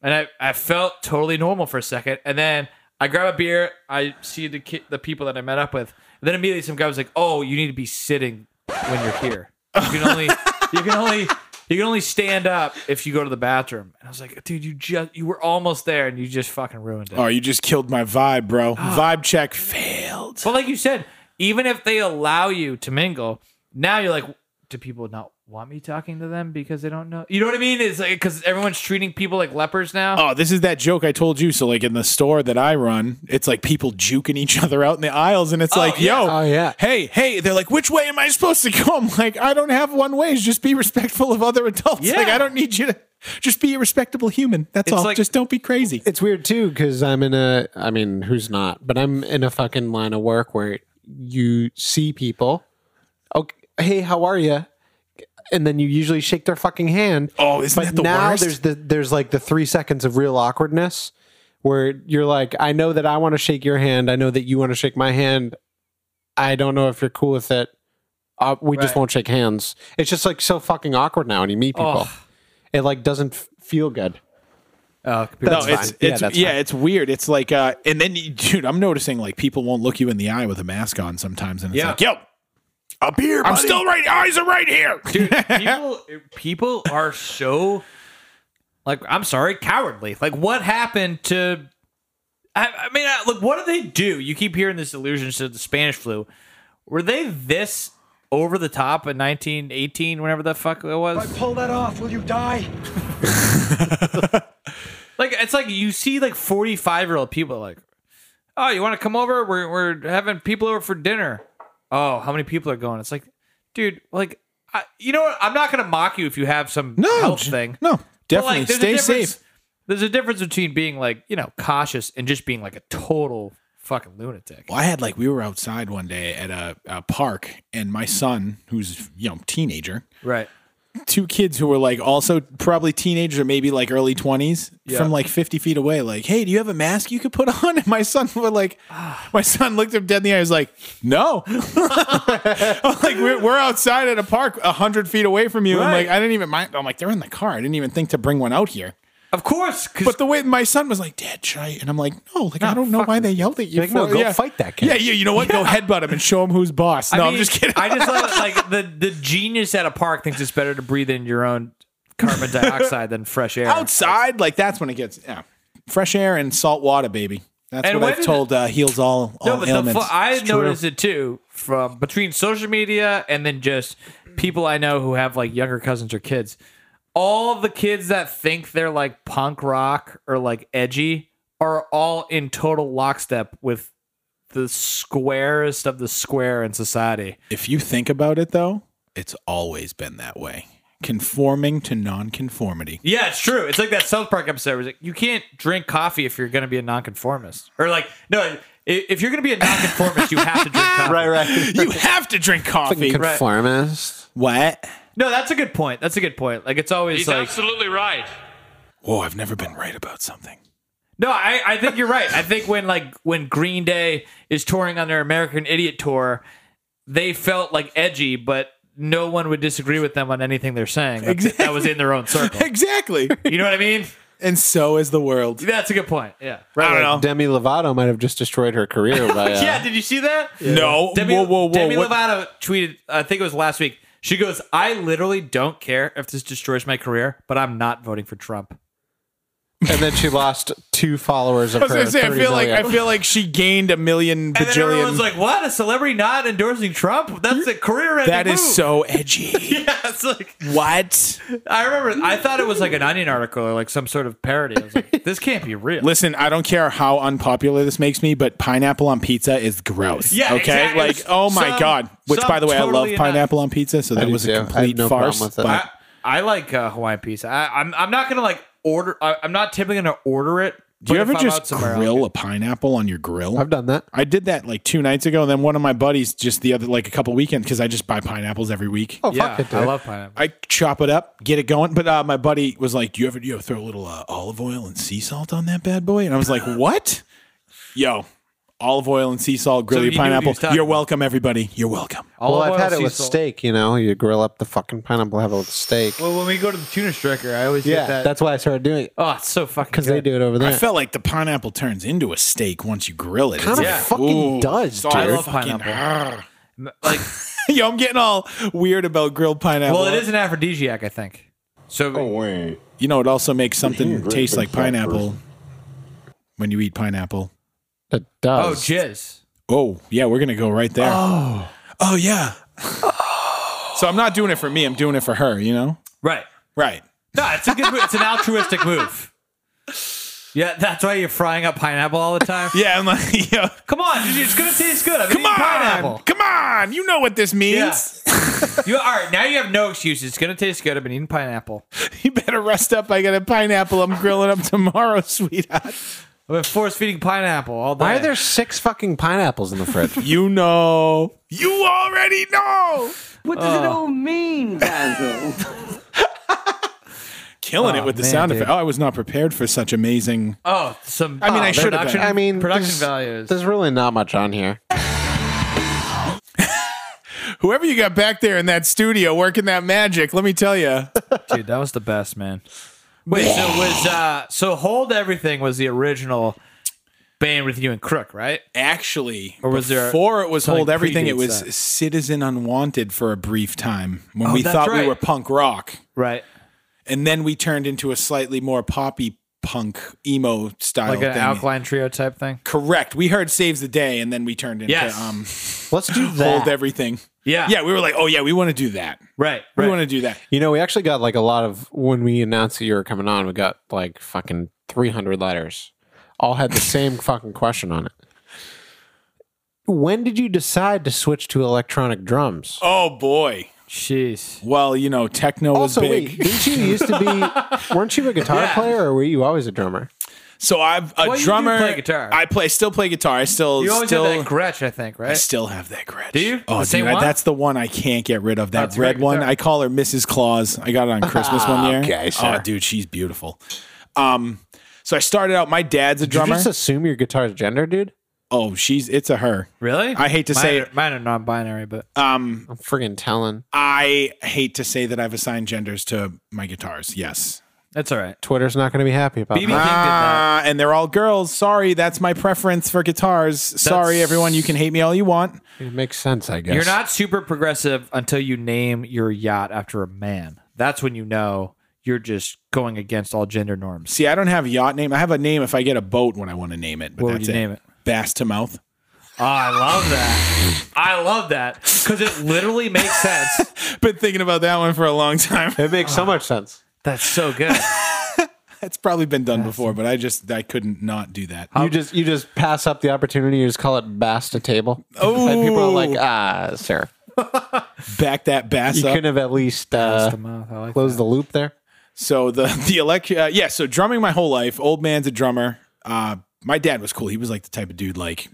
Speaker 1: And I, I felt totally normal for a second, and then I grab a beer. I see the ki- the people that I met up with, and then immediately some guy was like, "Oh, you need to be sitting when you're here. You can only you can only you can only stand up if you go to the bathroom." And I was like, "Dude, you just you were almost there, and you just fucking ruined it."
Speaker 2: Oh, you just killed my vibe, bro. vibe check failed.
Speaker 1: But like you said, even if they allow you to mingle, now you're like, do people not want me talking to them because they don't know? You know what I mean? Is like because everyone's treating people like lepers now.
Speaker 2: Oh, this is that joke I told you. So, like in the store that I run, it's like people juking each [LAUGHS] other out in the aisles, and it's like,
Speaker 1: yeah.
Speaker 2: yo,
Speaker 3: Oh, yeah.
Speaker 2: hey, hey. They're like, which way am I supposed to go? [LAUGHS] I'm like, I don't have one way. It's Just be respectful of other adults. [LAUGHS]
Speaker 1: Yeah.
Speaker 2: Like, I don't need you to just be a respectable human. That's all.
Speaker 1: like-
Speaker 2: just don't be crazy.
Speaker 3: it's weird too because I'm in a. I mean, who's not? But I'm in a fucking line of work where you see people. Okay, hey, how are you? And then you usually shake their fucking hand.
Speaker 2: Oh, isn't
Speaker 3: but
Speaker 2: that the
Speaker 3: now
Speaker 2: worst?
Speaker 3: there's the there's like the three seconds of real awkwardness where you're like, I know that I want to shake your hand. I know that you want to shake my hand. I don't know if you're cool with it. Uh, we just
Speaker 1: Right.
Speaker 3: won't shake hands. It's just like so fucking awkward now when you meet people.
Speaker 1: Oh.
Speaker 3: It like doesn't f- feel good.
Speaker 1: Oh,
Speaker 2: No,
Speaker 3: That's
Speaker 2: it's
Speaker 3: fine. Yeah,
Speaker 2: it's yeah,
Speaker 3: that's fine.
Speaker 2: it's weird. It's like uh and then you- dude, I'm noticing like people won't look you in the eye with a mask on sometimes and it's
Speaker 1: Yeah.
Speaker 2: like, "Yo,
Speaker 4: Up here,
Speaker 2: I'm
Speaker 4: buddy.
Speaker 2: still right eyes are right here." [LAUGHS]
Speaker 1: dude, people, people are so like I'm sorry, cowardly. Like what happened to? I, I mean, I, look, what do they do? You keep hearing this allusion to the Spanish flu. Were they this over the top in 1918, whenever the fuck it was?
Speaker 5: Pull that off, will you die?
Speaker 1: Like it's like you see like forty five year old people like, oh, you want to come over? We're we're having people over for dinner. Oh, how many people are going? It's like, dude, like, I, you know what? I'm not gonna mock you if you have some
Speaker 2: No.
Speaker 1: health
Speaker 2: j-
Speaker 1: thing.
Speaker 2: No.
Speaker 1: But,
Speaker 2: Definitely
Speaker 1: there's a
Speaker 2: stay
Speaker 1: difference-
Speaker 2: safe.
Speaker 1: There's a difference between being like, you know, cautious and just being like a total fucking lunatic.
Speaker 2: Well, I had like we were outside one day at a, a park, and my son, who's you know teenager,
Speaker 1: Right.
Speaker 2: two kids who were like also probably teenagers or maybe like early twenties
Speaker 1: Yeah.
Speaker 2: from like fifty feet away, like, "Hey, do you have a mask you could put [LAUGHS] on?" And my son were like, my son looked him dead in the eye. I was like, "No." [LAUGHS] I'm like we're, we're outside at a park hundred feet away from you, and
Speaker 1: Right.
Speaker 2: like I didn't even mind. I'm like they're in the car. I didn't even think to bring one out here.
Speaker 1: Of course, because
Speaker 2: But the way my son was like, "Dad, try," and I'm like, "No, like I don't know why they yelled at you."
Speaker 3: Like, no,
Speaker 2: for-
Speaker 3: go
Speaker 2: yeah.
Speaker 3: fight that kid.
Speaker 2: [LAUGHS] Yeah, yeah. You know what? Go headbutt him and show him who's boss. No, I am just kidding.
Speaker 1: I just
Speaker 2: [LAUGHS]
Speaker 1: love like the the genius at a park thinks it's better to breathe in your own carbon dioxide than fresh air.
Speaker 2: outside, like that's when it gets yeah. fresh air and salt water, baby. That's
Speaker 1: And
Speaker 2: what
Speaker 1: when
Speaker 2: I've
Speaker 1: did-
Speaker 2: told uh, heals all all
Speaker 1: No, but the
Speaker 2: ailments.
Speaker 1: fu- I noticed it too from between social media and then just people I know who have like younger cousins or kids. All the kids that think they're like punk rock or like edgy are all in total lockstep with the squarest of the square in society.
Speaker 2: if you think about it, though, it's always been that way. Conforming to nonconformity.
Speaker 1: Yeah, it's true. It's like that South Park episode where it's like, you can't drink coffee if you're going to be a nonconformist. Or like, no, i- if you're going to be a nonconformist, you have to [LAUGHS] drink coffee.
Speaker 3: Right,
Speaker 2: [LAUGHS]
Speaker 3: right.
Speaker 2: you have to drink coffee.
Speaker 3: Conformist.
Speaker 2: What?
Speaker 1: No, that's a good point. That's a good point. Like, it's always like,
Speaker 6: absolutely right.
Speaker 2: Whoa, I've never been right about something.
Speaker 1: no, I, I think you're right. I think when like when Green Day is touring on their American Idiot tour, they felt like edgy, but no one would disagree with them on anything they're saying. That, that was in their own circle.
Speaker 2: Exactly.
Speaker 1: You know what I mean?
Speaker 2: [LAUGHS] and so is the world.
Speaker 1: That's a good point. Yeah.
Speaker 2: I don't know.
Speaker 3: Demi Lovato might have just destroyed her career
Speaker 2: [LAUGHS]
Speaker 3: by. Uh,
Speaker 1: Yeah. Did you see that?
Speaker 2: No.
Speaker 1: Demi,
Speaker 2: whoa, whoa, whoa.
Speaker 1: Demi
Speaker 2: what-
Speaker 1: Lovato tweeted, I think it was last week. She goes, I literally don't care if this destroys my career, but I'm not voting for Trump.
Speaker 3: and then she lost two followers of
Speaker 2: I was
Speaker 3: her.
Speaker 2: gonna say, I
Speaker 3: 30
Speaker 2: feel like I
Speaker 3: million.
Speaker 2: feel like she gained a million
Speaker 1: And then
Speaker 2: bajillion.
Speaker 1: everyone's like, what? A celebrity not endorsing Trump? That's a career ending
Speaker 2: that is so edgy.
Speaker 1: [LAUGHS]
Speaker 2: [LAUGHS]
Speaker 1: Yeah, it's like
Speaker 2: what?
Speaker 1: I remember. I thought it was like an Onion article or like some sort of parody. I was
Speaker 2: [LAUGHS]
Speaker 1: like, "This can't be real."
Speaker 2: Listen, I don't care how unpopular this makes me, but pineapple on pizza is gross.
Speaker 1: Yeah,
Speaker 2: okay.
Speaker 1: exactly.
Speaker 2: Like, oh my
Speaker 1: Some-
Speaker 2: god. Which,
Speaker 1: some
Speaker 2: by the way, I love
Speaker 1: totally
Speaker 2: pineapple on pizza, so that
Speaker 3: do
Speaker 2: was
Speaker 3: too. I
Speaker 2: a
Speaker 3: have
Speaker 2: complete
Speaker 3: no problem
Speaker 2: farce.
Speaker 3: with it.
Speaker 2: but-
Speaker 1: I, I like uh, Hawaiian pizza. I, I'm I'm not gonna like order. I, I'm not typically gonna order it.
Speaker 2: do you
Speaker 1: but
Speaker 2: ever
Speaker 1: if I'm out
Speaker 2: just
Speaker 1: somewhere, I'll
Speaker 2: grill a pineapple on your grill?
Speaker 3: I've done that.
Speaker 2: I did that like two nights ago, and then one of my buddies just the other like a couple weekends because I just buy pineapples every week.
Speaker 3: Oh,
Speaker 1: get-
Speaker 3: fuck it, dude.
Speaker 1: Yeah, I love pineapple.
Speaker 2: I chop it up, get it going. But uh, my buddy was like, "Do you ever you know, throw a little uh, olive oil and sea salt on that bad boy?" And I
Speaker 1: [LAUGHS]
Speaker 2: was like, "What? Yo, olive oil and sea salt, grill
Speaker 1: So
Speaker 2: your
Speaker 1: he knew what he
Speaker 2: pineapple.
Speaker 1: was talking
Speaker 2: You're
Speaker 1: about.
Speaker 2: welcome, everybody. You're welcome."
Speaker 3: Well,
Speaker 1: Olive
Speaker 3: I've
Speaker 1: oil,
Speaker 3: had it
Speaker 1: sea
Speaker 3: with
Speaker 1: salt.
Speaker 3: steak. You know, you grill up the fucking pineapple, have it with steak.
Speaker 1: Well, when we go to the tuna striker, I always
Speaker 3: yeah,
Speaker 1: get that.
Speaker 3: that's why I started doing it
Speaker 1: oh, it's so fucking
Speaker 3: because they
Speaker 1: good.
Speaker 3: do it over there.
Speaker 2: I felt like the pineapple turns into a steak once you grill it. It's
Speaker 3: Kinda
Speaker 2: like,
Speaker 3: fucking
Speaker 2: ooh,
Speaker 3: does,
Speaker 2: sorry,
Speaker 3: dude.
Speaker 1: I love
Speaker 2: fucking-
Speaker 1: pineapple. Like,
Speaker 2: [LAUGHS] Yo, I'm getting all weird about grilled pineapple.
Speaker 1: well, it is an aphrodisiac, I think. So
Speaker 3: Oh,
Speaker 8: Wait,
Speaker 2: You know, it also makes
Speaker 8: You're a
Speaker 2: something
Speaker 8: great
Speaker 2: taste
Speaker 8: big
Speaker 2: like
Speaker 8: fat
Speaker 2: pineapple
Speaker 8: person.
Speaker 2: when you eat pineapple.
Speaker 3: It
Speaker 1: oh,
Speaker 3: does.
Speaker 1: jizz.
Speaker 2: Oh, yeah, we're gonna go right there. Oh, oh yeah. so I'm not doing it for me. I'm doing it for her. You know.
Speaker 1: Right.
Speaker 2: Right.
Speaker 1: No, it's a good. It's an altruistic move. Yeah, that's why you're frying up pineapple all the time.
Speaker 2: [LAUGHS] Yeah, I'm like, yo,
Speaker 1: Come on, dude, it's gonna taste good. I'm
Speaker 2: come on,
Speaker 1: pineapple.
Speaker 2: come on. You know what this means.
Speaker 1: Yeah. you all right? Now you have no excuses. It's gonna taste good. I've been eating pineapple.
Speaker 2: [LAUGHS] You better rest up. I got a pineapple. I'm grilling up tomorrow, [LAUGHS] sweetheart.
Speaker 1: I've been force feeding pineapple all day.
Speaker 3: Why are there six fucking pineapples in the
Speaker 1: [LAUGHS]
Speaker 3: fridge?
Speaker 2: You know. Oh. You already know.
Speaker 9: What does it all mean, Basil?
Speaker 2: Killing it with the
Speaker 1: man,
Speaker 2: sound
Speaker 1: dude.
Speaker 2: effect. Oh, I was not prepared for such amazing.
Speaker 1: Oh, some.
Speaker 2: I mean, I should have
Speaker 1: production-
Speaker 2: been.
Speaker 3: I mean,
Speaker 1: production
Speaker 3: there's-
Speaker 1: values.
Speaker 3: There's really not much on here.
Speaker 2: Whoever you got back there in that studio working that magic, let me tell you.
Speaker 1: dude, that was the best, man. Wait, so was uh, so hold everything was the original band with you and Crook, right?
Speaker 2: Actually,
Speaker 1: Or was there
Speaker 2: before it was
Speaker 1: something
Speaker 2: Hold Everything, it
Speaker 1: predates
Speaker 2: was
Speaker 1: that?
Speaker 2: Citizen Unwanted for a brief time when
Speaker 1: Oh,
Speaker 2: we
Speaker 1: that's
Speaker 2: thought we
Speaker 1: right.
Speaker 2: were punk rock.
Speaker 1: Right.
Speaker 2: and then we turned into a slightly more poppy punk emo style
Speaker 1: Like an
Speaker 2: thing.
Speaker 1: alkaline trio type thing.
Speaker 2: Correct. We heard "Saves the Day" and then we turned into
Speaker 1: Yes.
Speaker 2: um,
Speaker 3: Let's do
Speaker 2: hold
Speaker 3: that.
Speaker 2: everything.
Speaker 1: Yeah.
Speaker 2: Yeah, we were like, oh yeah, we want to do that.
Speaker 1: Right.
Speaker 2: We
Speaker 1: right.
Speaker 2: want to do that.
Speaker 3: you know, we actually got like a lot of when we announced that you were coming on. We got like fucking 300 letters, all had the
Speaker 1: [LAUGHS]
Speaker 3: same fucking question on it. When did you decide to switch to electronic drums?
Speaker 2: Oh boy,
Speaker 1: Jeez.
Speaker 2: Well, you know, techno was
Speaker 3: Also,
Speaker 2: big.
Speaker 3: wait, didn't you used to be? Weren't you a guitar player, or were you always a drummer?
Speaker 2: So I've a
Speaker 1: Well, you do
Speaker 2: drummer.
Speaker 1: play guitar.
Speaker 2: I play. Still play guitar. I still
Speaker 1: You always
Speaker 2: still.
Speaker 1: had that Gretsch, I think,
Speaker 2: I
Speaker 1: right?
Speaker 2: still have that grudge.
Speaker 1: Do you?
Speaker 2: Oh,
Speaker 1: The same
Speaker 2: dude, I-
Speaker 1: one?
Speaker 2: that's the one I can't get rid of. That
Speaker 1: That's a great
Speaker 2: red one.
Speaker 1: guitar.
Speaker 2: I call her Mrs. Claus. I got it on Christmas
Speaker 1: Ah,
Speaker 2: one year.
Speaker 3: Okay,
Speaker 2: Oh,
Speaker 3: sure.
Speaker 2: dude, she's beautiful. Um, so I started out. My dad's a
Speaker 3: Did you
Speaker 2: drummer.
Speaker 3: just assume your guitar's gender, dude?
Speaker 2: oh, she's it's a her.
Speaker 1: really?
Speaker 2: I hate to
Speaker 1: mine
Speaker 2: say
Speaker 1: are,
Speaker 2: it.
Speaker 1: Mine are non-binary, but
Speaker 2: Um,
Speaker 3: I'm friggin' telling.
Speaker 2: I hate to say that I've assigned genders to my guitars. Yes.
Speaker 1: that's all right.
Speaker 3: Twitter's not going to be happy about
Speaker 1: BB King
Speaker 3: that.
Speaker 1: did that.
Speaker 2: Ah, and they're all girls. Sorry, that's my preference for guitars. Sorry,
Speaker 1: That's-
Speaker 2: everyone. You can hate me all you want.
Speaker 3: It makes sense, I guess.
Speaker 1: You're not super progressive until you name your yacht after a man. That's when you know you're just going against all gender norms.
Speaker 2: See, I don't have a yacht name. I have a name if I get a boat when I want to name it. But
Speaker 1: What would
Speaker 2: that's
Speaker 1: you
Speaker 2: it.
Speaker 1: name it?
Speaker 2: Bass to mouth.
Speaker 1: [LAUGHS] Oh, I love that. I love that because it literally makes sense.
Speaker 2: Been thinking about that one for a long [LAUGHS] time.
Speaker 3: It makes so much sense.
Speaker 1: [LAUGHS] That's so good.
Speaker 2: It's probably been done before, but I just I couldn't not do that.
Speaker 3: You just you just pass up the opportunity. You just call it bass to table.
Speaker 2: Oh.
Speaker 3: and people are like, ah, sir,
Speaker 2: Back that bass
Speaker 3: you
Speaker 2: up.
Speaker 3: couldn't have at least uh,
Speaker 1: to mouth. I like
Speaker 3: closed the loop there.
Speaker 2: So the the elect uh, yeah. So drumming my whole life. Old man's a drummer. Uh, my dad was cool. He was like the type of dude like.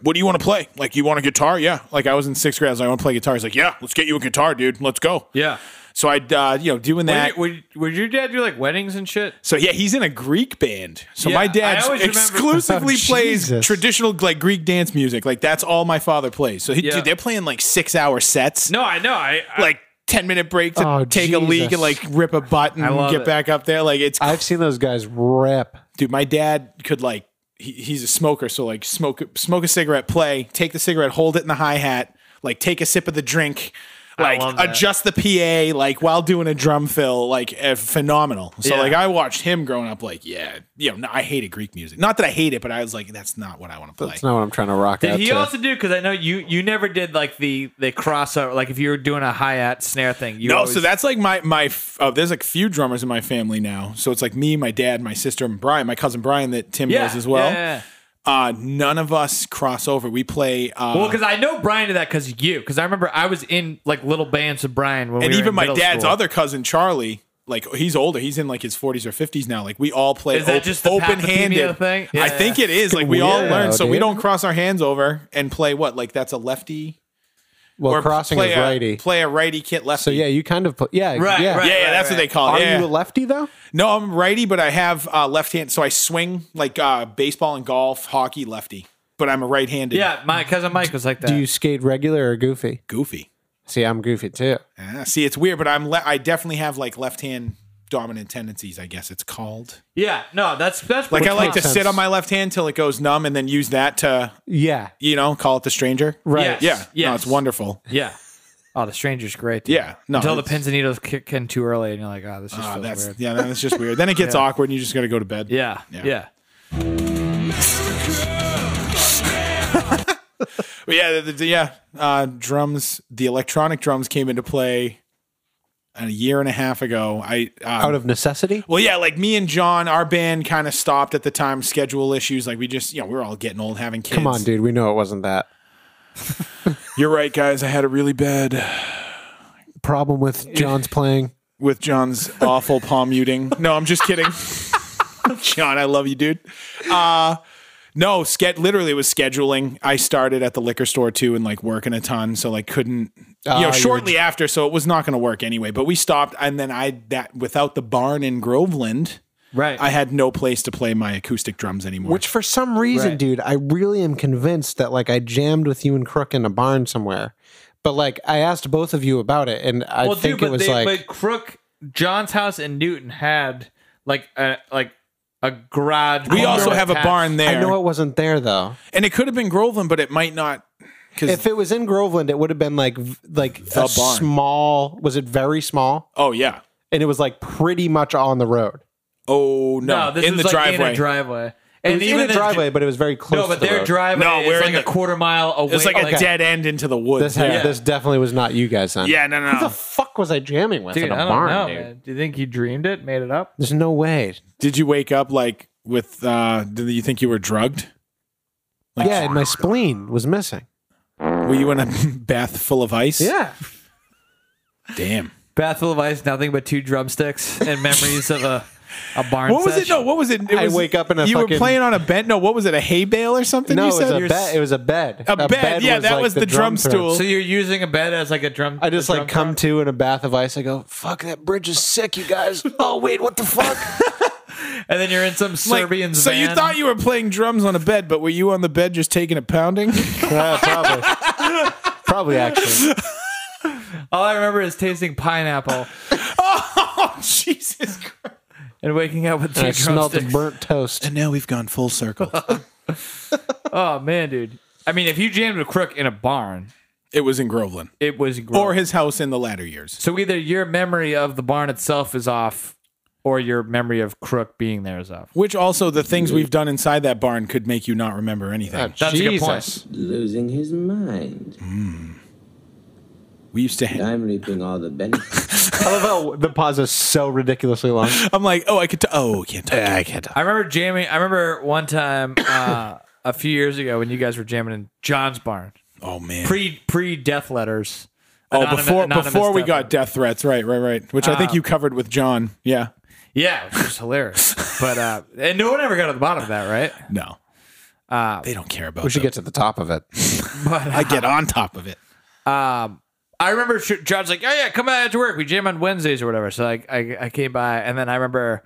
Speaker 2: What do you want to play? Like, you want a guitar? Yeah. Like, I was in sixth grade. I was like, I want to play guitar. He's like, Yeah, let's get you a guitar, dude. Let's go.
Speaker 1: Yeah.
Speaker 2: So I, uh, you know,
Speaker 1: Would,
Speaker 2: doing that.
Speaker 1: you- would, would your dad do like weddings and shit?
Speaker 2: So yeah, he's in a Greek band. So
Speaker 1: Yeah,
Speaker 2: my
Speaker 1: I
Speaker 2: dad
Speaker 1: always remember-
Speaker 2: exclusively
Speaker 3: [LAUGHS] Oh,
Speaker 2: plays
Speaker 3: Jesus.
Speaker 2: traditional like Greek dance music. Like that's all my father plays. So he,
Speaker 1: Yeah.
Speaker 2: dude, they're playing like six hour sets.
Speaker 1: No, I know. I, I
Speaker 2: like ten minute break to
Speaker 3: Oh,
Speaker 2: take a leak
Speaker 3: Jesus.
Speaker 2: and like rip a butt and
Speaker 1: I love
Speaker 2: get
Speaker 1: it.
Speaker 2: back up there. Like it's
Speaker 3: I've seen those guys rip.
Speaker 2: dude. My dad could like he, he's a smoker, so like smoke smoke a cigarette, play, take the cigarette, hold it in the hi hat, like take a sip of the drink. Like
Speaker 1: love that.
Speaker 2: adjust the PA like while doing a drum fill like eh, phenomenal. So
Speaker 1: Yeah.
Speaker 2: like I watched him growing up like yeah you know no, I hated Greek music. Not that I hate it, but I was like that's not what I want to play.
Speaker 3: That's not what I'm trying to rock
Speaker 1: Did
Speaker 3: out
Speaker 1: he
Speaker 3: to.
Speaker 1: also do? Because I know you you never did like the the crossover. Like if you were doing a hi hat snare thing, you
Speaker 2: No,
Speaker 1: always,
Speaker 2: so that's like my my. f- Oh, there's like few drummers in my family now. So it's like me, my dad, my sister, and Brian, my cousin Brian that Tim
Speaker 1: yeah
Speaker 2: knows as well.
Speaker 1: Yeah, yeah.
Speaker 2: Uh, none of us cross over. We play. Uh,
Speaker 1: Well, because I know Brian did that because of you. Because I remember I was in like little bands with Brian when
Speaker 2: and
Speaker 1: we were
Speaker 2: even
Speaker 1: in
Speaker 2: my
Speaker 1: middle
Speaker 2: dad's
Speaker 1: school.
Speaker 2: other cousin Charlie. Like he's older. He's in like his 40s or 50s now. Like we all play.
Speaker 1: Is that just the
Speaker 2: open-handed.
Speaker 1: Papademia thing?
Speaker 2: I
Speaker 1: Yeah.
Speaker 2: think it is. Like we all
Speaker 3: Weirdo,
Speaker 2: learn. So we
Speaker 3: dude.
Speaker 2: don't cross our hands over and play what? Like that's a lefty
Speaker 3: well, crossing
Speaker 2: play
Speaker 3: is
Speaker 2: a,
Speaker 3: righty.
Speaker 2: Play a righty kit lefty.
Speaker 3: so yeah, you kind of pl- yeah
Speaker 1: Right,
Speaker 3: yeah.
Speaker 1: right.
Speaker 2: yeah, yeah, that's what they call it.
Speaker 3: Are
Speaker 2: Oh, yeah.
Speaker 3: you a lefty though?
Speaker 2: No, I'm righty, but I have uh, left hand. So I swing like uh, baseball and golf, hockey, lefty. But I'm a right-handed.
Speaker 1: yeah, my cousin Mike was like that.
Speaker 3: Do you skate regular or goofy?
Speaker 2: goofy.
Speaker 3: See, I'm goofy too.
Speaker 2: Ah, see, it's weird, but I'm le- I definitely have like left-hand dominant tendencies. I guess it's called.
Speaker 1: yeah, no, that's that's
Speaker 2: Like I
Speaker 1: pretty
Speaker 2: like to
Speaker 1: cool.
Speaker 3: makes
Speaker 2: sit
Speaker 3: sense.
Speaker 2: on my left hand till it goes numb, and then use that to
Speaker 3: Yeah,
Speaker 2: you know call it the stranger.
Speaker 3: right.
Speaker 1: Yes.
Speaker 2: Yeah. No,
Speaker 1: Yes.
Speaker 2: it's wonderful.
Speaker 1: yeah. Oh, the stranger's great. dude.
Speaker 2: Yeah. No.
Speaker 1: Until the
Speaker 2: it's-
Speaker 1: pins and needles kick in too early, and you're like, oh, this just
Speaker 2: Ah,
Speaker 1: feels
Speaker 2: that's
Speaker 1: weird.
Speaker 2: yeah. That's just weird. Then it gets awkward, and you just gotta go to bed.
Speaker 1: Yeah, yeah.
Speaker 2: Yeah. But yeah, the, the, yeah. Uh, drums, the electronic drums came into play a year and a half ago. I um,
Speaker 3: Out of necessity.
Speaker 2: well, yeah, like me and John, our band kind of stopped at the time, schedule issues. Like we just, you know, we were all getting old, having kids.
Speaker 3: Come on, dude. We know it wasn't that.
Speaker 2: You're right, guys. I had a really bad
Speaker 3: Problem [LAUGHS] with John's playing.
Speaker 2: with John's awful palm muting. No, I'm just
Speaker 3: [LAUGHS]
Speaker 2: kidding. John, I love you, dude. Uh, no, ske- literally it was scheduling. I started at the liquor store too and like working a ton, so like couldn't
Speaker 3: Ah,
Speaker 2: you
Speaker 3: you
Speaker 2: know,
Speaker 3: were
Speaker 2: shortly after, so it was not going to work anyway. But we stopped, and then I that without the barn in Groveland,
Speaker 1: Right.
Speaker 2: I had no place to play my acoustic drums anymore.
Speaker 3: Which for some reason,
Speaker 1: Right.
Speaker 3: dude, I really am convinced that like I jammed with you and Crook in a barn somewhere. But like I asked both of you about it, and I
Speaker 1: well,
Speaker 3: think
Speaker 1: dude,
Speaker 3: it
Speaker 1: but
Speaker 3: was
Speaker 1: they,
Speaker 3: like
Speaker 1: but Crook, John's house in Newton had like a like a garage.
Speaker 2: we also have a
Speaker 1: attached.
Speaker 2: barn there.
Speaker 3: I know it wasn't there though.
Speaker 2: And it could have been Groveland, but it might not. Because
Speaker 3: If it was in Groveland, it would have been like v- like a
Speaker 2: barn.
Speaker 3: small. Was it very small?
Speaker 2: oh yeah,
Speaker 3: And it was like pretty much on the road.
Speaker 2: oh no,
Speaker 1: No, this
Speaker 2: in
Speaker 1: was
Speaker 2: the
Speaker 1: like
Speaker 2: driveway.
Speaker 1: in a driveway,
Speaker 3: It
Speaker 1: and
Speaker 3: was
Speaker 1: even
Speaker 3: in a
Speaker 1: the-
Speaker 3: driveway, but it was very close.
Speaker 1: No, but
Speaker 3: to the
Speaker 1: their
Speaker 3: road.
Speaker 1: driveway
Speaker 2: No,
Speaker 1: is
Speaker 2: we're in
Speaker 1: like a
Speaker 2: the-
Speaker 1: quarter mile away.
Speaker 2: it's like a
Speaker 1: like-
Speaker 2: dead end into the woods.
Speaker 3: This had,
Speaker 1: Yeah.
Speaker 3: this definitely was not you guys then.
Speaker 2: yeah, no, no,
Speaker 3: What the
Speaker 2: no.
Speaker 3: fuck was I jamming with
Speaker 1: Dude,
Speaker 3: in a
Speaker 1: I don't
Speaker 3: barn,
Speaker 1: know,
Speaker 3: dude?
Speaker 1: man. Do you think he dreamed it, made it up?
Speaker 3: There's no way.
Speaker 2: Did you wake up like with? uh Did you think you were drugged? Like,
Speaker 3: Yeah, and my spleen was missing.
Speaker 2: [LAUGHS] Were you in a bath full of ice?
Speaker 3: Yeah.
Speaker 2: Damn.
Speaker 1: Bath full of ice, nothing but two drumsticks and memories of a, a barn.
Speaker 2: What was it?
Speaker 1: session.
Speaker 2: No, what was it? It
Speaker 3: I
Speaker 2: was-
Speaker 3: wake up in a
Speaker 2: You
Speaker 3: fucking-
Speaker 2: were playing on a bed. No, what was it? A hay bale or something?
Speaker 3: No,
Speaker 2: you
Speaker 3: it was
Speaker 2: said?
Speaker 3: a bed. It was a bed.
Speaker 2: A bed, yeah, that was the drum
Speaker 3: throw.
Speaker 2: stool.
Speaker 1: So you're using a bed as like a drum.
Speaker 3: I just
Speaker 1: a
Speaker 3: like
Speaker 1: drum
Speaker 3: come
Speaker 1: prop?
Speaker 3: to in a bath of ice. I go,
Speaker 4: Fuck, that bridge is sick,
Speaker 3: [LAUGHS]
Speaker 4: you guys. Oh, wait, what the fuck?
Speaker 1: and then you're in some
Speaker 2: Like,
Speaker 1: Serbian.
Speaker 2: so you
Speaker 1: van.
Speaker 2: thought you were playing drums on a bed, but were you on the bed just taking a
Speaker 3: [LAUGHS]
Speaker 2: pounding?
Speaker 3: "Yeah, probably, probably actually.
Speaker 1: All I remember is tasting pineapple
Speaker 2: oh, Jesus Christ.
Speaker 1: and waking up with two
Speaker 3: And I smelled the
Speaker 1: drumsticks.
Speaker 3: burnt toast.
Speaker 2: And now we've gone full circle.
Speaker 1: oh man, dude. I mean, if you jammed a crook in a barn,
Speaker 2: [LAUGHS] it was in Groveland.
Speaker 1: it was gross.
Speaker 2: Or his house in the latter years.
Speaker 1: so either your memory of the barn itself is off, or your memory of crook being there is off.
Speaker 2: Which also, the things we've done inside that barn could make you not remember anything.
Speaker 1: That's a good
Speaker 3: Oh, Jesus.
Speaker 6: Losing his mind.
Speaker 2: we used to. Ha-
Speaker 6: I'm reaping all the benefits.
Speaker 3: I love how the pause is so ridiculously
Speaker 1: [LAUGHS]
Speaker 3: long.
Speaker 2: I'm like, oh, I could. T- oh, I can't talk. I can't
Speaker 1: I remember jamming. I remember one time uh, a few years ago when you guys were jamming in John's barn,
Speaker 2: Oh man.
Speaker 1: pre pre death letters.
Speaker 2: oh,
Speaker 1: Anonymous-
Speaker 2: before
Speaker 1: anonymous Um,
Speaker 2: before we
Speaker 1: Death
Speaker 2: got
Speaker 1: Letter.
Speaker 2: death threats, right, right, right. Which I think you covered with John. Yeah.
Speaker 1: yeah, it was
Speaker 2: [LAUGHS]
Speaker 1: hilarious. but uh, and no one ever got to the bottom of that, right?
Speaker 2: No.
Speaker 1: Uh,
Speaker 2: they don't care about.
Speaker 3: We should get to the top of it.
Speaker 2: I get on top of it.
Speaker 1: um, I remember sh- John's like, "Oh yeah, come out after work. We jam on Wednesdays or whatever." So like, I I came by, and then I remember,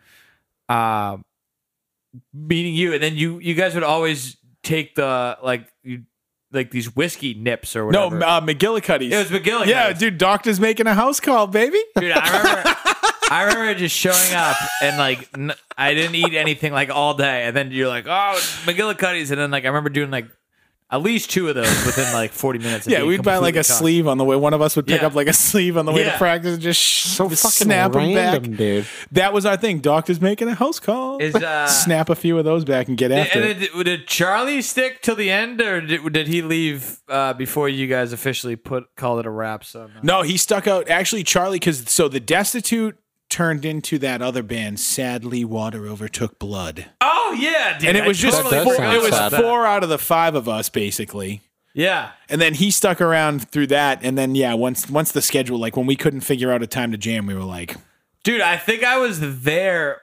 Speaker 1: um, meeting you, and then you you guys would always take the like you like these whiskey nips or
Speaker 2: No,
Speaker 1: whatever.
Speaker 2: uh, McGillicuddy's.
Speaker 1: it was McGillicuddy.
Speaker 2: Yeah, dude. Doctor's making a house call, [LAUGHS] baby.
Speaker 1: dude. I remember, I remember just showing up and like n- I didn't eat anything like all day, and then you're like, oh, McGillicuddy's, and then like I remember doing like at least two of those within like 40 minutes. of
Speaker 2: Yeah,
Speaker 1: being
Speaker 2: we'd buy like a
Speaker 1: completely gone.
Speaker 2: sleeve on the way. One of us would pick
Speaker 1: Yeah.
Speaker 2: up like a sleeve on the way
Speaker 1: Yeah.
Speaker 2: to practice and just sh-
Speaker 3: So fucking
Speaker 2: snap 'em
Speaker 3: random,
Speaker 2: back.
Speaker 3: dude.
Speaker 2: That was our thing. Doctor's making a house call. [LAUGHS]
Speaker 1: Is, uh,
Speaker 2: snap a few of those back and get after
Speaker 1: And
Speaker 2: it.
Speaker 1: then did, did Charlie stick till the end, or did, did he leave uh, before you guys officially put called it a wrap? So no.
Speaker 2: No, he stuck out. Actually, Charlie, because so the Destitute turned into that other band. Sadly, water overtook blood,
Speaker 1: oh yeah, dude,
Speaker 2: and it
Speaker 1: I
Speaker 2: was just
Speaker 1: totally
Speaker 3: That does
Speaker 2: four,
Speaker 1: forgot
Speaker 3: sound
Speaker 2: it was
Speaker 1: about
Speaker 3: sad.
Speaker 1: that.
Speaker 2: four out of the five of us basically.
Speaker 1: Yeah,
Speaker 2: And then he stuck around through that, and then yeah, once once the schedule, like when we couldn't figure out a time to jam, we were like,
Speaker 1: dude, I think I was there,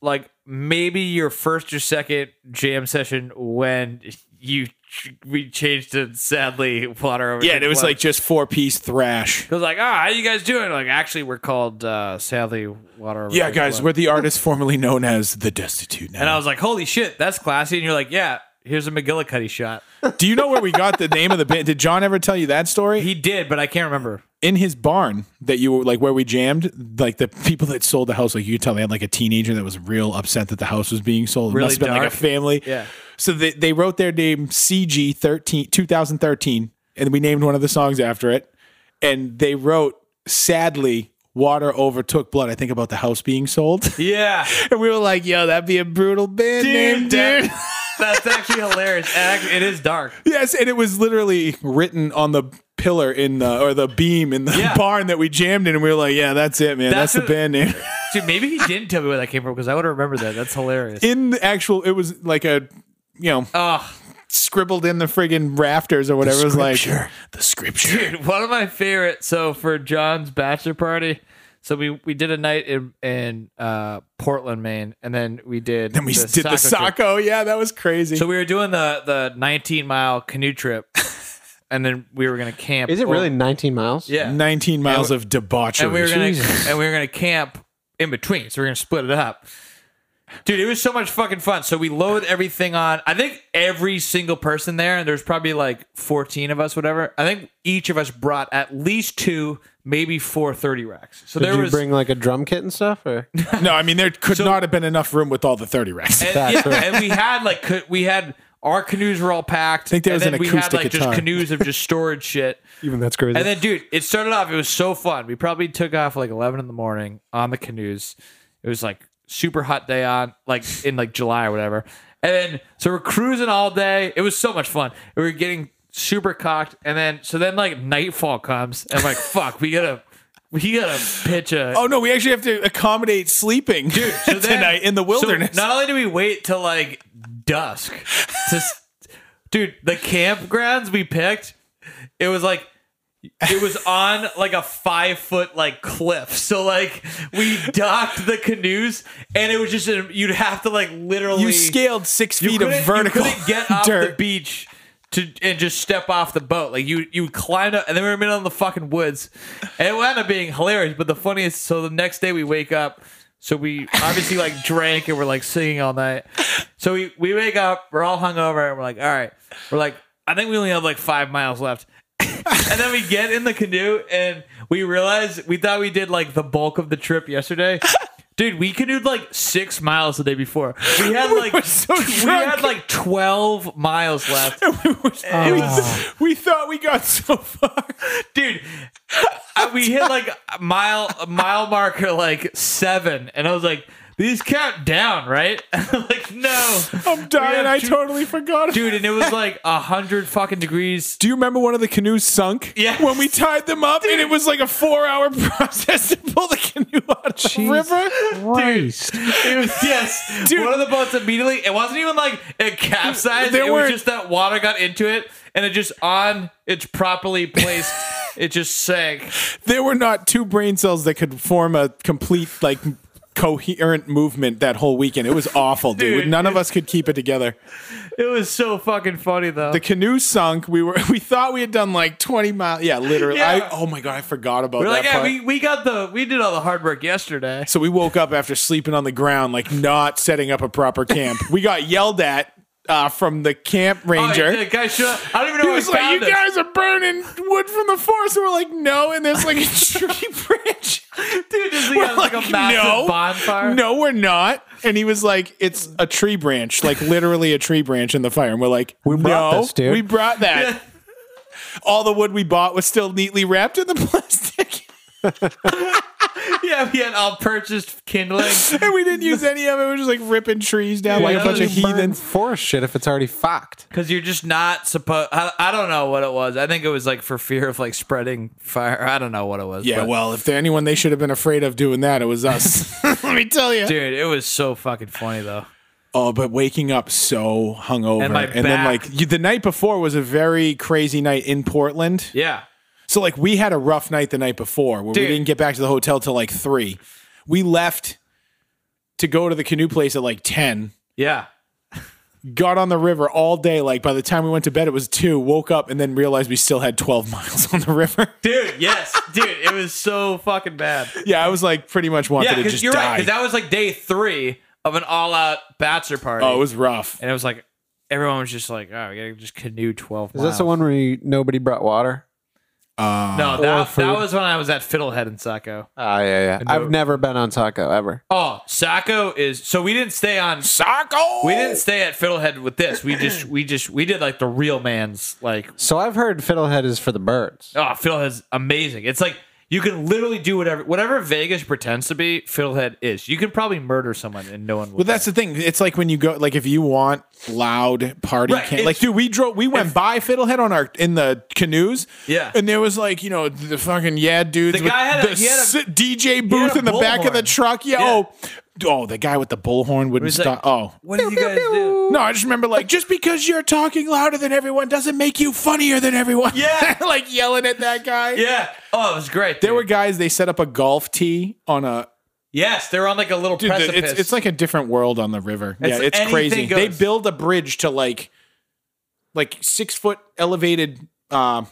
Speaker 1: like maybe your first or second jam session when you ch- we changed to sadly water over.
Speaker 2: yeah, and it was like just four piece thrash.
Speaker 1: It was like, oh, how you guys doing? Like, actually, we're called uh, sadly water. Over
Speaker 2: Yeah,
Speaker 1: Big
Speaker 2: guys,
Speaker 1: Blood.
Speaker 2: we're the artist formerly known as the Destitute.
Speaker 1: And I
Speaker 2: Now,
Speaker 1: was like, holy shit, that's classy. And you're like, yeah, here's a McGillicuddy shot.
Speaker 2: do you know where we got the name of the band? Did John ever tell you that story?
Speaker 1: He did, but I can't remember.
Speaker 2: in his barn that you were like where we jammed, like the people that sold the house, like you could tell they had like a teenager that was real upset that the house was being sold. It
Speaker 1: Really
Speaker 2: must have been like
Speaker 1: dark.
Speaker 2: a family.
Speaker 1: Yeah.
Speaker 2: So they, they wrote their name CG 13, 2013, and we named one of the songs after it. And they wrote, sadly, water overtook blood. I think about the house being sold.
Speaker 1: Yeah,
Speaker 2: [LAUGHS] and we were like, yo, that'd be a brutal band name, dude.
Speaker 1: [LAUGHS] that's actually hilarious. It act- It is dark.
Speaker 2: Yes, and it was literally written on the pillar in the or the beam in the
Speaker 1: Yeah.
Speaker 2: [LAUGHS] barn that we jammed in, and we were like, "Yeah, that's it, man.
Speaker 1: That's
Speaker 2: That's,
Speaker 1: what-
Speaker 2: the band name." [LAUGHS]
Speaker 1: Dude, maybe he didn't tell me where that came from because I would have remembered that. That's hilarious.
Speaker 2: in the actual, it was like a you know
Speaker 1: Ugh.
Speaker 2: scribbled in the friggin' rafters or whatever. It was like the scripture.
Speaker 1: Dude, one of my favorite. So for John's bachelor party, so we we did a night in in uh, Portland, Maine, and then we did
Speaker 2: Then we did the
Speaker 1: soccer trip.
Speaker 2: Socko. Yeah, that was crazy.
Speaker 1: So we were doing the the 19 mile canoe
Speaker 2: [LAUGHS]
Speaker 1: trip, and then we were gonna camp.
Speaker 3: Is it
Speaker 1: Well,
Speaker 3: really 19 miles?
Speaker 1: Yeah,
Speaker 2: Nineteen miles
Speaker 1: And
Speaker 2: of debauchery.
Speaker 1: and we were gonna [LAUGHS]
Speaker 3: Jesus.
Speaker 1: and we were gonna camp in between. So we are gonna split it up. Dude, it was so much fucking fun. So we load everything on. I think every single person there, and there's probably like 14 of us, whatever. I think each of us brought at least two, maybe four 30 racks. So
Speaker 3: Did
Speaker 1: there
Speaker 3: you
Speaker 1: was
Speaker 3: bring like a drum kit and
Speaker 1: [LAUGHS]
Speaker 3: stuff? Or
Speaker 2: no, I mean there could not have been enough room with all the thirty racks.
Speaker 1: and,
Speaker 3: That's
Speaker 1: yeah,
Speaker 3: right.
Speaker 1: and we had like co- we had our canoes were all packed. I
Speaker 2: think there was
Speaker 1: and then
Speaker 2: an
Speaker 1: we had
Speaker 2: acoustic
Speaker 1: like
Speaker 2: guitar.
Speaker 1: just canoes of just storage shit.
Speaker 2: [LAUGHS]
Speaker 3: even that's crazy.
Speaker 1: And then, dude, it started off. It was so fun. We probably took off like eleven in the morning on the canoes. It was like super hot day on, like in like July or whatever. And then, so we're cruising all day. It was so much fun. We were getting super cocked, and then so then like nightfall comes, and I'm like, [LAUGHS] fuck, we gotta, we gotta pitch a.
Speaker 2: [LAUGHS] Oh no, we actually have to accommodate sleeping [LAUGHS]
Speaker 1: So then-
Speaker 2: tonight in the
Speaker 1: so
Speaker 2: wilderness.
Speaker 1: not only do we wait till like dusk to, s- dude, the campgrounds we picked, it was like It was on like a five foot like cliff, so like we docked the canoes, and it was just you'd have to like literally
Speaker 2: You scaled six
Speaker 1: you
Speaker 2: feet of
Speaker 1: couldn't-
Speaker 2: vertical
Speaker 1: You couldn't get
Speaker 2: [LAUGHS]
Speaker 1: off the
Speaker 2: dirt.
Speaker 1: beach to and just step off the boat. Like you, you climbed up, and then we were in the middle of the fucking woods, and it wound up being hilarious. But the funniest, so the next day we wake up. So we obviously like drank and we're like singing all night. So we, we wake up, we're all hungover, and we're like, all right, we're like, I think we only have like five miles left. [LAUGHS] and then we get in the canoe and we realize we thought we did like the bulk of the trip yesterday. [LAUGHS] Dude, we canoed like six miles the day before. We had like
Speaker 2: so
Speaker 1: we had
Speaker 2: drunk.
Speaker 1: like twelve miles
Speaker 2: [LAUGHS]
Speaker 1: left,
Speaker 2: It was- we thought we got so far.
Speaker 1: dude. uh, We hit like a mile a mile marker like seven, and I was like, "These count down, right?" [LAUGHS] like, no,
Speaker 2: I'm dying.
Speaker 1: have
Speaker 2: I
Speaker 1: two-
Speaker 2: totally forgot.
Speaker 1: dude. And it was like a hundred fucking degrees.
Speaker 2: Do you remember one of the canoes sunk?
Speaker 1: Yes.
Speaker 2: When we tied them up, and it was like a four-hour [LAUGHS] process to pull the canoe out of the river.
Speaker 3: Christ.
Speaker 1: It was [LAUGHS] yes,
Speaker 2: Dude.
Speaker 1: One of the boats immediately. It wasn't even like it capsized.
Speaker 2: There
Speaker 1: it was
Speaker 2: weren't-
Speaker 1: just that water got into it, and it just on its properly [LAUGHS] placed. it just sank.
Speaker 2: There were not two brain cells that could form a complete like coherent movement that whole weekend. It was awful, dude.
Speaker 1: Dude.
Speaker 2: None of us could keep it together.
Speaker 1: It was so fucking funny though.
Speaker 2: The canoe sunk. We were [LAUGHS] we thought we had done like 20 miles. Yeah, literally.
Speaker 1: Yeah.
Speaker 2: I, oh my god, I forgot about
Speaker 1: We're
Speaker 2: that
Speaker 1: like, yeah,
Speaker 2: part.
Speaker 1: we, we got the we did all the hard work yesterday.
Speaker 2: So we woke up after sleeping on the ground, like not setting up a proper camp. we got yelled at uh, from the camp ranger.
Speaker 1: Oh, yeah, guy showed up. I don't even know
Speaker 2: he
Speaker 1: where
Speaker 2: was
Speaker 1: he
Speaker 2: like, "You
Speaker 1: found us."
Speaker 2: guys are burning wood from the forest," and we're like, "No!" And there's like a tree [LAUGHS] branch.
Speaker 1: Dude, this thing
Speaker 2: We're
Speaker 1: has like, a massive
Speaker 2: no,
Speaker 1: bonfire.
Speaker 2: No, we're not. And he was like, "It's a tree branch, like literally a tree branch in the fire." And we're like, "We
Speaker 3: brought this, dude."
Speaker 2: We brought that. All the wood we bought was still neatly wrapped in the [LAUGHS] plastic,
Speaker 1: [LAUGHS] Yeah, we had all purchased kindling.
Speaker 2: [LAUGHS] and we didn't use any of it. We were just like ripping trees down like
Speaker 1: Yeah,
Speaker 2: a bunch of
Speaker 1: you
Speaker 3: Burn
Speaker 2: heathens.
Speaker 3: forest shit if it's already fucked.
Speaker 1: Because you're just not supposed. I, I don't know what it was. I think it was like for fear of like spreading fire. I don't know what it was.
Speaker 2: Yeah,
Speaker 1: but-
Speaker 2: well, if there anyone they should have been afraid of doing that, it was us. [LAUGHS] Let me tell you.
Speaker 1: Dude, it was so fucking funny though.
Speaker 2: Oh, but waking up so hungover,
Speaker 1: And my
Speaker 2: then
Speaker 1: back.
Speaker 2: like you, the night before was a very crazy night in Portland.
Speaker 1: Yeah.
Speaker 2: So like we had a rough night the night before where
Speaker 1: Dude.
Speaker 2: we didn't get back to the hotel till like three. We left to go to the canoe place at like ten.
Speaker 1: Yeah.
Speaker 2: Got on the river all day. Like by the time we went to bed, it was two. Woke up and then realized we still had twelve [LAUGHS] miles on the river.
Speaker 1: Dude, [LAUGHS] yes. Dude, it was so fucking bad.
Speaker 2: yeah, I was like pretty much wanted
Speaker 1: Yeah,
Speaker 2: to
Speaker 1: because
Speaker 2: just
Speaker 1: you're right.
Speaker 2: die.
Speaker 1: Because that was like day three of an all out bachelor party.
Speaker 2: oh, it was rough.
Speaker 1: and it was like, everyone was just like, oh, we gotta just canoe 12
Speaker 3: Is
Speaker 1: miles.
Speaker 3: this the one where you, nobody brought water?
Speaker 2: Uh,
Speaker 1: No,
Speaker 3: Or
Speaker 1: that,
Speaker 3: food.
Speaker 1: that was when I was at Fiddlehead in Saco.
Speaker 3: Ah, yeah, yeah. I've never been on Taco ever.
Speaker 1: Oh, Saco is. So we didn't stay on.
Speaker 2: Taco.
Speaker 1: We didn't stay at Fiddlehead with this. We just, we just, we did like the real man's, like,
Speaker 3: So I've heard Fiddlehead is for the birds.
Speaker 1: Oh, Fiddlehead's amazing. It's like you can literally do whatever whatever Vegas pretends to be, Fiddlehead is. You can probably murder someone and no one will.
Speaker 2: Well, that's the thing. It's like when you go, like if you want loud party,
Speaker 1: Right,
Speaker 2: can-
Speaker 1: it's-
Speaker 2: like dude, we drove, we went by Fiddlehead on our in the canoes,
Speaker 1: Yeah.
Speaker 2: and there was like you know the fucking yeah dudes,
Speaker 1: The
Speaker 2: with
Speaker 1: guy had a-
Speaker 2: the
Speaker 1: he had a-
Speaker 2: s- DJ booth
Speaker 1: a
Speaker 2: in the back of the
Speaker 1: bullhorn.
Speaker 2: truck, yeah.
Speaker 1: Yeah.
Speaker 2: Oh, oh, the guy with the bullhorn wouldn't
Speaker 1: He's like,
Speaker 2: stop. oh,
Speaker 1: what do you guys do?
Speaker 2: no, I just remember like just because you're talking louder than everyone doesn't make you funnier than everyone.
Speaker 1: Yeah.
Speaker 2: [LAUGHS] like yelling at that guy.
Speaker 1: Yeah. Oh, it was great.
Speaker 2: There
Speaker 1: dude.
Speaker 2: were guys. They set up a golf tee on a
Speaker 1: yes, they were on like a little
Speaker 2: Dude, the-
Speaker 1: precipice.
Speaker 2: it's, it's like a different world on the river.
Speaker 1: It's-
Speaker 2: yeah, it's
Speaker 1: anything
Speaker 2: crazy.
Speaker 1: goes.
Speaker 2: They build a bridge to like, like six foot elevated uh,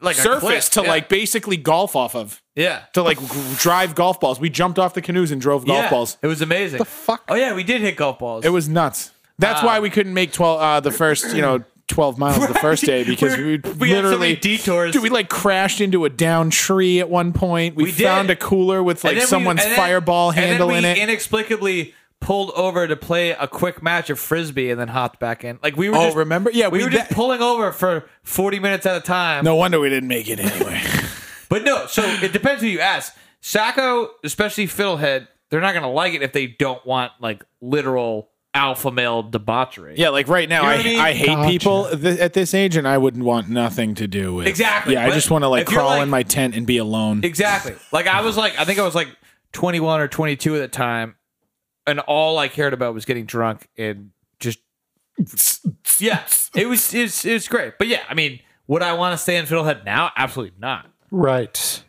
Speaker 1: like a
Speaker 2: surface
Speaker 1: cliff.
Speaker 2: to
Speaker 1: yeah.
Speaker 2: like basically golf off of
Speaker 1: yeah.
Speaker 2: to like g- drive golf balls. We jumped off the canoes and drove golf
Speaker 1: Yeah.
Speaker 2: balls.
Speaker 1: It was amazing. The
Speaker 3: fuck?
Speaker 1: Oh yeah, we did hit golf balls.
Speaker 2: It was nuts. That's
Speaker 1: Ah.
Speaker 2: why we couldn't make twelve uh, the first you know twelve miles the first day
Speaker 1: [LAUGHS]
Speaker 2: because
Speaker 1: We
Speaker 2: we,
Speaker 1: were- we had so
Speaker 2: literally
Speaker 1: many detours.
Speaker 2: Dude, we like crashed into a down tree at one point. We,
Speaker 1: We did.
Speaker 2: found a cooler with
Speaker 1: And
Speaker 2: like
Speaker 1: then we-
Speaker 2: someone's
Speaker 1: and then-
Speaker 2: fireball handle
Speaker 1: and then
Speaker 2: in
Speaker 1: we
Speaker 2: it.
Speaker 1: Inexplicably pulled over to play a quick match of frisbee and then hopped back in. Like we were.
Speaker 2: Oh,
Speaker 1: just,
Speaker 2: remember? Yeah,
Speaker 1: we,
Speaker 2: we-
Speaker 1: were just
Speaker 2: that-
Speaker 1: pulling over for forty minutes at a time.
Speaker 2: no wonder we didn't make it anyway.
Speaker 1: But no, so it depends who you ask. Sacco, especially Fiddlehead, they're not gonna like it if they don't want like literal alpha male debauchery.
Speaker 2: Yeah, like right now,
Speaker 1: You know
Speaker 2: I,
Speaker 1: what I mean?
Speaker 2: I hate
Speaker 3: Gotcha.
Speaker 2: people th- at this age, and I wouldn't want nothing to do with.
Speaker 1: Exactly,
Speaker 2: Yeah, I
Speaker 1: but
Speaker 2: just want to like
Speaker 1: if you're,
Speaker 2: crawl
Speaker 1: like-
Speaker 2: in my tent and be alone.
Speaker 1: Exactly. Like I was like I think I was like twenty one or twenty two at the time, and all I cared about was getting drunk and just Yeah. It was it's it's great. But yeah, I mean, Would I want to stay in Fiddlehead now? Absolutely not.
Speaker 3: Right.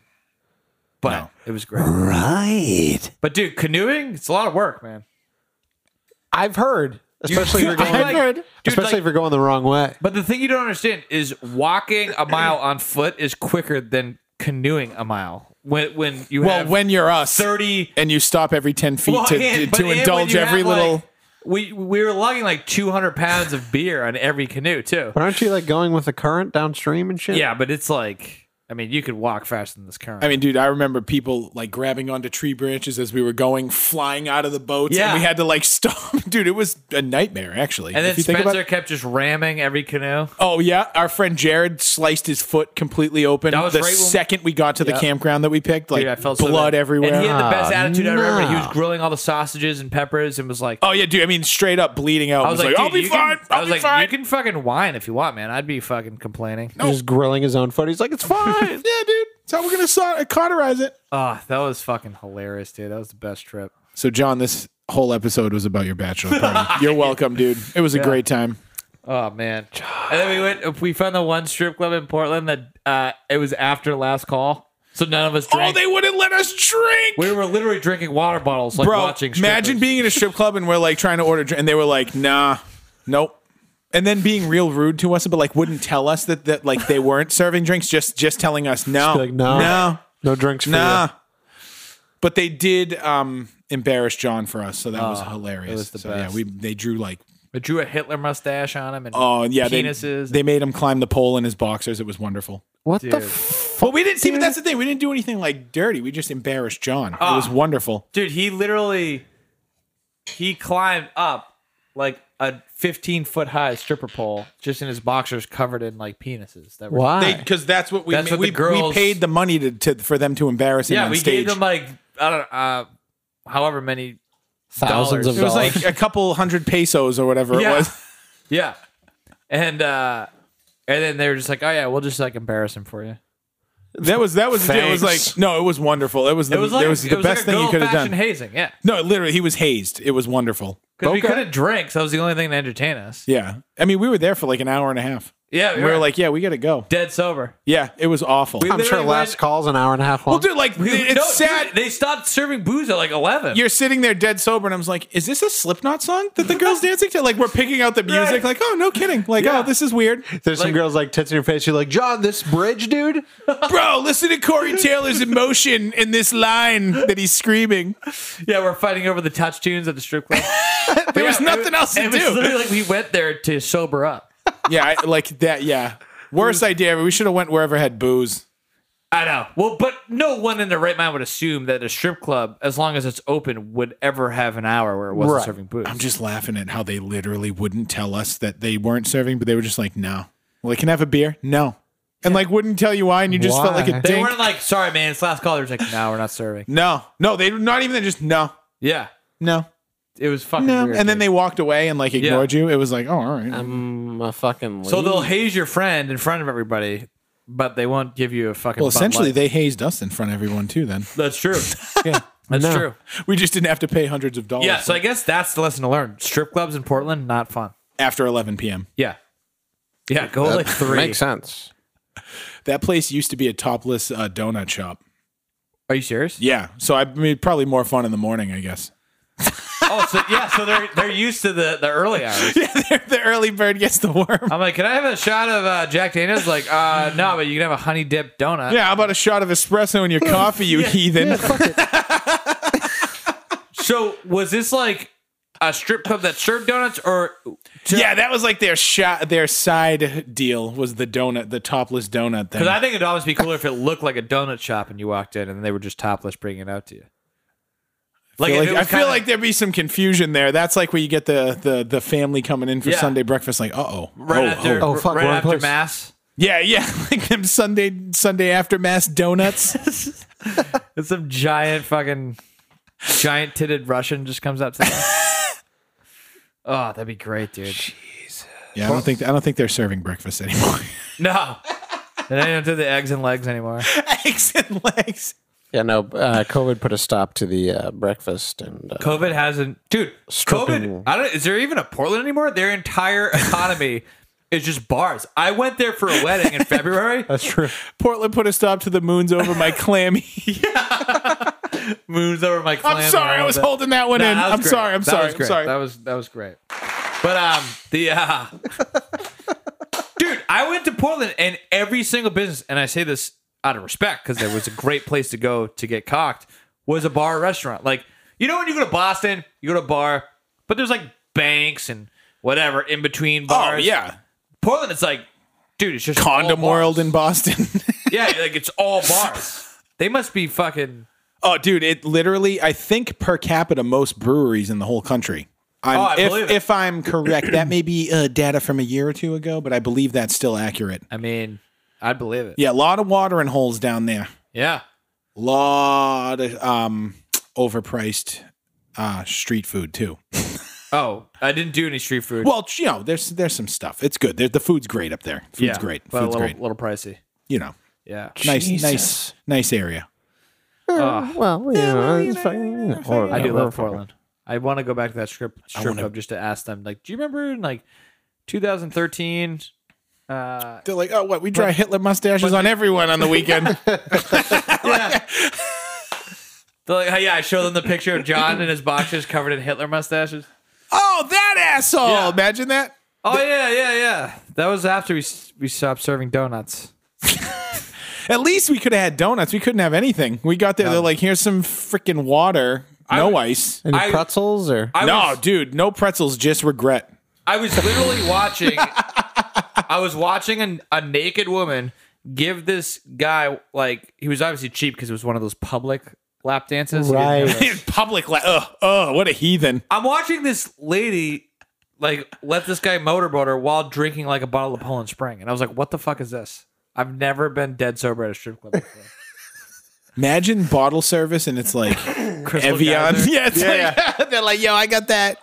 Speaker 1: But it was great.
Speaker 4: Right.
Speaker 1: But dude, canoeing, it's a lot of work, man.
Speaker 3: I've heard, [LAUGHS] especially if you're
Speaker 1: I've
Speaker 3: going,
Speaker 1: heard. Dude,
Speaker 3: especially
Speaker 1: like-
Speaker 3: if you're going the wrong way.
Speaker 1: But the thing you don't understand is walking a mile on foot is quicker than canoeing a mile. When when you
Speaker 2: Well,
Speaker 1: have
Speaker 2: when you're us
Speaker 1: thirty
Speaker 2: and you stop every ten feet
Speaker 1: Well, [LAUGHS]
Speaker 2: to
Speaker 1: and- but
Speaker 2: to
Speaker 1: and when
Speaker 2: indulge
Speaker 1: you
Speaker 2: every
Speaker 1: have, like-
Speaker 2: little.
Speaker 1: we we were lugging like two hundred pounds of beer on every canoe too.
Speaker 3: But aren't you like going with the current downstream and shit?
Speaker 1: Yeah, but it's like I mean, you could walk faster than this current.
Speaker 2: I mean, dude, I remember people like grabbing onto tree branches as we were going, flying out of the boats,
Speaker 1: Yeah.
Speaker 2: and we had to like [LAUGHS] stop. Dude, it was a nightmare, actually.
Speaker 1: and then
Speaker 2: If you think
Speaker 1: Spencer
Speaker 2: about-
Speaker 1: kept just ramming every canoe.
Speaker 2: oh yeah, our friend Jared sliced his foot completely open
Speaker 1: That was
Speaker 2: the
Speaker 1: right when-
Speaker 2: second we got to the campground that we picked. Like
Speaker 1: Dude, I felt so
Speaker 2: blood
Speaker 1: bad.
Speaker 2: everywhere.
Speaker 1: And he had the best
Speaker 3: Ah,
Speaker 1: attitude I remember. He was
Speaker 3: no.
Speaker 1: grilling all the sausages and peppers and was like,
Speaker 2: oh yeah, dude. I mean, straight up bleeding out.
Speaker 1: I was like,
Speaker 2: I'll
Speaker 1: "Dude,
Speaker 2: be
Speaker 1: you
Speaker 2: fine.
Speaker 1: Can,
Speaker 2: I'll
Speaker 1: I was
Speaker 2: be
Speaker 1: like,
Speaker 2: fine. [LAUGHS]
Speaker 1: you can fucking whine if you want, man. I'd be fucking complaining.
Speaker 3: He's just grilling his own foot. He's like, it's fine.
Speaker 2: yeah, dude. That's how we're gonna saw- cauterize it.
Speaker 1: Oh, that was fucking hilarious, dude. That was the best trip.
Speaker 2: So, John, this whole episode was about your bachelor [LAUGHS] party. You're welcome, dude. It was a great time.
Speaker 1: Oh man. [SIGHS] And then we went. We found the one strip club in Portland that uh, it was after last call, so none of us
Speaker 2: Oh,
Speaker 1: drank.
Speaker 2: they wouldn't let us drink.
Speaker 1: we were literally drinking water bottles, like
Speaker 2: Bro,
Speaker 1: watching. Strippers.
Speaker 2: imagine being in a strip club and we're like trying to order, dr- and they were like, "Nah, nope." And then being real rude to us, but like wouldn't tell us that that like they weren't serving drinks, just just telling us no,
Speaker 3: Be like, no,
Speaker 2: no,
Speaker 3: [LAUGHS] no drinks for
Speaker 2: nah.
Speaker 3: you.
Speaker 2: But they did um embarrass John for us, so that was hilarious.
Speaker 1: Ah, was the
Speaker 2: so
Speaker 1: best.
Speaker 2: yeah, we they drew like
Speaker 1: I drew a Hitler mustache on him and
Speaker 2: oh yeah, they,
Speaker 1: penises.
Speaker 2: they made him climb the pole in his boxers. It was wonderful.
Speaker 3: What the?
Speaker 1: Dude.
Speaker 3: F-
Speaker 2: But we didn't see. But that's the thing. We didn't do anything like dirty. We just embarrassed John. it
Speaker 1: Ah.
Speaker 2: was wonderful.
Speaker 1: dude, he literally he climbed up like a 15 foot high stripper pole just in his boxers covered in like penises. That were
Speaker 3: why?
Speaker 2: Because that's what we
Speaker 1: That's
Speaker 2: ma-
Speaker 1: what the
Speaker 2: we,
Speaker 1: girls-
Speaker 2: we paid the money to, to for them to embarrass him
Speaker 1: Yeah,
Speaker 2: on
Speaker 1: we
Speaker 2: stage.
Speaker 1: gave them like I don't know, uh, however many dollars.
Speaker 3: Thousands of
Speaker 1: [LAUGHS]
Speaker 2: it was
Speaker 3: dollars.
Speaker 2: like a couple hundred pesos or whatever
Speaker 1: Yeah.
Speaker 2: it was.
Speaker 1: yeah, and uh, and then they were just like, oh yeah, we'll just like embarrass him for you.
Speaker 2: That was that was it was
Speaker 3: Thanks.
Speaker 2: like no, it was wonderful. It was the,
Speaker 1: It was like
Speaker 2: it was the best thing you could have done.
Speaker 1: Hazing, yeah,
Speaker 2: no, literally, he was hazed. It was wonderful.
Speaker 1: because we
Speaker 3: Okay.
Speaker 1: couldn't drink, so that was the only thing to entertain us.
Speaker 2: Yeah, I mean, we were there for like an hour and a half.
Speaker 1: Yeah,
Speaker 2: we were like, yeah, we got to go.
Speaker 1: dead sober.
Speaker 2: Yeah, it was awful.
Speaker 3: I'm sure
Speaker 1: literally
Speaker 3: last
Speaker 1: went-
Speaker 3: call's an hour and a half long.
Speaker 2: well, dude, like [LAUGHS] it's
Speaker 1: No,
Speaker 2: sad.
Speaker 1: dude, they stopped serving booze at like eleven.
Speaker 2: you're sitting there dead sober, and I'm like, is this a Slipknot song that
Speaker 1: [LAUGHS]
Speaker 2: the girls dancing to? Like, we're picking out the music.
Speaker 1: Right.
Speaker 2: Like, oh, no kidding. Like,
Speaker 1: Yeah.
Speaker 2: oh, this
Speaker 1: [LAUGHS]
Speaker 2: is weird.
Speaker 3: There's some
Speaker 1: like-
Speaker 3: girls like tits in your face. You're like, John, this bridge, dude.
Speaker 2: Bro, listen to Corey Taylor's emotion in this line that he's screaming.
Speaker 1: Yeah, we're fighting over the touch tunes at the strip
Speaker 2: [LAUGHS]
Speaker 1: club.
Speaker 2: There was nothing else to
Speaker 1: it was
Speaker 2: do.
Speaker 1: [LAUGHS] literally like we went there to sober up.
Speaker 2: Yeah, I, like that. Yeah, worst idea. ever. We should have went wherever had booze.
Speaker 1: I know. Well, but no one in their right mind would assume that a strip club, as long as it's open, would ever have an hour where it wasn't
Speaker 3: Right.
Speaker 1: serving booze.
Speaker 2: I'm just laughing at how they literally wouldn't tell us that they weren't serving, but they were just like, no. Well, can I have a beer? No. And like wouldn't tell you why, and you just felt like
Speaker 3: Why?
Speaker 2: a
Speaker 1: they
Speaker 2: dink.
Speaker 1: weren't like, sorry, man, it's last call. They were just like, no, we're not serving.
Speaker 2: no, no, they not even. They just no,
Speaker 1: Yeah.
Speaker 2: no,
Speaker 1: It was fucking
Speaker 2: no.
Speaker 1: weird.
Speaker 2: And then
Speaker 1: dude.
Speaker 2: they walked away and like ignored you. It was like, oh, all right.
Speaker 3: I'm a fucking.
Speaker 1: So they'll haze your friend in front of everybody, but they won't give you a fucking.
Speaker 2: well,
Speaker 1: Bud
Speaker 2: essentially,
Speaker 1: Light.
Speaker 2: they hazed us in front of everyone too. Then [LAUGHS]
Speaker 1: That's true. yeah. [LAUGHS] That's
Speaker 3: No.
Speaker 1: true.
Speaker 2: we just didn't have to pay hundreds of dollars.
Speaker 1: Yeah. So I guess that's the lesson to learn. Strip clubs in Portland, not fun.
Speaker 2: after 11 p.m.
Speaker 1: Yeah. Yeah. Go like three.
Speaker 3: makes [LAUGHS] sense.
Speaker 2: That place used to be a topless uh, donut shop.
Speaker 1: Are you serious?
Speaker 2: Yeah, so I mean, probably more fun in the morning, I guess. [LAUGHS]
Speaker 1: Oh, so yeah, so they're they're used to the the early [LAUGHS] hours.
Speaker 2: the early bird gets the
Speaker 1: [LAUGHS]
Speaker 2: worm.
Speaker 1: I'm like, can I have a shot of uh, Jack Daniels? Like, uh, no, but you can have a honey dip donut.
Speaker 2: Yeah, how about a shot of
Speaker 1: [LAUGHS]
Speaker 2: espresso in your coffee, you heathen?
Speaker 1: So was this like a strip club that served donuts, or
Speaker 2: yeah, that was like their shot, their side deal was the donut, the topless donut thing.
Speaker 1: because I think it'd always be cooler if it looked like a donut shop and you walked in and they were just topless bringing it out to you. Like, if
Speaker 2: I feel, like,
Speaker 1: it was
Speaker 2: I feel
Speaker 1: kinda-
Speaker 2: like there'd be some confusion there. That's like where you get the the, the family coming in for
Speaker 1: Yeah.
Speaker 2: Sunday breakfast, like, uh oh,
Speaker 1: right
Speaker 2: oh,
Speaker 1: after,
Speaker 2: oh.
Speaker 3: oh, fuck,
Speaker 1: right
Speaker 3: wrong
Speaker 1: after
Speaker 3: place.
Speaker 1: mass.
Speaker 2: yeah, yeah, [LAUGHS] like them Sunday Sunday after
Speaker 1: [LAUGHS]
Speaker 2: mass donuts.
Speaker 1: It's some giant fucking giant titted Russian just comes up to them. [LAUGHS] oh, that'd be great, dude.
Speaker 2: yeah, I don't think I don't think they're serving
Speaker 1: [LAUGHS]
Speaker 2: breakfast anymore.
Speaker 1: [LAUGHS] No. They don't do the eggs and legs anymore.
Speaker 2: Eggs and legs.
Speaker 3: Yeah, no. Uh, COVID put a stop to the uh, breakfast and. Uh,
Speaker 1: COVID hasn't, dude.
Speaker 3: Stripping.
Speaker 1: COVID. I don't. Is there even a Portland anymore? Their entire economy is just bars. I went there for a wedding [LAUGHS] in February.
Speaker 3: That's true.
Speaker 2: Portland put a stop to the moons
Speaker 1: [LAUGHS]
Speaker 2: over my clammy.
Speaker 1: Moons over my clan.
Speaker 2: I'm sorry, I was holding that one in. I'm sorry, I'm sorry, I'm sorry.
Speaker 1: That was that was great. But um the uh [LAUGHS] Dude, I went to Portland and every single business, and I say this out of respect because it was a great place to go to get cocked, was a bar or restaurant. Like, you know when you go to Boston, you go to a bar, but there's like banks and whatever in between
Speaker 2: oh
Speaker 1: bars.
Speaker 2: yeah,
Speaker 1: Portland it's like, dude, it's just all
Speaker 2: condom
Speaker 1: bars.
Speaker 2: world in Boston. [LAUGHS]
Speaker 1: Yeah, like it's all bars. They must be fucking
Speaker 2: oh, dude, it literally. I think per capita, most breweries in the whole country. I'm,
Speaker 1: Oh, I
Speaker 2: if,
Speaker 1: believe it.
Speaker 2: if I'm correct, that may be uh, data from a year or two ago, but I believe that's still accurate.
Speaker 1: I mean, I'd believe it.
Speaker 2: Yeah, a lot of watering holes down there.
Speaker 1: Yeah.
Speaker 2: lot of um, overpriced uh, street food too.
Speaker 1: Oh, I didn't do any street food.
Speaker 2: Well, you know, there's there's some stuff. It's good. There, the food's great up there. Food's
Speaker 1: yeah,
Speaker 2: great.
Speaker 1: but
Speaker 2: Food's
Speaker 1: a little,
Speaker 2: great.
Speaker 1: little pricey.
Speaker 2: You know,
Speaker 1: Yeah.
Speaker 2: nice, nice, nice area.
Speaker 3: Well, you know, it's fucking, you know, or-
Speaker 1: I do
Speaker 3: or-
Speaker 1: love Portland. I want to go back to that strip strip
Speaker 2: wanna-
Speaker 1: club just to ask them, like, do you remember in like 2013? Uh,
Speaker 2: They're like, oh, what? We dry Hitler mustaches on everyone on the
Speaker 1: [LAUGHS]
Speaker 2: weekend.
Speaker 1: yeah. They're like, "Oh, yeah, I show them the picture of John and his boxers covered in Hitler mustaches.
Speaker 2: oh, that asshole!
Speaker 1: Yeah.
Speaker 2: Imagine that.
Speaker 1: Oh yeah, yeah, yeah. That was after we s- we stopped serving donuts.
Speaker 2: At least we could have had donuts. We couldn't have anything. We got there. They're like, here's some freaking water. No
Speaker 1: would-
Speaker 2: ice.
Speaker 3: Any
Speaker 1: I-
Speaker 3: pretzels or
Speaker 1: I
Speaker 2: no,
Speaker 1: was,
Speaker 2: dude. No pretzels. Just regret.
Speaker 1: I was literally watching. I was watching a, a naked woman give this guy like he was obviously cheap because it was one of those public lap dances. He didn't have
Speaker 3: Right.
Speaker 1: a-
Speaker 2: Public. La- ugh, ugh, what a heathen.
Speaker 1: I'm watching this lady like let this guy motorboat her while drinking like a bottle of Poland Spring, and I was like, "What the fuck is this?" I've never been dead sober at a strip club. [LAUGHS] Before.
Speaker 2: Imagine bottle service, and it's [COUGHS] like.
Speaker 1: Crystal
Speaker 2: Evian.
Speaker 1: Geyser.
Speaker 2: Yeah, it's like, [LAUGHS] they're like, yo, I got that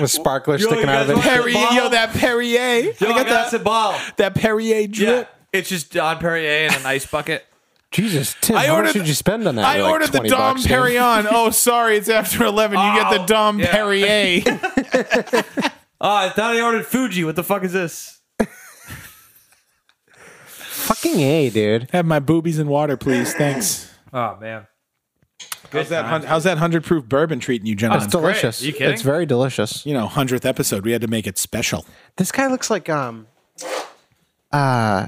Speaker 3: with sparklers sticking
Speaker 1: guys
Speaker 3: out of
Speaker 1: want-
Speaker 3: it?
Speaker 2: Perrier,
Speaker 1: bottle?
Speaker 2: yo, that Perrier.
Speaker 1: Yo,
Speaker 2: I got that,
Speaker 1: that ball.
Speaker 2: that Perrier
Speaker 1: Yeah,
Speaker 2: drip.
Speaker 1: it's just Don Perrier in an ice [LAUGHS] bucket.
Speaker 3: Jesus, Tim,
Speaker 2: I
Speaker 3: how much
Speaker 2: ordered-
Speaker 3: did you spend on that?
Speaker 2: I
Speaker 3: You're like,
Speaker 2: ordered the
Speaker 3: 20
Speaker 2: Dom
Speaker 3: bucks,
Speaker 2: [LAUGHS]
Speaker 3: dude.
Speaker 2: Perignon. oh, sorry, it's after 11. You get the
Speaker 1: Oh,
Speaker 2: Dom
Speaker 1: yeah.
Speaker 2: Perrier.
Speaker 1: Oh, I thought I ordered Fuji. What the fuck is this?
Speaker 3: Fucking a, dude.
Speaker 2: [LAUGHS] Have my boobies in water, please. Thanks.
Speaker 1: Oh man,
Speaker 2: How's that, hun- how's that 100 proof bourbon treating you,
Speaker 3: It's
Speaker 2: gentlemen?
Speaker 3: delicious.
Speaker 1: You kidding?
Speaker 3: It's very delicious.
Speaker 2: you know, 100th episode. We had to make it special.
Speaker 3: This guy looks like um, uh,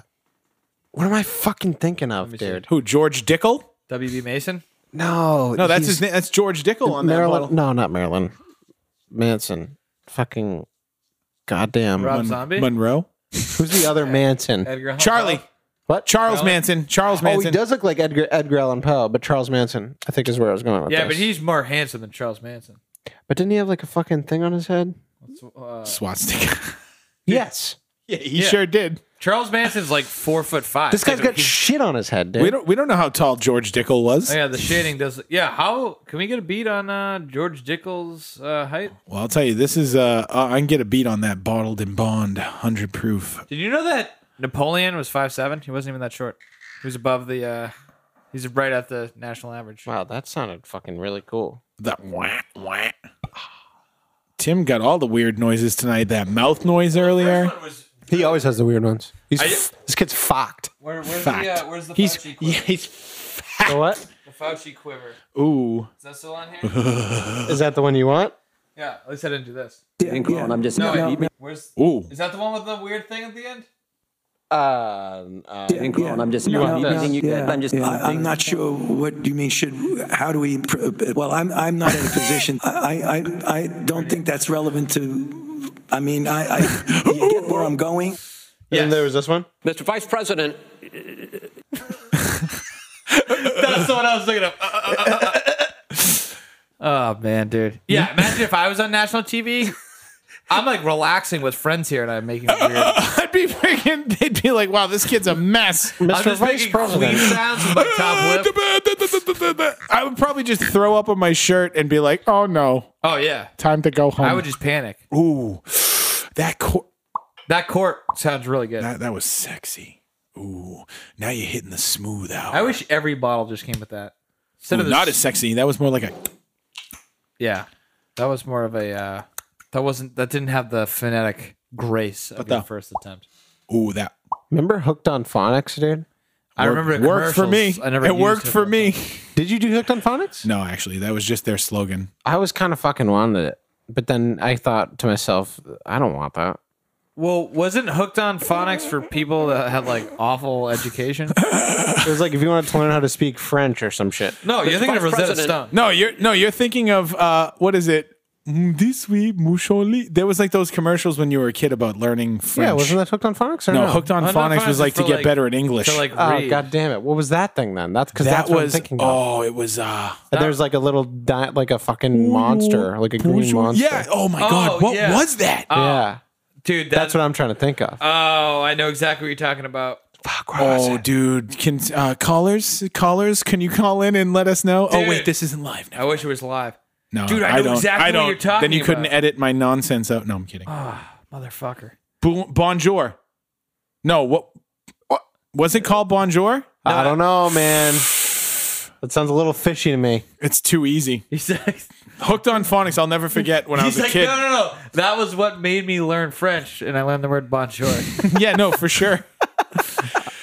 Speaker 3: what am I fucking thinking of, dude?
Speaker 2: Who, George Dickel?
Speaker 1: WB Mason.
Speaker 3: No,
Speaker 2: No, that's
Speaker 3: he's-
Speaker 2: his name. That's George Dickel on that
Speaker 3: Marilyn.
Speaker 2: bottle.
Speaker 3: No, not Marilyn. Manson. Fucking goddamn.
Speaker 1: Rob
Speaker 2: Mon-
Speaker 1: Zombie.
Speaker 2: Monroe?
Speaker 3: Who's the other Manson?
Speaker 1: Edgar Allan
Speaker 2: Uh-huh. Charlie.
Speaker 1: Poe.
Speaker 3: What?
Speaker 2: Charles Manson. Charles
Speaker 3: Oh, he
Speaker 2: Manson.
Speaker 3: does look like Edgar Edgar Allan Poe, but Charles Manson, I think, is where I was going with
Speaker 1: Yeah,
Speaker 3: this.
Speaker 1: but he's more handsome than Charles Manson.
Speaker 3: But didn't he have like a fucking thing on his head?
Speaker 1: uh,
Speaker 2: Swastika.
Speaker 3: Yes.
Speaker 2: yeah, he sure did.
Speaker 1: Charles Manson's like four foot five.
Speaker 3: This guy's
Speaker 1: So
Speaker 3: got
Speaker 1: he-
Speaker 3: shit on his head,
Speaker 2: We
Speaker 3: dude.
Speaker 2: don't we don't know how tall George Dickel was.
Speaker 1: Oh, yeah, the shading does. Yeah, how can we get a beat on uh, George Dickel's uh, height?
Speaker 2: Well, I'll tell you, this is uh, uh I can get a beat on that bottled and bond, hundred proof.
Speaker 1: Did you know that Napoleon was five seven? He wasn't even that short. He was above the. Uh, he's right at the national average.
Speaker 3: Wow, that sounded fucking really cool.
Speaker 2: That wah, wah. Tim got all the weird noises tonight. That mouth noise earlier.
Speaker 3: He always has the weird ones. He's
Speaker 1: I-
Speaker 3: f- this kid's fucked.
Speaker 1: Where, where's
Speaker 2: Fact.
Speaker 1: where's the
Speaker 2: he's
Speaker 1: Fauci
Speaker 2: yeah,
Speaker 1: quiver?
Speaker 2: he's fat.
Speaker 3: what?
Speaker 1: The Fauci quiver.
Speaker 2: Ooh,
Speaker 1: Is that still on here?
Speaker 3: Is that the one you want?
Speaker 1: yeah. At least I didn't do this.
Speaker 6: And Colin, I'm just
Speaker 1: No, wait, Where's?
Speaker 2: ooh. [LAUGHS]
Speaker 1: Is that the one with the weird thing at the end?
Speaker 3: Uh, uh
Speaker 6: And Colin, I'm just
Speaker 3: want this?
Speaker 6: you.
Speaker 5: Yeah,
Speaker 6: I'm just
Speaker 5: I, am not sure what you mean. Should how do we? pr- Well, I'm I'm not in a position. I I, I don't think that's relevant to. I mean, I, I you get where I'm going.
Speaker 3: and there was this one.
Speaker 8: Mr. Vice President,
Speaker 1: [LAUGHS] That's the one I was thinking of. Uh, uh, uh, uh, uh. oh man, dude. Yeah, imagine if I was on national TV. I'm like relaxing with friends here, and I'm making weird.
Speaker 2: I'd be freaking. They'd be like, "Wow, this kid's a mess."
Speaker 1: I'm just making queen sounds with my top
Speaker 2: [LAUGHS]
Speaker 1: lip.
Speaker 2: I would probably just throw up on my shirt and be like, "Oh no,
Speaker 1: Oh yeah,
Speaker 2: time to go home."
Speaker 1: I would just panic.
Speaker 2: ooh, that cor-
Speaker 1: That court sounds really good.
Speaker 2: that that was sexy. Ooh, now you're hitting the smooth out.
Speaker 1: I wish every bottle just came with that. Instead of the
Speaker 2: not
Speaker 1: s-
Speaker 2: as sexy. That was more like a.
Speaker 1: yeah, that was more of a. Uh, that wasn't. That didn't have the phonetic grace of your
Speaker 2: the-
Speaker 1: first attempt.
Speaker 2: Ooh, that
Speaker 3: Remember Hooked on Phonics, dude?
Speaker 1: I remember it
Speaker 2: worked for me.
Speaker 1: I never
Speaker 2: it
Speaker 1: used
Speaker 2: worked for me.
Speaker 3: Did you do Hooked on Phonics?
Speaker 2: No, actually, that was just their slogan.
Speaker 3: I was kind of fucking wanted it, but then I thought to myself, I don't want that.
Speaker 1: Well, wasn't hooked on phonics for people that had like awful
Speaker 2: [LAUGHS]
Speaker 1: education?
Speaker 3: It was like if you wanted to learn how to speak French or some shit.
Speaker 1: No, you're thinking of
Speaker 6: vice
Speaker 1: Rosetta
Speaker 6: president.
Speaker 1: Stone.
Speaker 2: No, you're no, you're thinking of uh, what is it? Mm, This way, Musholi. There was like those commercials when you were a kid about learning French.
Speaker 3: Yeah, wasn't that Hooked on Phonics? Or
Speaker 2: No,
Speaker 3: no,
Speaker 2: hooked on
Speaker 1: Oh, no,
Speaker 2: phonics
Speaker 1: is
Speaker 2: was like to
Speaker 1: for,
Speaker 2: get better at English.
Speaker 1: To like
Speaker 3: Oh
Speaker 1: read.
Speaker 3: god damn it! What was that thing then? That's because
Speaker 2: that
Speaker 3: that's what I'm
Speaker 2: was
Speaker 3: thinking about.
Speaker 2: oh, it was uh
Speaker 3: And There's like a little di- like a fucking monster, like a green monster.
Speaker 2: Yeah. Oh my
Speaker 1: Oh,
Speaker 2: god, what
Speaker 1: yeah. Ah.
Speaker 2: was that?
Speaker 3: yeah.
Speaker 1: dude,
Speaker 3: That's
Speaker 1: that's
Speaker 3: what I'm trying to think of.
Speaker 1: Oh, I know exactly what you're talking about.
Speaker 2: oh, dude, can uh, callers callers can you call in and let us know? Oh
Speaker 1: Dude.
Speaker 2: wait, this isn't live now.
Speaker 1: I wish it was live.
Speaker 2: No,
Speaker 1: Dude, I know
Speaker 2: don't.
Speaker 1: exactly
Speaker 2: I
Speaker 1: what
Speaker 2: don't.
Speaker 1: you're talking
Speaker 2: Then you couldn't
Speaker 1: about. Ah.
Speaker 2: edit my nonsense out. No, I'm kidding.
Speaker 1: Motherfucker.
Speaker 2: Bo- bonjour. No, what, what was it called? Bonjour.
Speaker 3: I don't know, man. That sounds a little fishy to me.
Speaker 2: It's too easy.
Speaker 1: He's like,
Speaker 2: Hooked on phonics. I'll never forget when I was
Speaker 1: he's
Speaker 2: a
Speaker 1: like
Speaker 2: kid.
Speaker 1: no, no, no. That was what made me learn French, and I learned the word bonjour.
Speaker 2: yeah, no, for sure.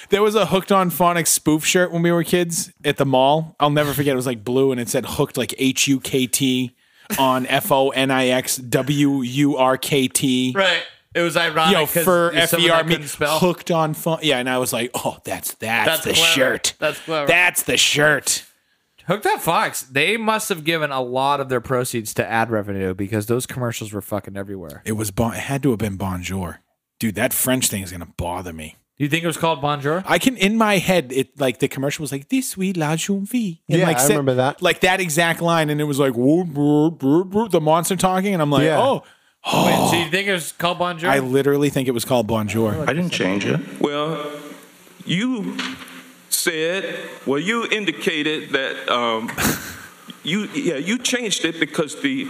Speaker 2: There was a hooked on phonics spoof shirt when we were kids at the mall. I'll never forget. It was like blue and it said hooked like H U K T on F O N I X W U R K T.
Speaker 1: right. It was ironic.
Speaker 2: Yo,
Speaker 1: 'cause
Speaker 2: for
Speaker 1: it's
Speaker 2: F
Speaker 1: someone
Speaker 2: E
Speaker 1: that
Speaker 2: R me
Speaker 1: couldn't spell.
Speaker 2: hooked on fun. Yeah, and I was like, oh, that's that's,
Speaker 1: That's
Speaker 2: the
Speaker 1: clever.
Speaker 2: shirt.
Speaker 1: That's clever.
Speaker 2: That's the shirt.
Speaker 1: Hooked up Fox. They must have given a lot of their proceeds to ad revenue because those commercials were fucking everywhere.
Speaker 2: It was bon- it had to have been bonjour. Dude, that French thing is gonna bother me.
Speaker 1: You think it was called bonjour?
Speaker 2: I can in my head it like the commercial was like this we la jeune fille. And,
Speaker 3: Yeah,
Speaker 2: like,
Speaker 3: I
Speaker 2: said-
Speaker 3: remember that.
Speaker 2: Like that exact line, and it was like woo, brr, brr, brr, the monster talking, and I'm like,
Speaker 3: Yeah.
Speaker 2: [GASPS]
Speaker 1: Wait,
Speaker 2: oh,
Speaker 1: so you think it was called bonjour?
Speaker 2: I literally think it was called
Speaker 3: Oh,
Speaker 2: Bonjour.
Speaker 8: I didn't change it.
Speaker 10: Well, you said, well, you indicated that um, you, yeah, you changed it because the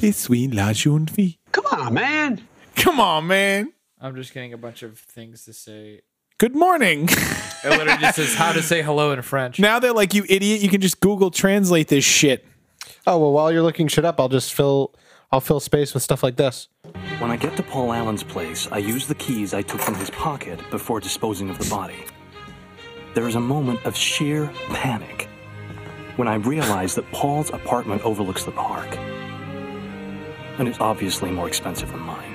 Speaker 2: This we la jeune fille. Come on, man. Come on, man.
Speaker 1: I'm just getting a bunch of things to say.
Speaker 2: Good morning. [LAUGHS]
Speaker 1: It literally just says how to say hello in French.
Speaker 2: now they're like, you idiot, you can just Google translate this shit.
Speaker 3: Oh well, while you're looking shit up, I'll just fill I'll fill space with stuff like this.
Speaker 11: When I get to Paul Allen's place, I use the keys I took from his pocket before disposing of the body. There is a moment of sheer panic when I realize that Paul's apartment overlooks the park and is obviously more expensive than mine.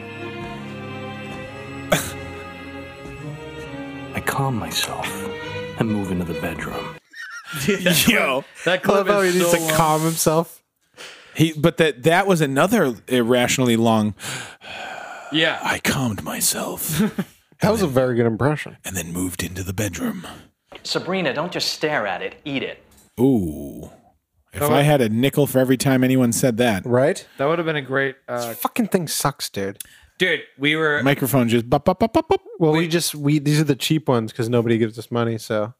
Speaker 11: I calm myself and move into the bedroom.
Speaker 2: Yo.
Speaker 1: That clip is so long.
Speaker 3: calm himself.
Speaker 2: He, but that that was another irrationally long.
Speaker 1: yeah.
Speaker 2: I calmed myself [LAUGHS]
Speaker 3: That was a very good impression.
Speaker 2: and then moved into the bedroom.
Speaker 11: Sabrina, don't just stare at it, eat it.
Speaker 2: Ooh. If I had a nickel for every time anyone said that,
Speaker 3: Right?
Speaker 1: That would have been a great uh,
Speaker 3: Fucking thing sucks, dude.
Speaker 1: dude. We were
Speaker 2: microphone just bop, bop, bop, bop, bop.
Speaker 3: Well, we just we these are the cheap ones because nobody gives us money. So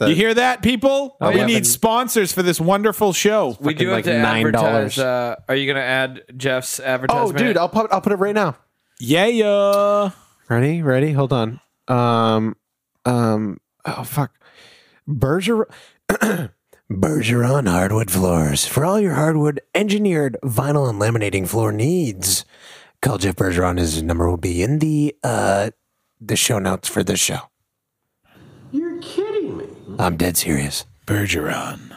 Speaker 1: Uh,
Speaker 2: You hear that, people?
Speaker 3: Oh,
Speaker 2: we
Speaker 3: yeah.
Speaker 2: need sponsors for this wonderful show.
Speaker 1: we do have
Speaker 3: like
Speaker 1: to advertise.
Speaker 3: $9.
Speaker 1: Uh, are you gonna add Jeff's
Speaker 3: oh,
Speaker 1: advertisement?
Speaker 3: dude, I'll put I'll put it right now.
Speaker 2: Yeah, yeah.
Speaker 3: Ready? Ready? Hold on. Um, um. Oh fuck. Bergeron.
Speaker 4: [CLEARS THROAT] Bergeron Hardwood Floors. For all your hardwood engineered vinyl and laminating floor needs, call Jeff Bergeron. His number will be in the uh the show notes for this show.
Speaker 11: You're kidding me.
Speaker 4: I'm dead serious.
Speaker 2: Bergeron.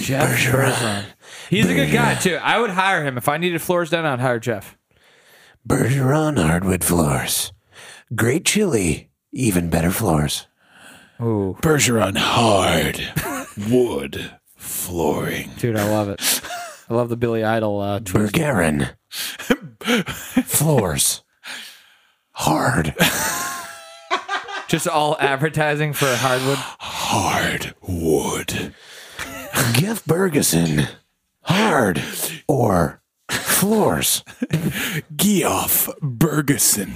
Speaker 1: Jeff Bergeron. He's a good guy too. I would hire him if I needed floors done. I'd hire Jeff.
Speaker 4: Bergeron Hardwood Floors. Great chili, even better floors.
Speaker 2: Bergeron hard wood flooring.
Speaker 1: Dude, I love it.
Speaker 2: [LAUGHS]
Speaker 1: I love the Billy Idol. Uh, tw-
Speaker 4: Bergeron Floors. Hard.
Speaker 1: just all advertising for [GASPS] hardwood.
Speaker 2: Hard wood.
Speaker 4: Jeff Bergeson. Hard or floors.
Speaker 2: Geoff Bergeson.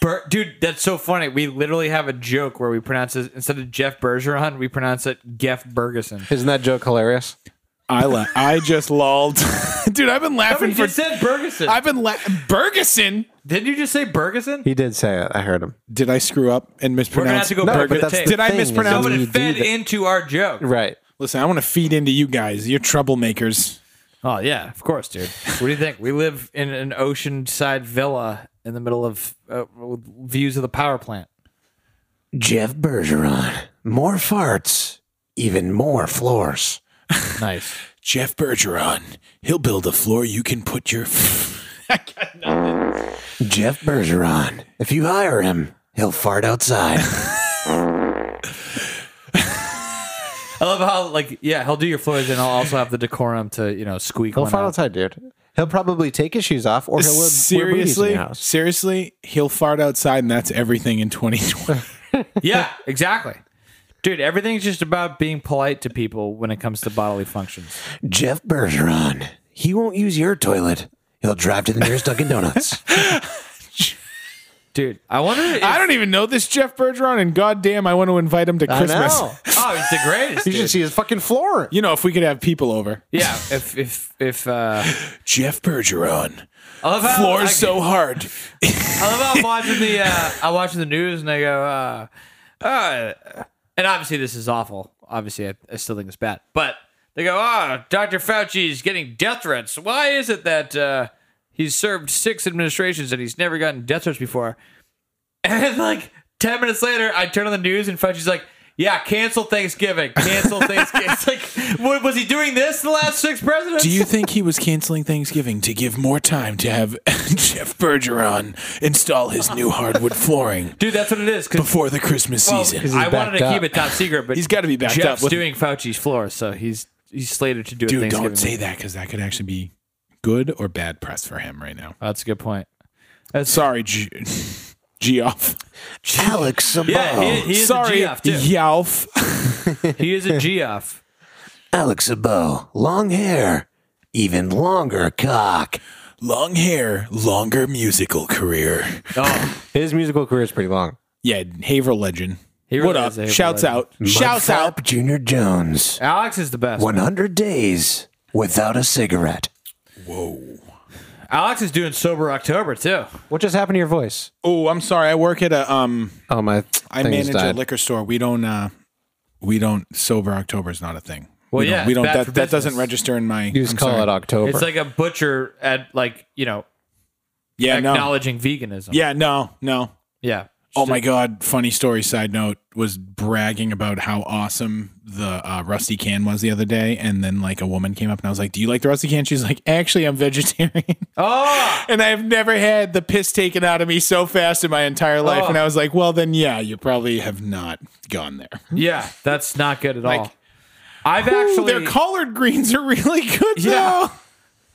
Speaker 1: Ber- Dude, that's so funny. We literally have a joke where we pronounce it instead of Jeff Bergeron, we pronounce it Geff Bergeson.
Speaker 3: Isn't that joke hilarious?
Speaker 2: I la- I just lolled. [LAUGHS] Dude, I've been laughing
Speaker 1: Nobody
Speaker 2: for.
Speaker 1: just said Bergeson.
Speaker 2: I've been la- Bergeson.
Speaker 1: Didn't you just say Bergeson?
Speaker 3: He did say it. I heard him.
Speaker 2: Did I screw up and
Speaker 1: have
Speaker 2: mispronounce?
Speaker 1: to go No, back to but the that's tape. the
Speaker 2: Did I
Speaker 3: thing is
Speaker 2: mispronounce?
Speaker 3: that
Speaker 1: Somebody
Speaker 3: we do
Speaker 1: fed
Speaker 3: that.
Speaker 1: into our joke.
Speaker 3: Right.
Speaker 2: Listen, I want to feed into you guys. You're troublemakers.
Speaker 1: Oh yeah, of course, dude. What do you think? We live in an oceanside villa in the middle of uh, with views of the power plant.
Speaker 4: Jeff Bergeron. More farts, even more floors.
Speaker 1: Nice.
Speaker 2: Jeff Bergeron. He'll build a floor you can put your. [LAUGHS]
Speaker 4: Jeff Bergeron. If you hire him, he'll fart outside.
Speaker 1: I love how like yeah, he'll do your floors and he'll also have the decorum to you know squeak.
Speaker 3: [LAUGHS] He'll
Speaker 1: one
Speaker 3: fart
Speaker 1: out.
Speaker 3: outside, dude. He'll probably take his shoes off, or he'll wear, wear booties in the
Speaker 2: seriously,
Speaker 3: house.
Speaker 2: seriously, he'll fart outside, and that's everything in 2020.
Speaker 1: Yeah, [LAUGHS] exactly. Dude, everything's just about being polite to people when it comes to bodily functions.
Speaker 4: Jeff Bergeron. He won't use your toilet. He'll drive to the nearest
Speaker 2: [LAUGHS]
Speaker 4: Dunkin' Donuts.
Speaker 1: Dude, I wonder if
Speaker 2: [LAUGHS] I don't even know this Jeff Bergeron, and goddamn, I want to invite him to
Speaker 3: I
Speaker 2: Christmas.
Speaker 3: know.
Speaker 1: [LAUGHS] Oh, it's the greatest.
Speaker 3: [LAUGHS] You should
Speaker 1: dude.
Speaker 3: see his fucking floor.
Speaker 2: You know, if we could have people over.
Speaker 1: [LAUGHS] Yeah, if if if uh
Speaker 2: Jeff Bergeron.
Speaker 1: I love how
Speaker 2: Floor's
Speaker 1: I,
Speaker 2: so hard.
Speaker 1: I love how I'm watching the uh I'm watching the news and I go uh, uh and obviously this is awful. Obviously I, I still think it's bad. But they go, "Ah, Dr. Fauci's getting death threats. Why is it that uh he's served six administrations and he's never gotten death threats before?" [LAUGHS] And like 10 minutes later, I turn on the news and Fauci's like, yeah, cancel Thanksgiving.
Speaker 2: [LAUGHS]
Speaker 1: Cancel Thanksgiving. it's like, what, was he doing this the last six presidents?
Speaker 2: Do you think he was canceling Thanksgiving to give more time to have [LAUGHS] Jeff Bergeron install his new hardwood flooring
Speaker 1: Dude, that's what it is. 'cause-
Speaker 2: before the Christmas
Speaker 1: well,
Speaker 2: season?
Speaker 1: I wanted
Speaker 3: backed
Speaker 1: to
Speaker 3: up.
Speaker 1: keep it top secret, but
Speaker 2: [LAUGHS] He's gotta be backed
Speaker 1: Jeff's
Speaker 2: up with-
Speaker 1: doing Fauci's floor, so he's he's slated to do a
Speaker 2: Dude,
Speaker 1: Thanksgiving.
Speaker 2: don't say that because that could actually be good or bad press for him right now.
Speaker 1: Oh, that's a good point.
Speaker 2: Sorry, G, [LAUGHS] G off.
Speaker 4: Alex Sabal.
Speaker 1: Yeah, he, he is
Speaker 2: Oh, Sorry,
Speaker 1: a GF too.
Speaker 2: [LAUGHS] Yalf.
Speaker 1: He is a
Speaker 2: [LAUGHS]
Speaker 1: GF.
Speaker 4: Alex Sabal. Long hair, even longer cock.
Speaker 2: Long hair, longer musical career.
Speaker 1: Oh,
Speaker 3: His musical career is pretty long.
Speaker 2: Yeah, Haver legend.
Speaker 1: He
Speaker 2: what
Speaker 1: really
Speaker 2: up?
Speaker 1: is a Haver
Speaker 2: Shouts
Speaker 1: legend.
Speaker 2: out. Shouts out.
Speaker 4: Mudflap Junior Jones.
Speaker 1: Alex is the best.
Speaker 4: 100 days without a cigarette.
Speaker 1: Alex is doing sober October too.
Speaker 3: What just happened to your voice?
Speaker 2: Oh, I'm sorry. I work at a um.
Speaker 3: Oh my!
Speaker 2: I
Speaker 3: thing
Speaker 2: manage
Speaker 3: just
Speaker 2: a
Speaker 3: died.
Speaker 2: liquor store. We don't. uh We don't. Sober October is not a thing.
Speaker 1: Well,
Speaker 2: we don't-
Speaker 1: yeah,
Speaker 2: we
Speaker 1: it's
Speaker 2: don't.
Speaker 1: bad
Speaker 2: That,
Speaker 1: for
Speaker 2: that doesn't
Speaker 1: business.
Speaker 2: register in my.
Speaker 3: You just
Speaker 2: I'm
Speaker 3: call
Speaker 2: sorry.
Speaker 3: it October.
Speaker 1: It's like a butcher at like you know
Speaker 2: Yeah. No.
Speaker 1: acknowledging veganism.
Speaker 2: Yeah. No. No.
Speaker 1: yeah.
Speaker 2: Oh my God! Funny story. Side note was bragging about how awesome the uh, rusty can was the other day, and then like a woman came up and I was like, "Do you like the rusty can?" She's like, "Actually, I'm vegetarian."
Speaker 1: Oh,
Speaker 2: [LAUGHS] and I've never had the piss taken out of me so fast in my entire life.
Speaker 1: Oh.
Speaker 2: And I was like, well, then yeah, you probably have not gone there.
Speaker 1: yeah. That's not good at all.
Speaker 2: Like,
Speaker 1: I've
Speaker 2: Ooh,
Speaker 1: actually
Speaker 2: their collard greens are [LAUGHS] really good
Speaker 1: Yeah.
Speaker 2: yeah.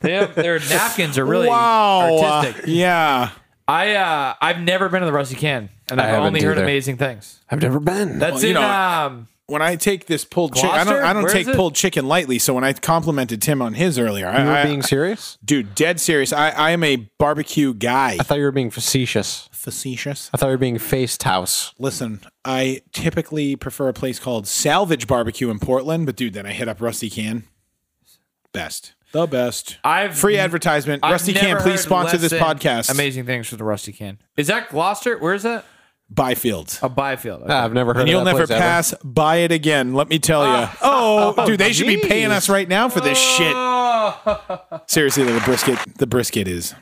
Speaker 1: they have, their napkins are really
Speaker 2: wow.
Speaker 1: artistic.
Speaker 2: Yeah.
Speaker 1: I uh, I've never been to the Rusty Can, and I've
Speaker 3: haven't
Speaker 1: only heard
Speaker 3: either.
Speaker 1: amazing things.
Speaker 4: I've never been.
Speaker 1: That's
Speaker 2: you
Speaker 1: in
Speaker 2: know-
Speaker 1: um,
Speaker 2: When I take this pulled chicken, I don't,
Speaker 1: Gloucester?
Speaker 2: I don't
Speaker 1: Where
Speaker 2: take
Speaker 1: is it?
Speaker 2: pulled chicken lightly. So when I complimented Tim on his earlier,
Speaker 3: you were
Speaker 2: I, I,
Speaker 3: being serious.
Speaker 2: dude, dead serious. I, I am a barbecue guy.
Speaker 3: I thought you were being facetious.
Speaker 2: [LAUGHS] Facetious.
Speaker 3: I thought you were being faced house.
Speaker 2: Listen, I typically prefer a place called Salvage Barbecue in Portland, but dude, then I hit up Rusty Can. Best. The best.
Speaker 1: I've
Speaker 2: Free advertisement.
Speaker 1: I've
Speaker 2: Rusty
Speaker 1: never
Speaker 2: Can, please
Speaker 1: heard
Speaker 2: sponsor
Speaker 1: less
Speaker 2: this
Speaker 1: than
Speaker 2: podcast.
Speaker 1: Amazing things for the Rusty Can. Is that Gloucester? Where is that?
Speaker 2: Byfield.
Speaker 1: A Byfield. Okay.
Speaker 3: Ah, I've never heard.
Speaker 2: And
Speaker 3: of
Speaker 2: you'll
Speaker 3: that
Speaker 2: never
Speaker 3: place ever.
Speaker 2: pass. Buy it again. Let me tell you. Oh, dude, they should be paying us right now for this shit. Seriously, the brisket. The brisket is.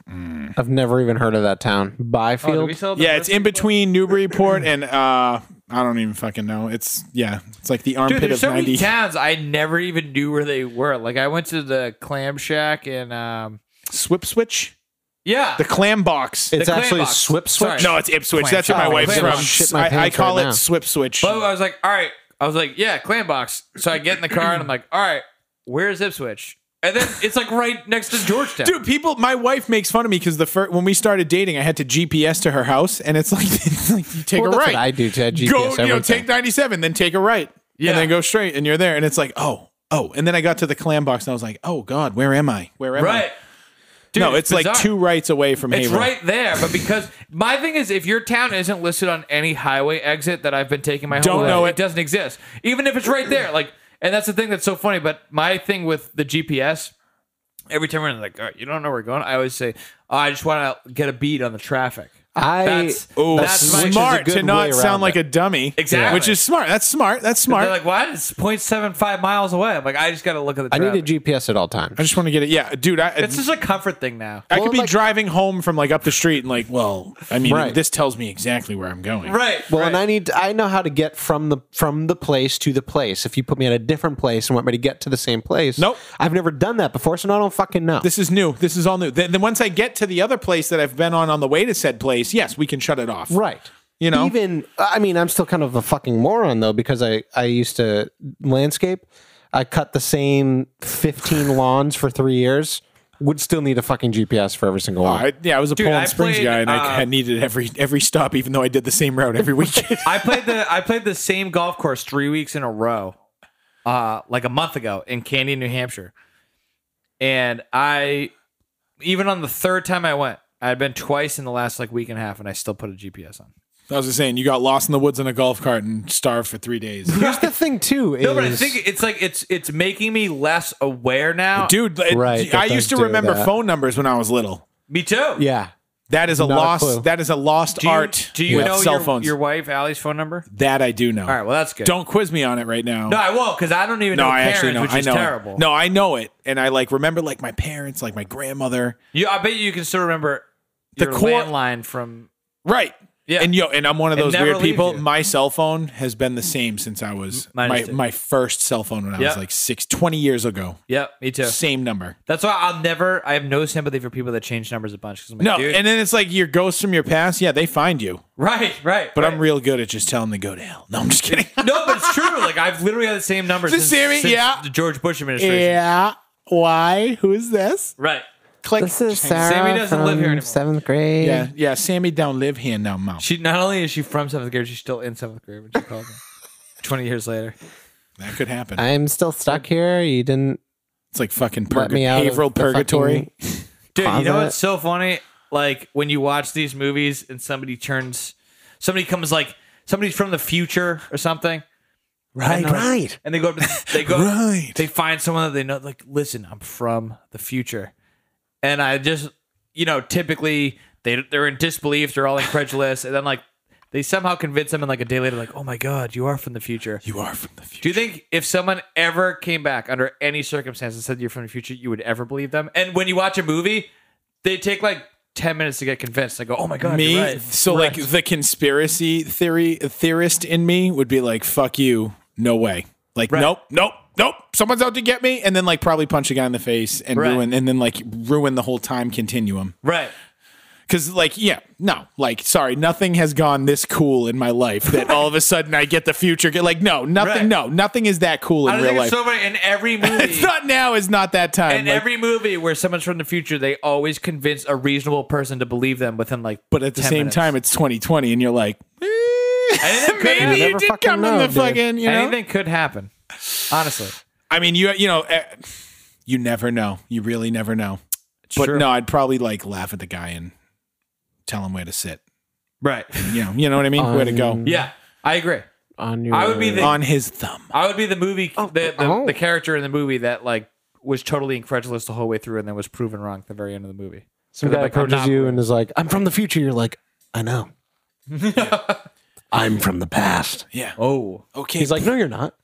Speaker 3: I've never even heard of that town.
Speaker 1: Oh, do
Speaker 3: Byfield.
Speaker 1: we sell the
Speaker 2: Yeah, it's
Speaker 1: Rusty-
Speaker 2: in between Newburyport and uh, I don't even fucking know. It's yeah, it's like the armpit
Speaker 1: Dude,
Speaker 2: of
Speaker 1: there's so
Speaker 2: ninety.
Speaker 1: many towns I never even knew where they were. Like I went to the Clam Shack and um,
Speaker 2: Swip switch.
Speaker 1: yeah,
Speaker 2: The clam box.
Speaker 3: it's
Speaker 1: the clam
Speaker 3: actually
Speaker 1: box.
Speaker 3: Swip
Speaker 1: Sorry.
Speaker 3: Switch.
Speaker 2: No, it's Ipswich.
Speaker 1: Clam
Speaker 2: That's where my
Speaker 1: chowder.
Speaker 2: wife's
Speaker 1: Clam
Speaker 2: from.
Speaker 1: chowder.
Speaker 3: Shit my
Speaker 2: I, I
Speaker 3: pants
Speaker 2: call
Speaker 3: right
Speaker 2: it
Speaker 3: now.
Speaker 2: Swip Switch.
Speaker 1: But I was like, all right. I was like, yeah, clam box. So I get in the car and I'm like, all right, where's Ipswich? And then it's like right next to Georgetown.
Speaker 2: Dude, people. My wife makes fun of me because the fir- when we started dating, I had to GPS to her house, and it's like, [LAUGHS] it's like you take
Speaker 3: Well,
Speaker 2: a
Speaker 3: that's
Speaker 2: right.
Speaker 3: what I do to GPS
Speaker 2: Go, you know,
Speaker 3: everything.
Speaker 2: take ninety seven, then take a right,
Speaker 1: Yeah.
Speaker 2: and then go straight, and you're there. And it's like, oh, oh. And then I got to the clam box, and I was like, oh god, where am I? Where am
Speaker 1: right.
Speaker 2: I?
Speaker 1: Dude,
Speaker 2: no, it's, like
Speaker 1: bizarre.
Speaker 2: two rights away from
Speaker 1: It's
Speaker 2: Haverhill.
Speaker 1: right there, but because my thing is, if your town isn't listed on any highway exit that I've been taking my
Speaker 2: Don't
Speaker 1: whole
Speaker 2: know
Speaker 1: life,
Speaker 2: it.
Speaker 1: it doesn't exist. Even if it's right there, like, and that's the thing that's so funny. But my thing with the GPS, every time we're like, all right, you don't know where we're going, I always say, oh, I just want to get a beat on the traffic.
Speaker 3: I
Speaker 1: That's-
Speaker 2: Oh,
Speaker 1: that's
Speaker 2: smart to not sound like a dummy.
Speaker 1: Exactly.
Speaker 2: Which is smart. That's smart. That's smart.
Speaker 1: They're like, what? It's 0.75 miles away. I'm like, I just got to look at the.
Speaker 3: I
Speaker 1: Traffic.
Speaker 3: need a GPS at all times.
Speaker 2: I just want to get it. Yeah, dude. I,
Speaker 1: It's just a comfort thing now.
Speaker 2: I could
Speaker 3: Well,
Speaker 2: be
Speaker 3: like-
Speaker 2: driving home from like up the street and like, well, I mean,
Speaker 3: Right.
Speaker 2: this tells me exactly where I'm going.
Speaker 1: Right.
Speaker 3: Well,
Speaker 1: right.
Speaker 3: and I need I know how to get from the from the place to the place. If you put me at a different place and want me to get to the same place,
Speaker 2: Nope.
Speaker 3: I've never done that before, so now I don't fucking know.
Speaker 2: This is new. This is all new. Then, then once I get to the other place that I've been on on the way to said place, yes, we can shut it off.
Speaker 3: right.
Speaker 2: You know?
Speaker 3: even I mean, I'm still kind of a fucking moron though because I I used to landscape. I cut the same
Speaker 2: [SIGHS]
Speaker 3: 15 lawns for three years. Would still need a fucking GPS for every single one.
Speaker 2: I, yeah, I was a
Speaker 1: Dude, I
Speaker 2: Poland Springs
Speaker 1: played,
Speaker 2: guy, and
Speaker 1: uh,
Speaker 2: I, I needed every every stop, even though I did the same route every [LAUGHS] weekend.
Speaker 1: I played the I played the same golf course three weeks in a row, uh, like a month ago in Candy, New Hampshire, and I, even on the third time I went, I had been twice in the last like week and a half, and I still put a GPS on.
Speaker 2: I was just saying, you got lost in the woods in a golf cart and starved for three days.
Speaker 3: [LAUGHS] Here's the
Speaker 2: [LAUGHS]
Speaker 3: thing too is
Speaker 1: No, but I think it's like it's it's making me less aware now.
Speaker 2: Dude, it-
Speaker 3: Right, that
Speaker 2: I
Speaker 3: does
Speaker 2: used to
Speaker 3: do
Speaker 2: remember
Speaker 3: that.
Speaker 2: phone numbers when I was little.
Speaker 1: me too.
Speaker 3: yeah.
Speaker 2: That is a
Speaker 3: Not a
Speaker 2: lost.
Speaker 3: clue.
Speaker 2: that is a lost
Speaker 1: Do you,
Speaker 2: art.
Speaker 1: Do you
Speaker 2: with
Speaker 1: know
Speaker 2: cell
Speaker 1: your,
Speaker 2: phones?
Speaker 1: your wife Allie's phone number?
Speaker 2: that I do know.
Speaker 1: All right, well that's good.
Speaker 2: Don't quiz me on it right now.
Speaker 1: no, I won't because I don't even
Speaker 2: no,
Speaker 1: know
Speaker 2: I
Speaker 1: parents,
Speaker 2: actually know.
Speaker 1: which
Speaker 2: I
Speaker 1: is
Speaker 2: know. it.
Speaker 1: terrible.
Speaker 2: No, I know it, and I like remember like my parents, like my grandmother.
Speaker 1: you, I bet you can still remember
Speaker 2: The
Speaker 1: the your
Speaker 2: core-
Speaker 1: landline from
Speaker 2: Right.
Speaker 1: Yeah.
Speaker 2: And yo, and I'm one of
Speaker 1: It
Speaker 2: those
Speaker 1: never
Speaker 2: weird
Speaker 1: leaves
Speaker 2: people.
Speaker 1: you.
Speaker 2: My cell phone has been the same since I was
Speaker 1: Mine
Speaker 2: my
Speaker 1: is too.
Speaker 2: my first cell phone when I
Speaker 1: Yeah.
Speaker 2: was like six, 20 years ago.
Speaker 1: Yep, me too.
Speaker 2: Same number.
Speaker 1: That's why I'll never. I have no sympathy for people that change numbers a bunch. 'cause I'm like,
Speaker 2: No,
Speaker 1: dude,
Speaker 2: and then it's like your ghosts from your past. Yeah, they find you,
Speaker 1: right, right.
Speaker 2: but
Speaker 1: right.
Speaker 2: I'm real good at just telling them to go to hell. No, I'm just kidding.
Speaker 1: no, but it's true. Like I've literally had the same numbers
Speaker 2: The
Speaker 1: since,
Speaker 2: same-
Speaker 1: since
Speaker 2: yeah.
Speaker 1: the George Bush administration.
Speaker 2: Why? Who is this?
Speaker 1: Right.
Speaker 2: Click.
Speaker 4: This is
Speaker 2: Hang on.
Speaker 4: Sarah
Speaker 1: Sammy doesn't
Speaker 4: from
Speaker 1: live here anymore.
Speaker 4: seventh grade.
Speaker 2: Yeah, yeah. Sammy don't live here now, mom.
Speaker 1: She not only is she from seventh grade, she's still in seventh grade when she called
Speaker 2: [LAUGHS]
Speaker 1: me. Twenty years later.
Speaker 2: That could happen.
Speaker 4: I'm still stuck here. You didn't.
Speaker 2: It's like fucking
Speaker 4: Let
Speaker 2: purg-
Speaker 4: me out of
Speaker 2: behavioral
Speaker 4: the
Speaker 2: purgatory.
Speaker 1: Dude, you
Speaker 4: Pause
Speaker 1: know
Speaker 4: it.
Speaker 1: what's so funny? Like when you watch these movies and somebody turns, somebody comes like somebody's from the future or something,
Speaker 4: Right, right.
Speaker 1: and they go up, to, they
Speaker 2: [LAUGHS]
Speaker 1: go,
Speaker 2: Right.
Speaker 1: they find someone that they know. Like, listen, I'm from the future, and I just, you know, typically they they're in disbelief, they're all incredulous, and then like they somehow convince them, and like a day later, like, oh my god, you are from the future.
Speaker 2: You are from the future.
Speaker 1: Do you think if someone ever came back under any circumstance and said you're from the future, you would ever believe them? And when you watch a movie, they take like ten minutes to get convinced. They go, "Oh my god,
Speaker 2: me
Speaker 1: you're right."
Speaker 2: so like the conspiracy theory theorist in me would be like fuck you no way like nope nope nope someone's out to get me and then like probably punch a guy in the face and
Speaker 1: Right.
Speaker 2: ruin and then like ruin the whole time continuum
Speaker 1: right,
Speaker 2: because like yeah no like sorry nothing has gone this cool in my life that all of a sudden i get the future get like no nothing
Speaker 1: Right.
Speaker 2: no nothing is that cool
Speaker 1: I
Speaker 2: in
Speaker 1: don't
Speaker 2: real
Speaker 1: think
Speaker 2: life
Speaker 1: it's so funny in every movie.
Speaker 2: [LAUGHS] it's not now is not that time
Speaker 1: in
Speaker 2: like-
Speaker 1: every movie where someone's from the future, they always convince a reasonable person to believe them within like.
Speaker 2: but at the
Speaker 1: 10
Speaker 2: same
Speaker 1: minutes.
Speaker 2: time it's 2020 and you're like eh,
Speaker 1: Anything could happen.
Speaker 2: maybe
Speaker 1: You
Speaker 2: you
Speaker 1: never
Speaker 2: did
Speaker 3: fucking
Speaker 2: come in
Speaker 3: know,
Speaker 2: the
Speaker 3: dude.
Speaker 2: fucking you know
Speaker 1: anything could happen. Honestly,
Speaker 2: I mean, you you know, eh, you never know. You really never know. But
Speaker 1: true.
Speaker 2: no, I'd probably like laugh at the guy and tell him where to sit.
Speaker 1: right? [LAUGHS]
Speaker 2: You know, you know what I mean? where to go
Speaker 1: Yeah, I agree.
Speaker 3: On your
Speaker 1: I would be the
Speaker 2: on his thumb.
Speaker 1: I would be the movie, the, the,
Speaker 3: oh.
Speaker 1: the character in the movie that like was totally incredulous the whole way through and then was proven wrong at the very end of the movie.
Speaker 3: some
Speaker 1: 'Cause I'm
Speaker 3: guy
Speaker 1: like, I'm
Speaker 3: approaches
Speaker 1: not-
Speaker 3: you and is like, "I'm from the future." You're like, "I know."
Speaker 4: I'm from the past.
Speaker 2: Yeah.
Speaker 1: Oh,
Speaker 2: Okay.
Speaker 3: He's like, "No, you're not."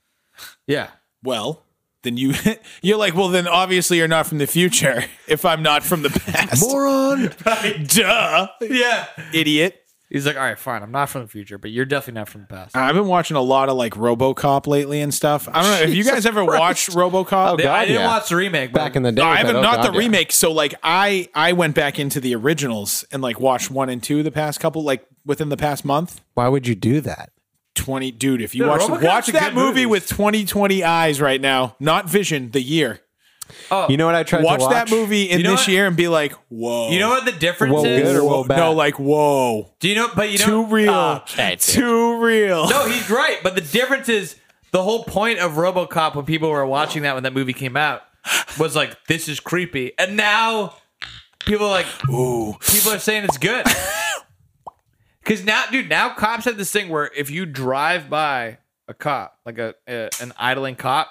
Speaker 1: yeah.
Speaker 2: well, then you [LAUGHS] you're like, well, then obviously you're not from the future. [LAUGHS] If I'm not from the past,
Speaker 4: Moron.
Speaker 2: [LAUGHS] duh,
Speaker 1: Yeah.
Speaker 2: idiot.
Speaker 1: He's like, all right, fine. I'm not from the future, but you're definitely not from the past.
Speaker 2: I've been watching a lot of like RoboCop lately and stuff. I don't know. Have you guys ever watched RoboCop?
Speaker 1: They- I didn't
Speaker 3: yeah.
Speaker 1: watch the remake but
Speaker 3: Back in the day,
Speaker 2: No, I haven't.
Speaker 3: but, oh,
Speaker 2: not
Speaker 3: God,
Speaker 2: the
Speaker 3: yeah.
Speaker 2: remake. So like, I I went back into the originals and like watched one and two the past couple like within the past month.
Speaker 3: Why would you do that?
Speaker 2: Twenty, dude. If you
Speaker 1: Dude,
Speaker 2: watch
Speaker 1: RoboCop's
Speaker 2: watch
Speaker 1: good
Speaker 2: that movie
Speaker 1: movies.
Speaker 2: with twenty twenty eyes right now, not vision, the year.
Speaker 1: Oh.
Speaker 3: You know what I tried
Speaker 2: Watch,
Speaker 3: to watch
Speaker 2: that movie in
Speaker 1: You know
Speaker 2: this
Speaker 1: what?
Speaker 2: year and be like, whoa.
Speaker 1: You know what the difference
Speaker 3: Whoa,
Speaker 1: is?
Speaker 3: good or whoa, bad?
Speaker 2: No, like whoa.
Speaker 1: Do you know? But you know,
Speaker 2: Too real.
Speaker 1: Uh,
Speaker 2: Too real.
Speaker 1: no, he's right. But the difference is the whole point of RoboCop when people were watching that when that movie came out was like, this is creepy, and now people are like,
Speaker 2: Ooh.
Speaker 1: people are saying it's good. Because now, dude, now cops have this thing where if you drive by a cop, like a, a an idling cop,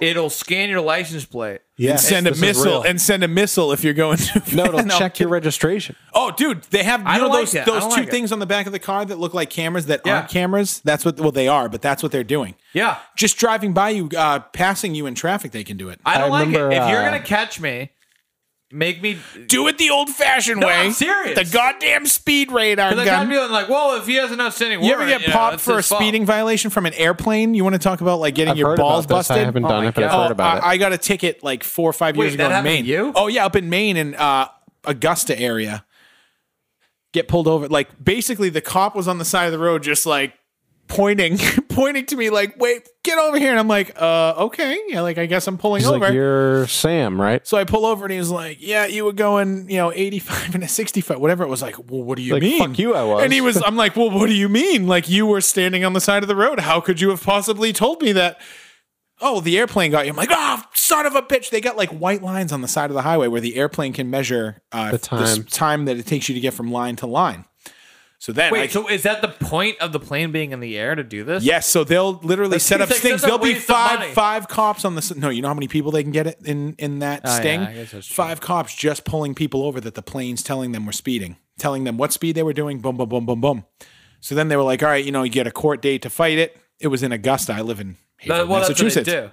Speaker 1: it'll scan your license plate.
Speaker 2: and send a
Speaker 1: This is real.
Speaker 2: missile and send a missile if you're going to
Speaker 3: No,
Speaker 2: [LAUGHS]
Speaker 3: it'll
Speaker 2: No.
Speaker 3: check your registration.
Speaker 2: Oh, dude, they have you
Speaker 1: I
Speaker 2: know
Speaker 1: don't like
Speaker 2: those
Speaker 1: it. I
Speaker 2: those two
Speaker 1: don't like it.
Speaker 2: things on the back of the car that look like cameras that
Speaker 1: Yeah.
Speaker 2: aren't cameras. That's what well they are, but that's what they're doing.
Speaker 1: Yeah.
Speaker 2: Just driving by you, uh, passing you in traffic, they can do it.
Speaker 1: I don't
Speaker 3: I
Speaker 1: like
Speaker 3: remember,
Speaker 1: it. If you're
Speaker 3: uh,
Speaker 1: gonna catch me, make me
Speaker 2: do it the old-fashioned
Speaker 1: No,
Speaker 2: way.
Speaker 1: I'm serious.
Speaker 2: The goddamn speed radar
Speaker 1: But the
Speaker 2: gun.
Speaker 1: cop feeling like, well, if he has an outstanding
Speaker 2: You
Speaker 1: warrant,
Speaker 2: ever get
Speaker 1: know,
Speaker 2: popped
Speaker 1: it's
Speaker 2: for a
Speaker 1: his fault.
Speaker 2: speeding violation from an airplane? You want to talk about like getting
Speaker 3: I've
Speaker 2: your
Speaker 3: heard
Speaker 2: balls
Speaker 3: about this.
Speaker 2: busted?
Speaker 3: I haven't done it, but I've
Speaker 2: Oh,
Speaker 3: heard about
Speaker 2: I,
Speaker 3: it.
Speaker 2: I got a ticket like four or five years
Speaker 1: Wait,
Speaker 2: ago
Speaker 1: that
Speaker 2: in Maine.
Speaker 1: happened to you?
Speaker 2: Oh yeah, up in Maine in uh, Augusta area. Get pulled over. Like basically, the cop was on the side of the road, just like pointing, [LAUGHS] pointing to me, like, "Wait, get over here!" And I'm like, "Uh, okay, yeah, like I guess I'm pulling
Speaker 3: He's
Speaker 2: over."
Speaker 3: like, you're Sam, right?
Speaker 2: so I pull over and he was like, "Yeah, you were going, you know, 85 and a 65, whatever." It was like, "Well, what do you
Speaker 3: Like,
Speaker 2: mean?"
Speaker 3: fuck you, I was.
Speaker 2: And he was, I'm like, "Well, what do you mean? Like you were standing on the side of the road. How could you have possibly told me that?" Oh, the airplane got you. I'm like, "Oh, son of a bitch!" They got like white lines on the side of the highway where the airplane can measure uh,
Speaker 3: The
Speaker 2: s-
Speaker 3: time.
Speaker 2: time that it takes you to get from line to line. So then, I,
Speaker 1: Wait, so is that the point of the plane being in the air to do this?
Speaker 2: Yes, so they'll literally
Speaker 1: That
Speaker 2: set
Speaker 1: seems
Speaker 2: up
Speaker 1: like
Speaker 2: stings.
Speaker 1: such a
Speaker 2: There'll be
Speaker 1: waste of
Speaker 2: five
Speaker 1: money.
Speaker 2: five cops on the s- no. You know how many people they can get it in in that
Speaker 1: Oh, yeah,
Speaker 2: sting?
Speaker 1: I guess that's true.
Speaker 2: five cops just pulling people over that the plane's telling them we're speeding, telling them what speed they were doing. Boom, boom, boom, boom, boom. So then they were like, all right, you know, you get a court date to fight it. It was in Augusta. I live in
Speaker 1: That,
Speaker 2: Haverhill,
Speaker 1: well, that's what they do.
Speaker 2: Massachusetts.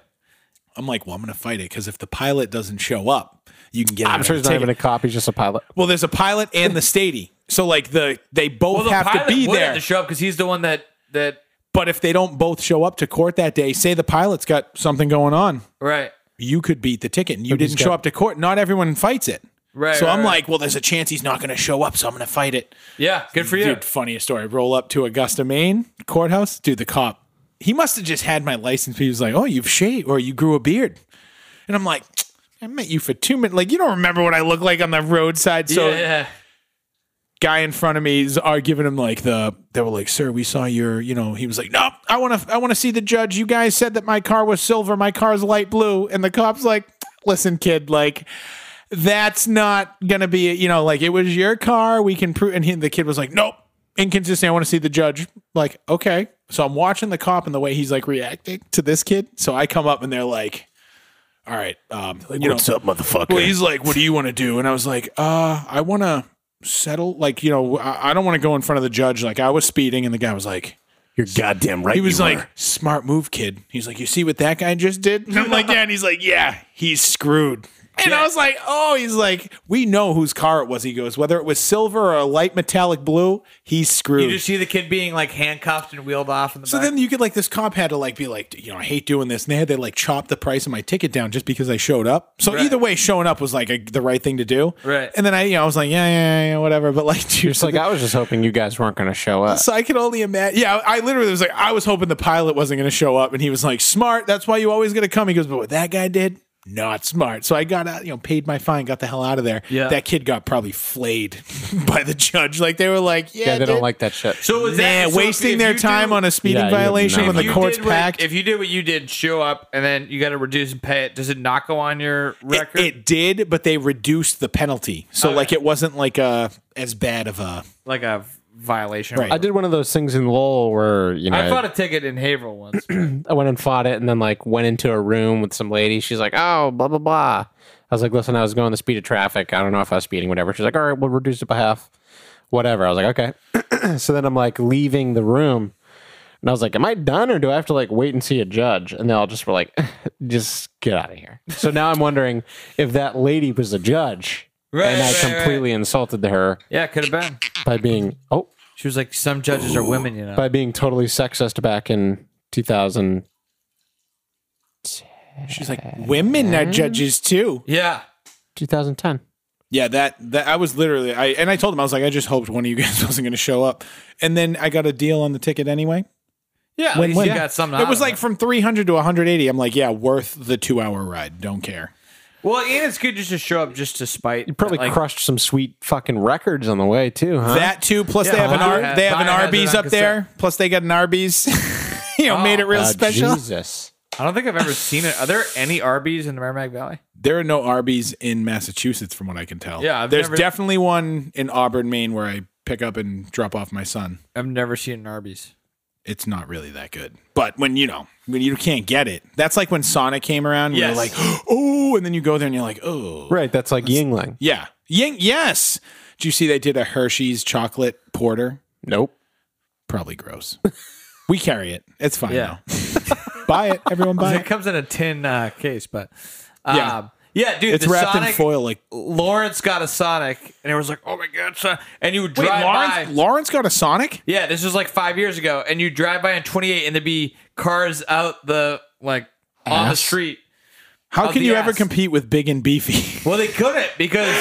Speaker 2: I'm like, well, I'm going to fight it because if the pilot doesn't show up, you can get.
Speaker 3: I'm sure he's not even a cop. He's just a pilot.
Speaker 2: Well, there's a pilot and the statey. So like the they both
Speaker 1: Well, the
Speaker 2: have to
Speaker 1: pilot
Speaker 2: be
Speaker 1: would
Speaker 2: there.
Speaker 1: have to show up because he's the one that that
Speaker 2: but if they don't both show up to court that day, say the pilot's got something going on,
Speaker 1: right.
Speaker 2: you could beat the ticket and you
Speaker 3: he's
Speaker 2: didn't show
Speaker 3: got-
Speaker 2: up to court. Not everyone fights it.
Speaker 1: Right,
Speaker 2: So
Speaker 1: right,
Speaker 2: I'm
Speaker 1: right.
Speaker 2: like, well, there's a chance he's not going to show up, so I'm going to fight it.
Speaker 1: Yeah, good for you.
Speaker 2: Dude, funniest story. Roll up to Augusta, Maine courthouse. Dude, the cop, he must have just had my license. He was like, oh, you've shaved or you grew a beard. And I'm like, I met you for two minutes. Like, you don't remember what I look like on the roadside. So
Speaker 1: yeah, yeah.
Speaker 2: guy in front of me is are giving him like the they were like, sir, we saw your, you know, he was like, no, I want to, I want to see the judge. You guys said that my car was silver, my car's light blue, and the cops like, listen, kid, like. That's not gonna be, you know, like it was your car. We can prove. And he, the kid was like, "Nope, inconsistent. I want to see the judge." Like, okay. So I'm watching the cop and the way he's like reacting to this kid. So I come up and they're like, "All right, um, you know,
Speaker 4: What's up, motherfucker?
Speaker 2: well, he's like, "What do you want to do?" And I was like, "Uh, I want to settle. Like, you know, I, I don't want to go in front of the judge. Like, I was speeding." And the guy was like,
Speaker 4: You're goddamn right.
Speaker 2: "He was
Speaker 4: you
Speaker 2: like,
Speaker 4: are.
Speaker 2: smart move, kid." He's like, "You see what that guy just did?" And [LAUGHS] I'm like, "Yeah." And he's like, "Yeah, he's screwed." And I was like, "Oh," he's like, "We know whose car it was." He goes, "Whether it was silver or a light metallic blue, he's screwed."
Speaker 1: You just see the kid being like handcuffed and wheeled off in the
Speaker 2: So
Speaker 1: back.
Speaker 2: then you could like this cop had to like be like, you know, I hate doing this, and they had to like chop the price of my ticket down just because I showed up. So
Speaker 1: Right.
Speaker 2: either way, showing up was like a, the right thing to do.
Speaker 1: Right.
Speaker 2: And then I, you know, I was like, yeah, yeah, yeah, whatever. But like, [LAUGHS] dude,
Speaker 3: Just like I was just hoping you guys weren't going to show up.
Speaker 2: so I could only imagine. Yeah, I literally was like, I was hoping the pilot wasn't going to show up, and he was like, smart. That's why you always got to come. He goes, but what that guy did. Not smart. So I got out, you know, paid my fine, got the hell out of there.
Speaker 1: Yeah.
Speaker 2: That kid got probably flayed [LAUGHS] by the judge. Like they were like, yeah,
Speaker 3: Yeah, they don't
Speaker 2: dude.
Speaker 3: like that shit.
Speaker 1: so is
Speaker 2: Nah,
Speaker 1: that so if-
Speaker 2: wasting
Speaker 1: if
Speaker 2: their
Speaker 1: you
Speaker 2: time
Speaker 1: do-
Speaker 2: on a speeding
Speaker 3: Yeah, you have
Speaker 2: violation
Speaker 3: none.
Speaker 2: when
Speaker 3: If
Speaker 2: the
Speaker 1: you
Speaker 2: court's
Speaker 1: did what-
Speaker 2: packed.
Speaker 1: If you did what you did, show up and then you got to reduce and pay it. Does it not go on your
Speaker 2: It-
Speaker 1: record?
Speaker 2: It, did, but they reduced the penalty. So like it wasn't like a as bad of a
Speaker 1: like a violation.
Speaker 2: Right.
Speaker 3: I did one of those things in Lowell where you know
Speaker 1: I fought a ticket in Haverhill once.
Speaker 3: I went and fought it and then like went into a room with some lady. She's like, oh, blah, blah, blah. I was like, listen, I was going the speed of traffic. I don't know if I was speeding, whatever. She's like, all right, we'll reduce it by half, whatever. I was like, okay. [CLEARS THROAT] so then I'm like leaving the room and I was like, am I done or do I have to like wait and see a judge? And they all just were like, [LAUGHS] just get out of here. So now I'm wondering if that lady was a judge and I
Speaker 1: right, right.
Speaker 3: completely insulted her
Speaker 1: yeah, could have been.
Speaker 3: by being, oh,
Speaker 1: She was like, some judges are women, you know.
Speaker 3: by being totally sexist back in 2000.
Speaker 2: she's like women are judges too.
Speaker 1: yeah.
Speaker 3: 2010.
Speaker 2: Yeah, that that I was literally I and I told him I was like I just hoped one of you [LAUGHS] guys wasn't going to show up. And then I got a deal on the ticket anyway.
Speaker 1: Yeah, at least you got something. out
Speaker 2: It was
Speaker 1: of
Speaker 2: like from 300 to 180. I'm like, yeah, worth the 2-hour ride. Don't care.
Speaker 1: Well, and it's good just to show up just to spite. You
Speaker 3: Probably
Speaker 1: like,
Speaker 3: crushed some sweet fucking records on the way too, huh?
Speaker 2: That too plus they
Speaker 1: Yeah,
Speaker 2: have an
Speaker 1: Bonnie
Speaker 2: R,
Speaker 1: had-
Speaker 2: they have an
Speaker 1: Bonnie has it
Speaker 2: Arby's
Speaker 1: on
Speaker 2: up there. Plus they got an Arby's. [LAUGHS] you know, made it real
Speaker 1: Oh,
Speaker 3: Uh,
Speaker 2: special.
Speaker 3: Jesus.
Speaker 1: I don't think I've ever seen it. Are there any Arby's in the Merrimack Valley?
Speaker 2: There are no Arby's in Massachusetts, from what I can tell.
Speaker 1: Yeah, I've
Speaker 2: there's
Speaker 1: never-
Speaker 2: definitely one in Auburn, Maine, where I pick up and drop off my son.
Speaker 1: I've never seen an Arby's.
Speaker 2: It's not really that good, but when you know when you can't get it. That's like when Sonic came around. Yes.
Speaker 1: Yes.
Speaker 2: You're like, [GASPS] oh, and then you go there and you're like, oh,
Speaker 3: Right. That's like Yingling.
Speaker 2: yeah, Ying, yes. Do you see they did a Hershey's chocolate porter?
Speaker 3: Nope.
Speaker 2: Probably gross. [LAUGHS] we carry it. It's fine.
Speaker 1: Yeah.
Speaker 2: though. [LAUGHS] buy it, everyone. Buy
Speaker 1: It
Speaker 2: it.
Speaker 1: comes in a tin uh, case, but
Speaker 2: Yeah.
Speaker 1: um, yeah, dude,
Speaker 2: It's
Speaker 1: the
Speaker 2: wrapped
Speaker 1: Sonic,
Speaker 2: in foil. Like
Speaker 1: Lawrence got a Sonic, and it was like, oh my god, son. and you would
Speaker 2: wait,
Speaker 1: drive by.
Speaker 2: Lawrence, Lawrence got a Sonic.
Speaker 1: Yeah, this was like five years ago, and you drive by in 28, and there'd be cars out the like on the
Speaker 3: Ass?
Speaker 1: street.
Speaker 2: How
Speaker 1: Of
Speaker 2: can
Speaker 1: the
Speaker 2: you ever
Speaker 1: ass.
Speaker 2: compete with Big and Beefy?
Speaker 1: Well, they couldn't because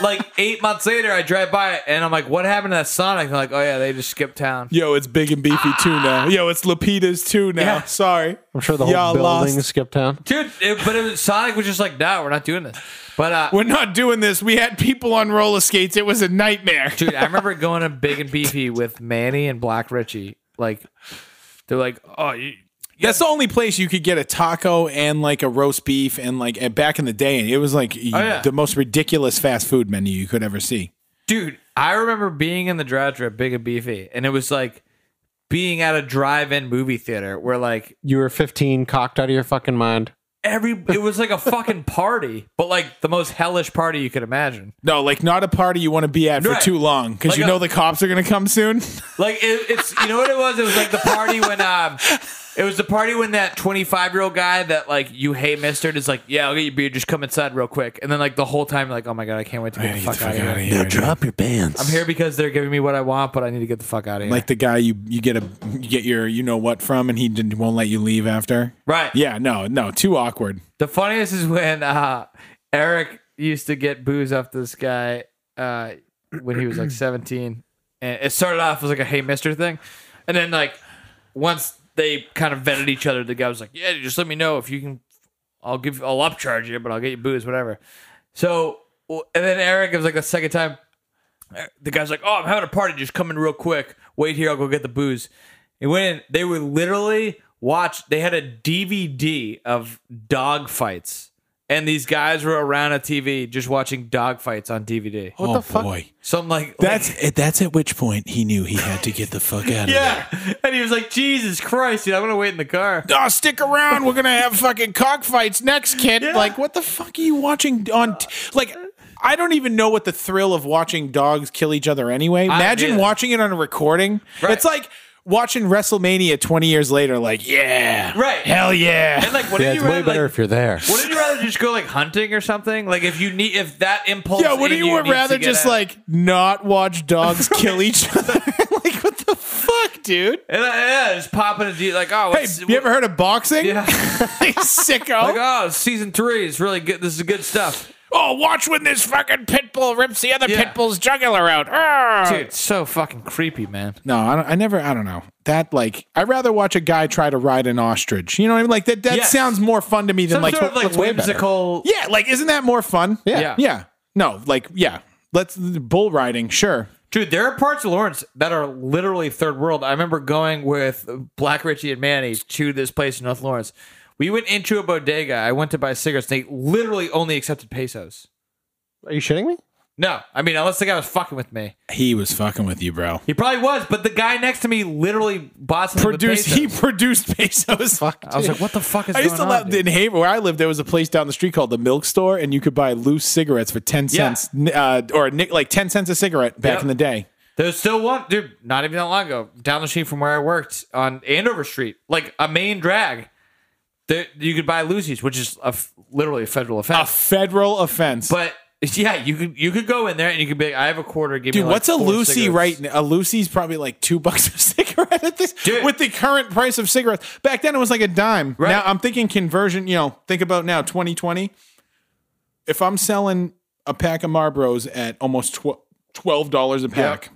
Speaker 1: like eight months later, I drive by it, and I'm like, what happened to that Sonic? And they're like, oh yeah, they just skipped town.
Speaker 2: Yo, it's Big and Beefy too now. Yo, it's Lapita's too now.
Speaker 1: Yeah.
Speaker 2: Sorry.
Speaker 3: I'm sure the whole
Speaker 2: Y'all
Speaker 3: building
Speaker 2: lost.
Speaker 3: skipped town.
Speaker 1: Dude, it, but it was, Sonic was just like, no, we're not doing this. But uh,
Speaker 2: We're not doing this. We had people on roller skates. It was a nightmare.
Speaker 1: dude. I remember going to Big and Beefy with Manny and Black Richie. Like, they're like, "Oh, you,
Speaker 2: That's the only place you could get a taco and like a roast beef and like and back in the day, it was like you-
Speaker 1: yeah.
Speaker 2: the most ridiculous fast food menu you could ever see.
Speaker 1: dude." I remember being in the drive-thru at Big and Beefy, and it was like being at a drive-in movie theater where like
Speaker 3: You were 15, cocked out of your fucking mind.
Speaker 1: every it was like a fucking party, but like the most hellish party you could imagine.
Speaker 2: No, like not a party you want to be at for
Speaker 1: Right.
Speaker 2: too long because
Speaker 1: Like
Speaker 2: you
Speaker 1: a-
Speaker 2: know the cops are gonna come soon.
Speaker 1: Like it, it's you know what it was? It was like the party when um it was the party when that 25 year old guy that like you hate mister is like, yeah, I'll get your beer, just come inside real quick. And then like the whole time like, oh my god, I can't wait to get the fuck, out of here.
Speaker 4: Now drop your pants.
Speaker 1: I'm here because they're giving me what I want, but I need to get the fuck out of here.
Speaker 2: Like the guy you you get a you get your you know what from and he didn't, won't let you leave after.
Speaker 1: right.
Speaker 2: Yeah, no, no, too awkward.
Speaker 1: The funniest is when uh Eric used to get booze off this guy uh when he was like 17. And it started off as like a hey mister thing. And then like once they kind of vetted each other, the guy was like, Yeah, just let me know if you can I'll give I'll upcharge you, but I'll get you booze, whatever. So w- and then Eric it was like the second time the guy's like, "Oh, I'm having a party. Just come in real quick. Wait here. I'll go get the booze." And when they were literally watch, they had a DVD of dog fights, and these guys were around a TV just watching dog fights on DVD.
Speaker 2: oh
Speaker 3: the fuck?
Speaker 2: boy,
Speaker 1: So I'm like,
Speaker 2: that's at- that's at which point he knew he had to get the fuck out of there.
Speaker 1: [LAUGHS] yeah. And he was like, "Jesus Christ, dude, I'm gonna wait in the car."
Speaker 2: oh, stick around. We're gonna have fucking cockfights next, kid. Like, what the fuck are you watching on? T- like, I don't even know what the thrill of watching dogs kill each other anyway. Imagine
Speaker 1: either.
Speaker 2: watching it on a recording.
Speaker 1: Right.
Speaker 2: It's like watching WrestleMania 20 years later. Like, yeah,
Speaker 1: Right.
Speaker 2: hell yeah.
Speaker 1: And like, what
Speaker 3: Yeah,
Speaker 1: did
Speaker 3: it's
Speaker 1: you
Speaker 3: way
Speaker 1: rather?
Speaker 3: better
Speaker 1: Like,
Speaker 3: if you're there.
Speaker 1: wouldn't you rather just go like hunting or something? Like if you need, if that impulse.
Speaker 2: Yeah, wouldn't
Speaker 1: in
Speaker 2: you, would
Speaker 1: needs to
Speaker 2: rather
Speaker 1: get
Speaker 2: just
Speaker 1: out-
Speaker 2: like not watch
Speaker 1: [LAUGHS]
Speaker 2: dogs kill each other? [LAUGHS] like, what the fuck, dude?
Speaker 1: and, uh, yeah, just popping a D like, oh,
Speaker 2: Hey,
Speaker 1: what's-
Speaker 2: you ever heard of boxing? [LAUGHS]
Speaker 1: Yeah. [LAUGHS]
Speaker 2: Sicko.
Speaker 1: Like, oh, season three is really good. This is good stuff.
Speaker 2: oh, watch when this fucking pit bull rips the other
Speaker 1: Yeah.
Speaker 2: pit bull's jugular out. Arr!
Speaker 1: Dude, so fucking creepy, man.
Speaker 2: No, I, don't, I never. I don't know that. Like, I'd rather watch a guy try to ride an ostrich. You know what I mean? Like that. That
Speaker 1: Yes.
Speaker 2: sounds more fun to me than
Speaker 1: Some
Speaker 2: like,
Speaker 1: sort of like
Speaker 2: that's way better.
Speaker 1: whimsical.
Speaker 2: Yeah, like isn't that more fun?
Speaker 1: Yeah.
Speaker 2: yeah. No, like yeah. Let's bull riding. Sure.
Speaker 1: Dude, there are parts of Lawrence that are literally third world. I remember going with Black Richie and Manny to this place in North Lawrence. We went into a bodega. I went to buy cigarettes. They literally only accepted pesos.
Speaker 3: Are you shitting me?
Speaker 1: No, I mean, unless the guy was fucking with me.
Speaker 2: He was fucking with you, bro.
Speaker 1: He probably was, but the guy next to me literally bought something with
Speaker 2: Produced. He
Speaker 1: pesos. [LAUGHS]
Speaker 2: produced pesos.
Speaker 3: Fuck.
Speaker 1: I was like, what the fuck is
Speaker 2: I
Speaker 1: going
Speaker 2: used to
Speaker 1: on?
Speaker 2: love
Speaker 1: dude?
Speaker 2: in Haver where I lived. There was a place down the street called the Milk Store, and you could buy loose cigarettes for ten
Speaker 1: Yeah.
Speaker 2: cents, n- uh, or ni- like ten cents a cigarette back
Speaker 1: Yep.
Speaker 2: in the day.
Speaker 1: There's still one, dude, not even that long ago, down the street from where I worked on Andover Street, like a main drag. There, you could buy Lucy's, which is a f- literally a federal
Speaker 2: A
Speaker 1: offense.
Speaker 2: federal offense.
Speaker 1: but yeah, you could you could go in there and you could be like, I have a quarter. Give
Speaker 2: Dude,
Speaker 1: me like
Speaker 2: what's a
Speaker 1: four
Speaker 2: Lucy
Speaker 1: cigarettes.
Speaker 2: right now? A Lucy's probably like two [LAUGHS] bucks a cigarette at this
Speaker 1: Dude.
Speaker 2: with the current price of cigarettes. Back then it was like a dime.
Speaker 1: Right.
Speaker 2: Now I'm thinking conversion, you know, think about now 2020. If I'm selling a pack of Marlboros at almost tw- $12 a pack,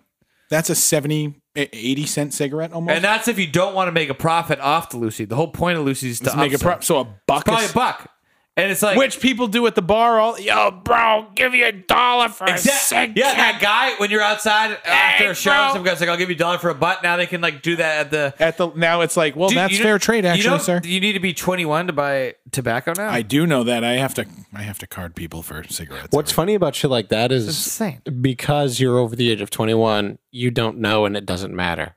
Speaker 2: that's a 70 eh, 80 cent cigarette almost.
Speaker 1: And that's if you don't want to make a profit off the Lucy. The whole point of Lucy's to
Speaker 2: Let's make a
Speaker 1: upsell.
Speaker 2: prop. So a buck
Speaker 1: probably
Speaker 2: a
Speaker 1: a buck. And it's like
Speaker 2: which people do at the bar all yo bro, give you a dollar for a
Speaker 1: Exactly.
Speaker 2: cig.
Speaker 1: Yeah, that guy when you're outside after a show,
Speaker 2: bro.
Speaker 1: some guy's like, "I'll give you a dollar for a butt." Now they can like do that at the
Speaker 2: At the now it's like, well,
Speaker 1: Dude,
Speaker 2: that's
Speaker 1: you don't-
Speaker 2: fair trade
Speaker 1: you
Speaker 2: actually,
Speaker 1: don't-
Speaker 2: sir.
Speaker 1: You need to be 21 to buy tobacco now.
Speaker 2: I do know that I have to I have to card people for cigarettes.
Speaker 3: What's funny about shit like that is
Speaker 1: insane.
Speaker 3: because you're over the age of 21, you don't know and it doesn't matter.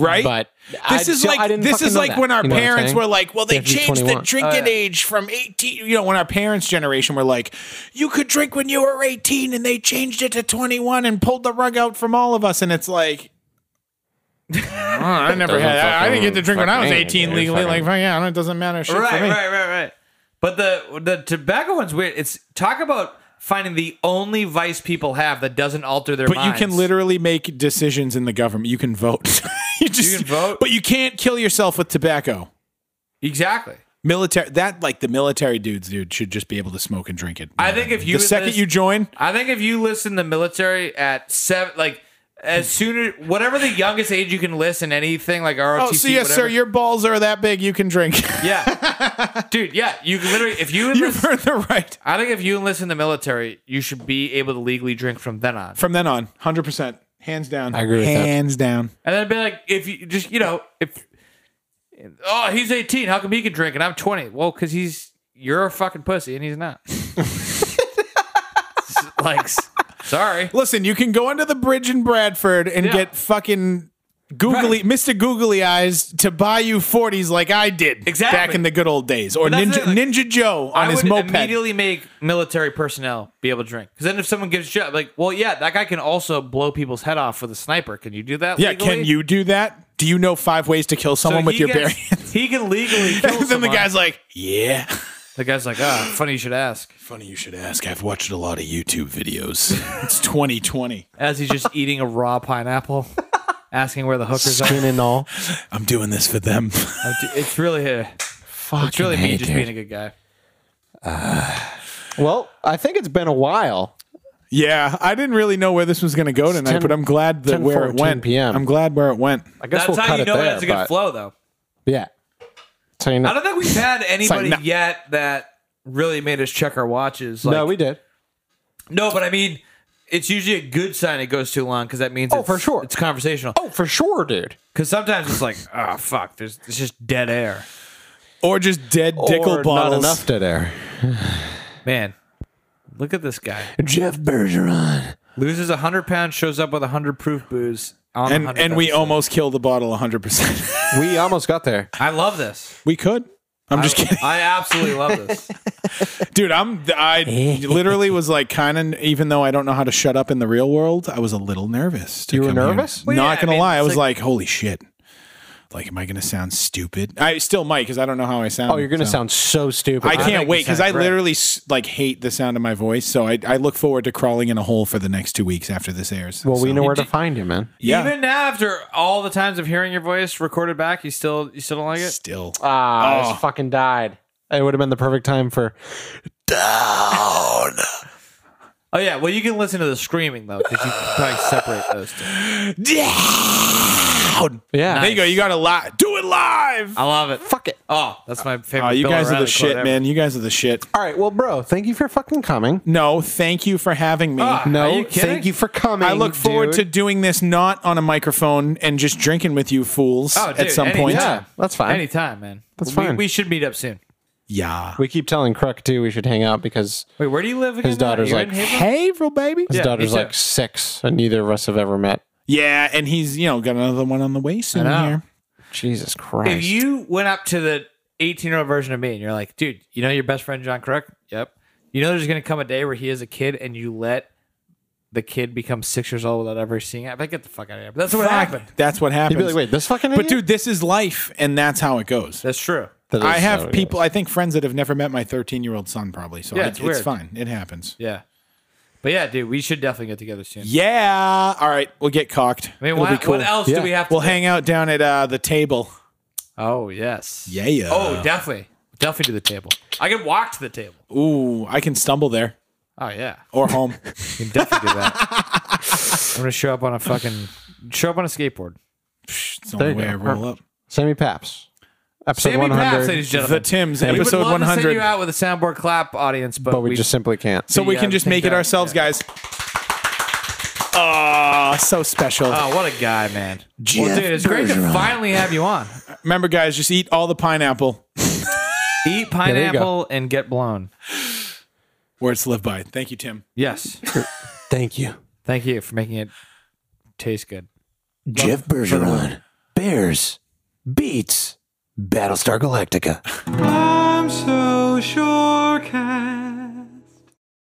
Speaker 2: right?
Speaker 3: But
Speaker 2: This
Speaker 3: I-
Speaker 2: is
Speaker 3: so I
Speaker 2: like
Speaker 3: didn't
Speaker 2: this
Speaker 3: fucking
Speaker 2: is
Speaker 3: know
Speaker 2: like
Speaker 3: that.
Speaker 2: when our
Speaker 3: You know what I'm
Speaker 2: parents
Speaker 3: saying? Oh,
Speaker 2: were like, "Well, they
Speaker 3: You have to be
Speaker 2: changed the
Speaker 3: 21.
Speaker 2: drinking age from 18." You know, when our parents' generation were like, "You could drink when you were 18," and they changed it to 21 and pulled the rug out from all of us, and it's
Speaker 3: [LAUGHS]
Speaker 2: like. "Oh, I never
Speaker 3: Doesn't
Speaker 2: had. I, I didn't get to drink when I was
Speaker 3: fucking-
Speaker 2: 18
Speaker 3: fucking-
Speaker 2: legally. Like, fuck yeah, I don't- it doesn't matter. Shit for
Speaker 1: right,
Speaker 2: me.
Speaker 1: right, right, right. But the the tobacco one's weird. It's talk about finding the only vice people have that doesn't alter their.
Speaker 2: But
Speaker 1: minds.
Speaker 2: you can literally make decisions in the government. You can vote. [LAUGHS] you just
Speaker 1: can vote.
Speaker 2: but you can't kill yourself with tobacco.
Speaker 1: exactly.
Speaker 2: Military that like the military dudes, dude, should just be able to smoke and drink it.
Speaker 1: I think if you
Speaker 2: the second
Speaker 1: enlist-
Speaker 2: you join,
Speaker 1: I think if you list in the military at seven, like as soon as whatever the youngest age you can list in anything, like ROTC.
Speaker 2: oh, so yes, sir,
Speaker 1: whatever.
Speaker 2: your balls are that big, you can drink. [LAUGHS]
Speaker 1: yeah, dude, yeah. You can literally, if you
Speaker 2: You've
Speaker 1: enlist,
Speaker 2: earned the right
Speaker 1: I think if you enlist in the military, you should be able to legally drink from then on.
Speaker 2: from then on, hundred percent, hands down. I
Speaker 3: agree with that.
Speaker 2: hands down.
Speaker 1: And then be like, if you just, you know, if, oh, he's 18. How come he can drink and I'm 20? Well, because he's, you're a fucking pussy and he's not. [LAUGHS] S- like, s- sorry.
Speaker 2: Listen, you can go under the bridge in Bradford and
Speaker 1: Yeah.
Speaker 2: get fucking googly, Mister Googly Eyes to buy you forties like I did
Speaker 1: Exactly.
Speaker 2: back in the good old days, or
Speaker 1: But that's
Speaker 2: Ninja
Speaker 1: it, like,
Speaker 2: Ninja Joe on
Speaker 1: I
Speaker 2: his
Speaker 1: would
Speaker 2: moped.
Speaker 1: immediately make military personnel be able to drink. Because then if someone gives you, like, well, yeah, that guy can also blow people's head off with a sniper. Can you do that?
Speaker 2: Yeah,
Speaker 1: legally?
Speaker 2: can you do that? Do you know five ways to kill
Speaker 1: So
Speaker 2: someone with
Speaker 1: he
Speaker 2: your bare
Speaker 1: gets-
Speaker 2: hands? [LAUGHS]
Speaker 1: He can legally kill
Speaker 2: then the
Speaker 1: someone.
Speaker 2: guy's like, "Yeah,
Speaker 1: the guy's like, ah, funny you should ask.
Speaker 2: funny you should ask. I've watched a lot of YouTube videos. [LAUGHS] it's 2020.
Speaker 1: As he's just eating a raw pineapple,
Speaker 2: [LAUGHS]
Speaker 1: asking where the hookers are.
Speaker 3: Skin and all.
Speaker 2: I'm doing this for them." [LAUGHS]
Speaker 1: Uh, d- It's really a, it's really me
Speaker 3: hate
Speaker 1: just
Speaker 3: it.
Speaker 1: being a good guy.
Speaker 3: Well, I think it's been a while.
Speaker 2: yeah, I didn't really know where this was going to go tonight,
Speaker 3: 10
Speaker 2: but I'm glad that where it
Speaker 3: 10:14
Speaker 2: went.
Speaker 3: PM.
Speaker 2: I'm glad where it went.
Speaker 3: I guess
Speaker 1: That's
Speaker 3: we'll
Speaker 1: how
Speaker 3: cut
Speaker 1: you
Speaker 3: it
Speaker 1: know
Speaker 3: there.
Speaker 1: that's a good
Speaker 3: but-
Speaker 1: flow, though.
Speaker 3: Yeah. So you know,
Speaker 1: I don't think we've had anybody
Speaker 2: nah.
Speaker 1: yet that really made us check our watches. Like,
Speaker 3: no, we did.
Speaker 1: no, but I mean, it's usually a good sign it goes too long because that means
Speaker 3: Oh,
Speaker 1: it's,
Speaker 3: for sure.
Speaker 1: it's conversational.
Speaker 3: Oh, for sure, dude.
Speaker 1: Because sometimes it's like, oh fuck, there's it's just dead air.
Speaker 2: Or just dead dickle
Speaker 3: Or
Speaker 2: bottles.
Speaker 3: Not enough to there.
Speaker 1: Man, look at this guy
Speaker 4: Jeff Bergeron.
Speaker 1: loses hundred pounds, shows up with hundred proof booze. On
Speaker 2: And
Speaker 1: 100
Speaker 2: and we
Speaker 1: episode.
Speaker 2: almost killed the bottle 100. percent [LAUGHS]
Speaker 3: We almost got there.
Speaker 1: I love this.
Speaker 2: We could. I'm just
Speaker 1: I-
Speaker 2: kidding.
Speaker 1: I absolutely love this.
Speaker 2: Dude, I'm
Speaker 3: [LAUGHS]
Speaker 2: I
Speaker 3: Eh.
Speaker 2: literally was like kind of even though I don't know how to shut up in the real world, I was a little nervous. to
Speaker 3: You were
Speaker 2: come here.
Speaker 3: nervous?
Speaker 1: Well,
Speaker 2: Not
Speaker 1: yeah, I
Speaker 2: gonna
Speaker 1: mean,
Speaker 2: lie, I
Speaker 1: it's
Speaker 2: was
Speaker 1: like-
Speaker 2: like, holy shit. Like, am I gonna sound stupid? I still might because I don't know how I sound.
Speaker 3: Oh, you're gonna
Speaker 2: so.
Speaker 3: sound so stupid.
Speaker 2: I
Speaker 1: think
Speaker 2: can't
Speaker 1: you
Speaker 2: wait because I
Speaker 1: sound great.
Speaker 2: literally s- like hate the sound of my voice. So I, I look forward to crawling in a hole for the next two weeks after this airs.
Speaker 3: Well, we
Speaker 2: So-
Speaker 3: know where to find you, man.
Speaker 2: Yeah.
Speaker 1: Even after all the times of hearing your voice recorded back, you still you still don't like it.
Speaker 2: still. Oh.
Speaker 3: Ah, I just fucking died. It would have been the perfect time for down.
Speaker 1: Oh yeah, well you can listen to the screaming though because you can probably separate those two.
Speaker 2: Down.
Speaker 3: Yeah.
Speaker 2: There you go. You got a lot. Do it live.
Speaker 1: I love it.
Speaker 3: [LAUGHS] Fuck it.
Speaker 1: Oh, that's my favorite.
Speaker 2: Oh, you
Speaker 1: Bill
Speaker 2: guys are
Speaker 1: O'Reilly
Speaker 2: the
Speaker 1: quote
Speaker 2: shit,
Speaker 1: ever.
Speaker 2: man. You guys are the shit.
Speaker 3: All right. Well, bro, thank you for fucking coming.
Speaker 2: No, thank you for having me.
Speaker 1: Ah,
Speaker 3: No,
Speaker 1: are you kidding?
Speaker 3: thank you for coming.
Speaker 2: I look forward to
Speaker 3: dude.
Speaker 2: doing this not on a microphone and just drinking with you fools
Speaker 1: Oh, dude,
Speaker 2: at some point.
Speaker 1: anytime.
Speaker 3: That's fine.
Speaker 1: Anytime, man.
Speaker 3: That's
Speaker 1: We-
Speaker 3: fine.
Speaker 1: We should meet up soon.
Speaker 2: Yeah.
Speaker 3: We keep telling Cruck too we should hang out because
Speaker 1: Wait, where do you live again?
Speaker 3: his daughter's
Speaker 1: You're
Speaker 3: like,
Speaker 1: in Haverhill?
Speaker 3: hey, real baby. His
Speaker 1: Yeah,
Speaker 3: daughter's
Speaker 1: me too.
Speaker 3: like six, and neither of us have ever met.
Speaker 2: Yeah, and he's, you know, got another one on the way soon
Speaker 1: know.
Speaker 2: here.
Speaker 3: Jesus
Speaker 1: if
Speaker 3: Christ.
Speaker 1: you went up to the 18 year old version of me and you're like, dude, you know your best friend John Crook? Yep. You know there's gonna come a day where he is a kid and you let the kid become six years old without ever seeing it. I'd be like, get the fuck out of here. But that's what happened.
Speaker 2: That's what happens.
Speaker 3: You'd be like, wait, this fucking
Speaker 2: but
Speaker 3: idiot?
Speaker 2: dude, this is life, and that's how it goes.
Speaker 1: That's true.
Speaker 3: That is
Speaker 2: I
Speaker 3: how
Speaker 2: have
Speaker 3: it
Speaker 2: people,
Speaker 3: goes.
Speaker 2: I think friends that have never met my 13 year old son, probably. So
Speaker 1: Yeah,
Speaker 2: I-
Speaker 1: it's
Speaker 2: it's,
Speaker 1: weird.
Speaker 2: fine. It happens.
Speaker 1: Yeah. But yeah, dude, we should definitely get together soon.
Speaker 2: Yeah. All right. We'll get cocked.
Speaker 1: I mean,
Speaker 2: It'll
Speaker 1: why,
Speaker 2: be cool.
Speaker 1: what else
Speaker 3: Yeah.
Speaker 1: do we have to
Speaker 2: We'll
Speaker 1: do?
Speaker 2: hang out down at uh, the table.
Speaker 1: Oh, yes.
Speaker 2: Yeah. yeah.
Speaker 1: Oh, definitely. Definitely to the table. I can walk to the table.
Speaker 2: Ooh, I can stumble there
Speaker 1: Oh, yeah.
Speaker 2: or home. [LAUGHS]
Speaker 1: You can definitely do that.
Speaker 3: [LAUGHS]
Speaker 1: I'm going to show up on a fucking, show up on a skateboard.
Speaker 2: It's the only
Speaker 3: you
Speaker 2: way
Speaker 3: go.
Speaker 2: I roll up.
Speaker 3: Sammy Paps. Episode
Speaker 1: Sammy Paps,
Speaker 3: 100.
Speaker 1: ladies and gentlemen.
Speaker 2: The Tims,
Speaker 1: We would
Speaker 2: episode
Speaker 1: love to send
Speaker 2: 100.
Speaker 1: you out with a soundboard clap audience, but,
Speaker 3: but we just simply can't.
Speaker 2: So we
Speaker 1: Yeah,
Speaker 2: can just
Speaker 1: I
Speaker 2: make
Speaker 1: think
Speaker 2: it
Speaker 1: that-
Speaker 2: ourselves, guys. Ah, so special.
Speaker 1: Oh, what a guy, man! well,
Speaker 4: Jeff
Speaker 1: dude, it's great to
Speaker 4: Bergeron.
Speaker 1: finally have you on.
Speaker 2: Remember, guys, just eat all the pineapple.
Speaker 1: Eat
Speaker 3: there you go.
Speaker 1: pineapple and get blown.
Speaker 2: Words to live by. Thank you, Tim.
Speaker 1: Yes,
Speaker 4: Thank you.
Speaker 1: thank you for making it taste good.
Speaker 4: Jeff Bergeron. Bam Bears beats Battlestar Galactica.
Speaker 8: I'm so sure can.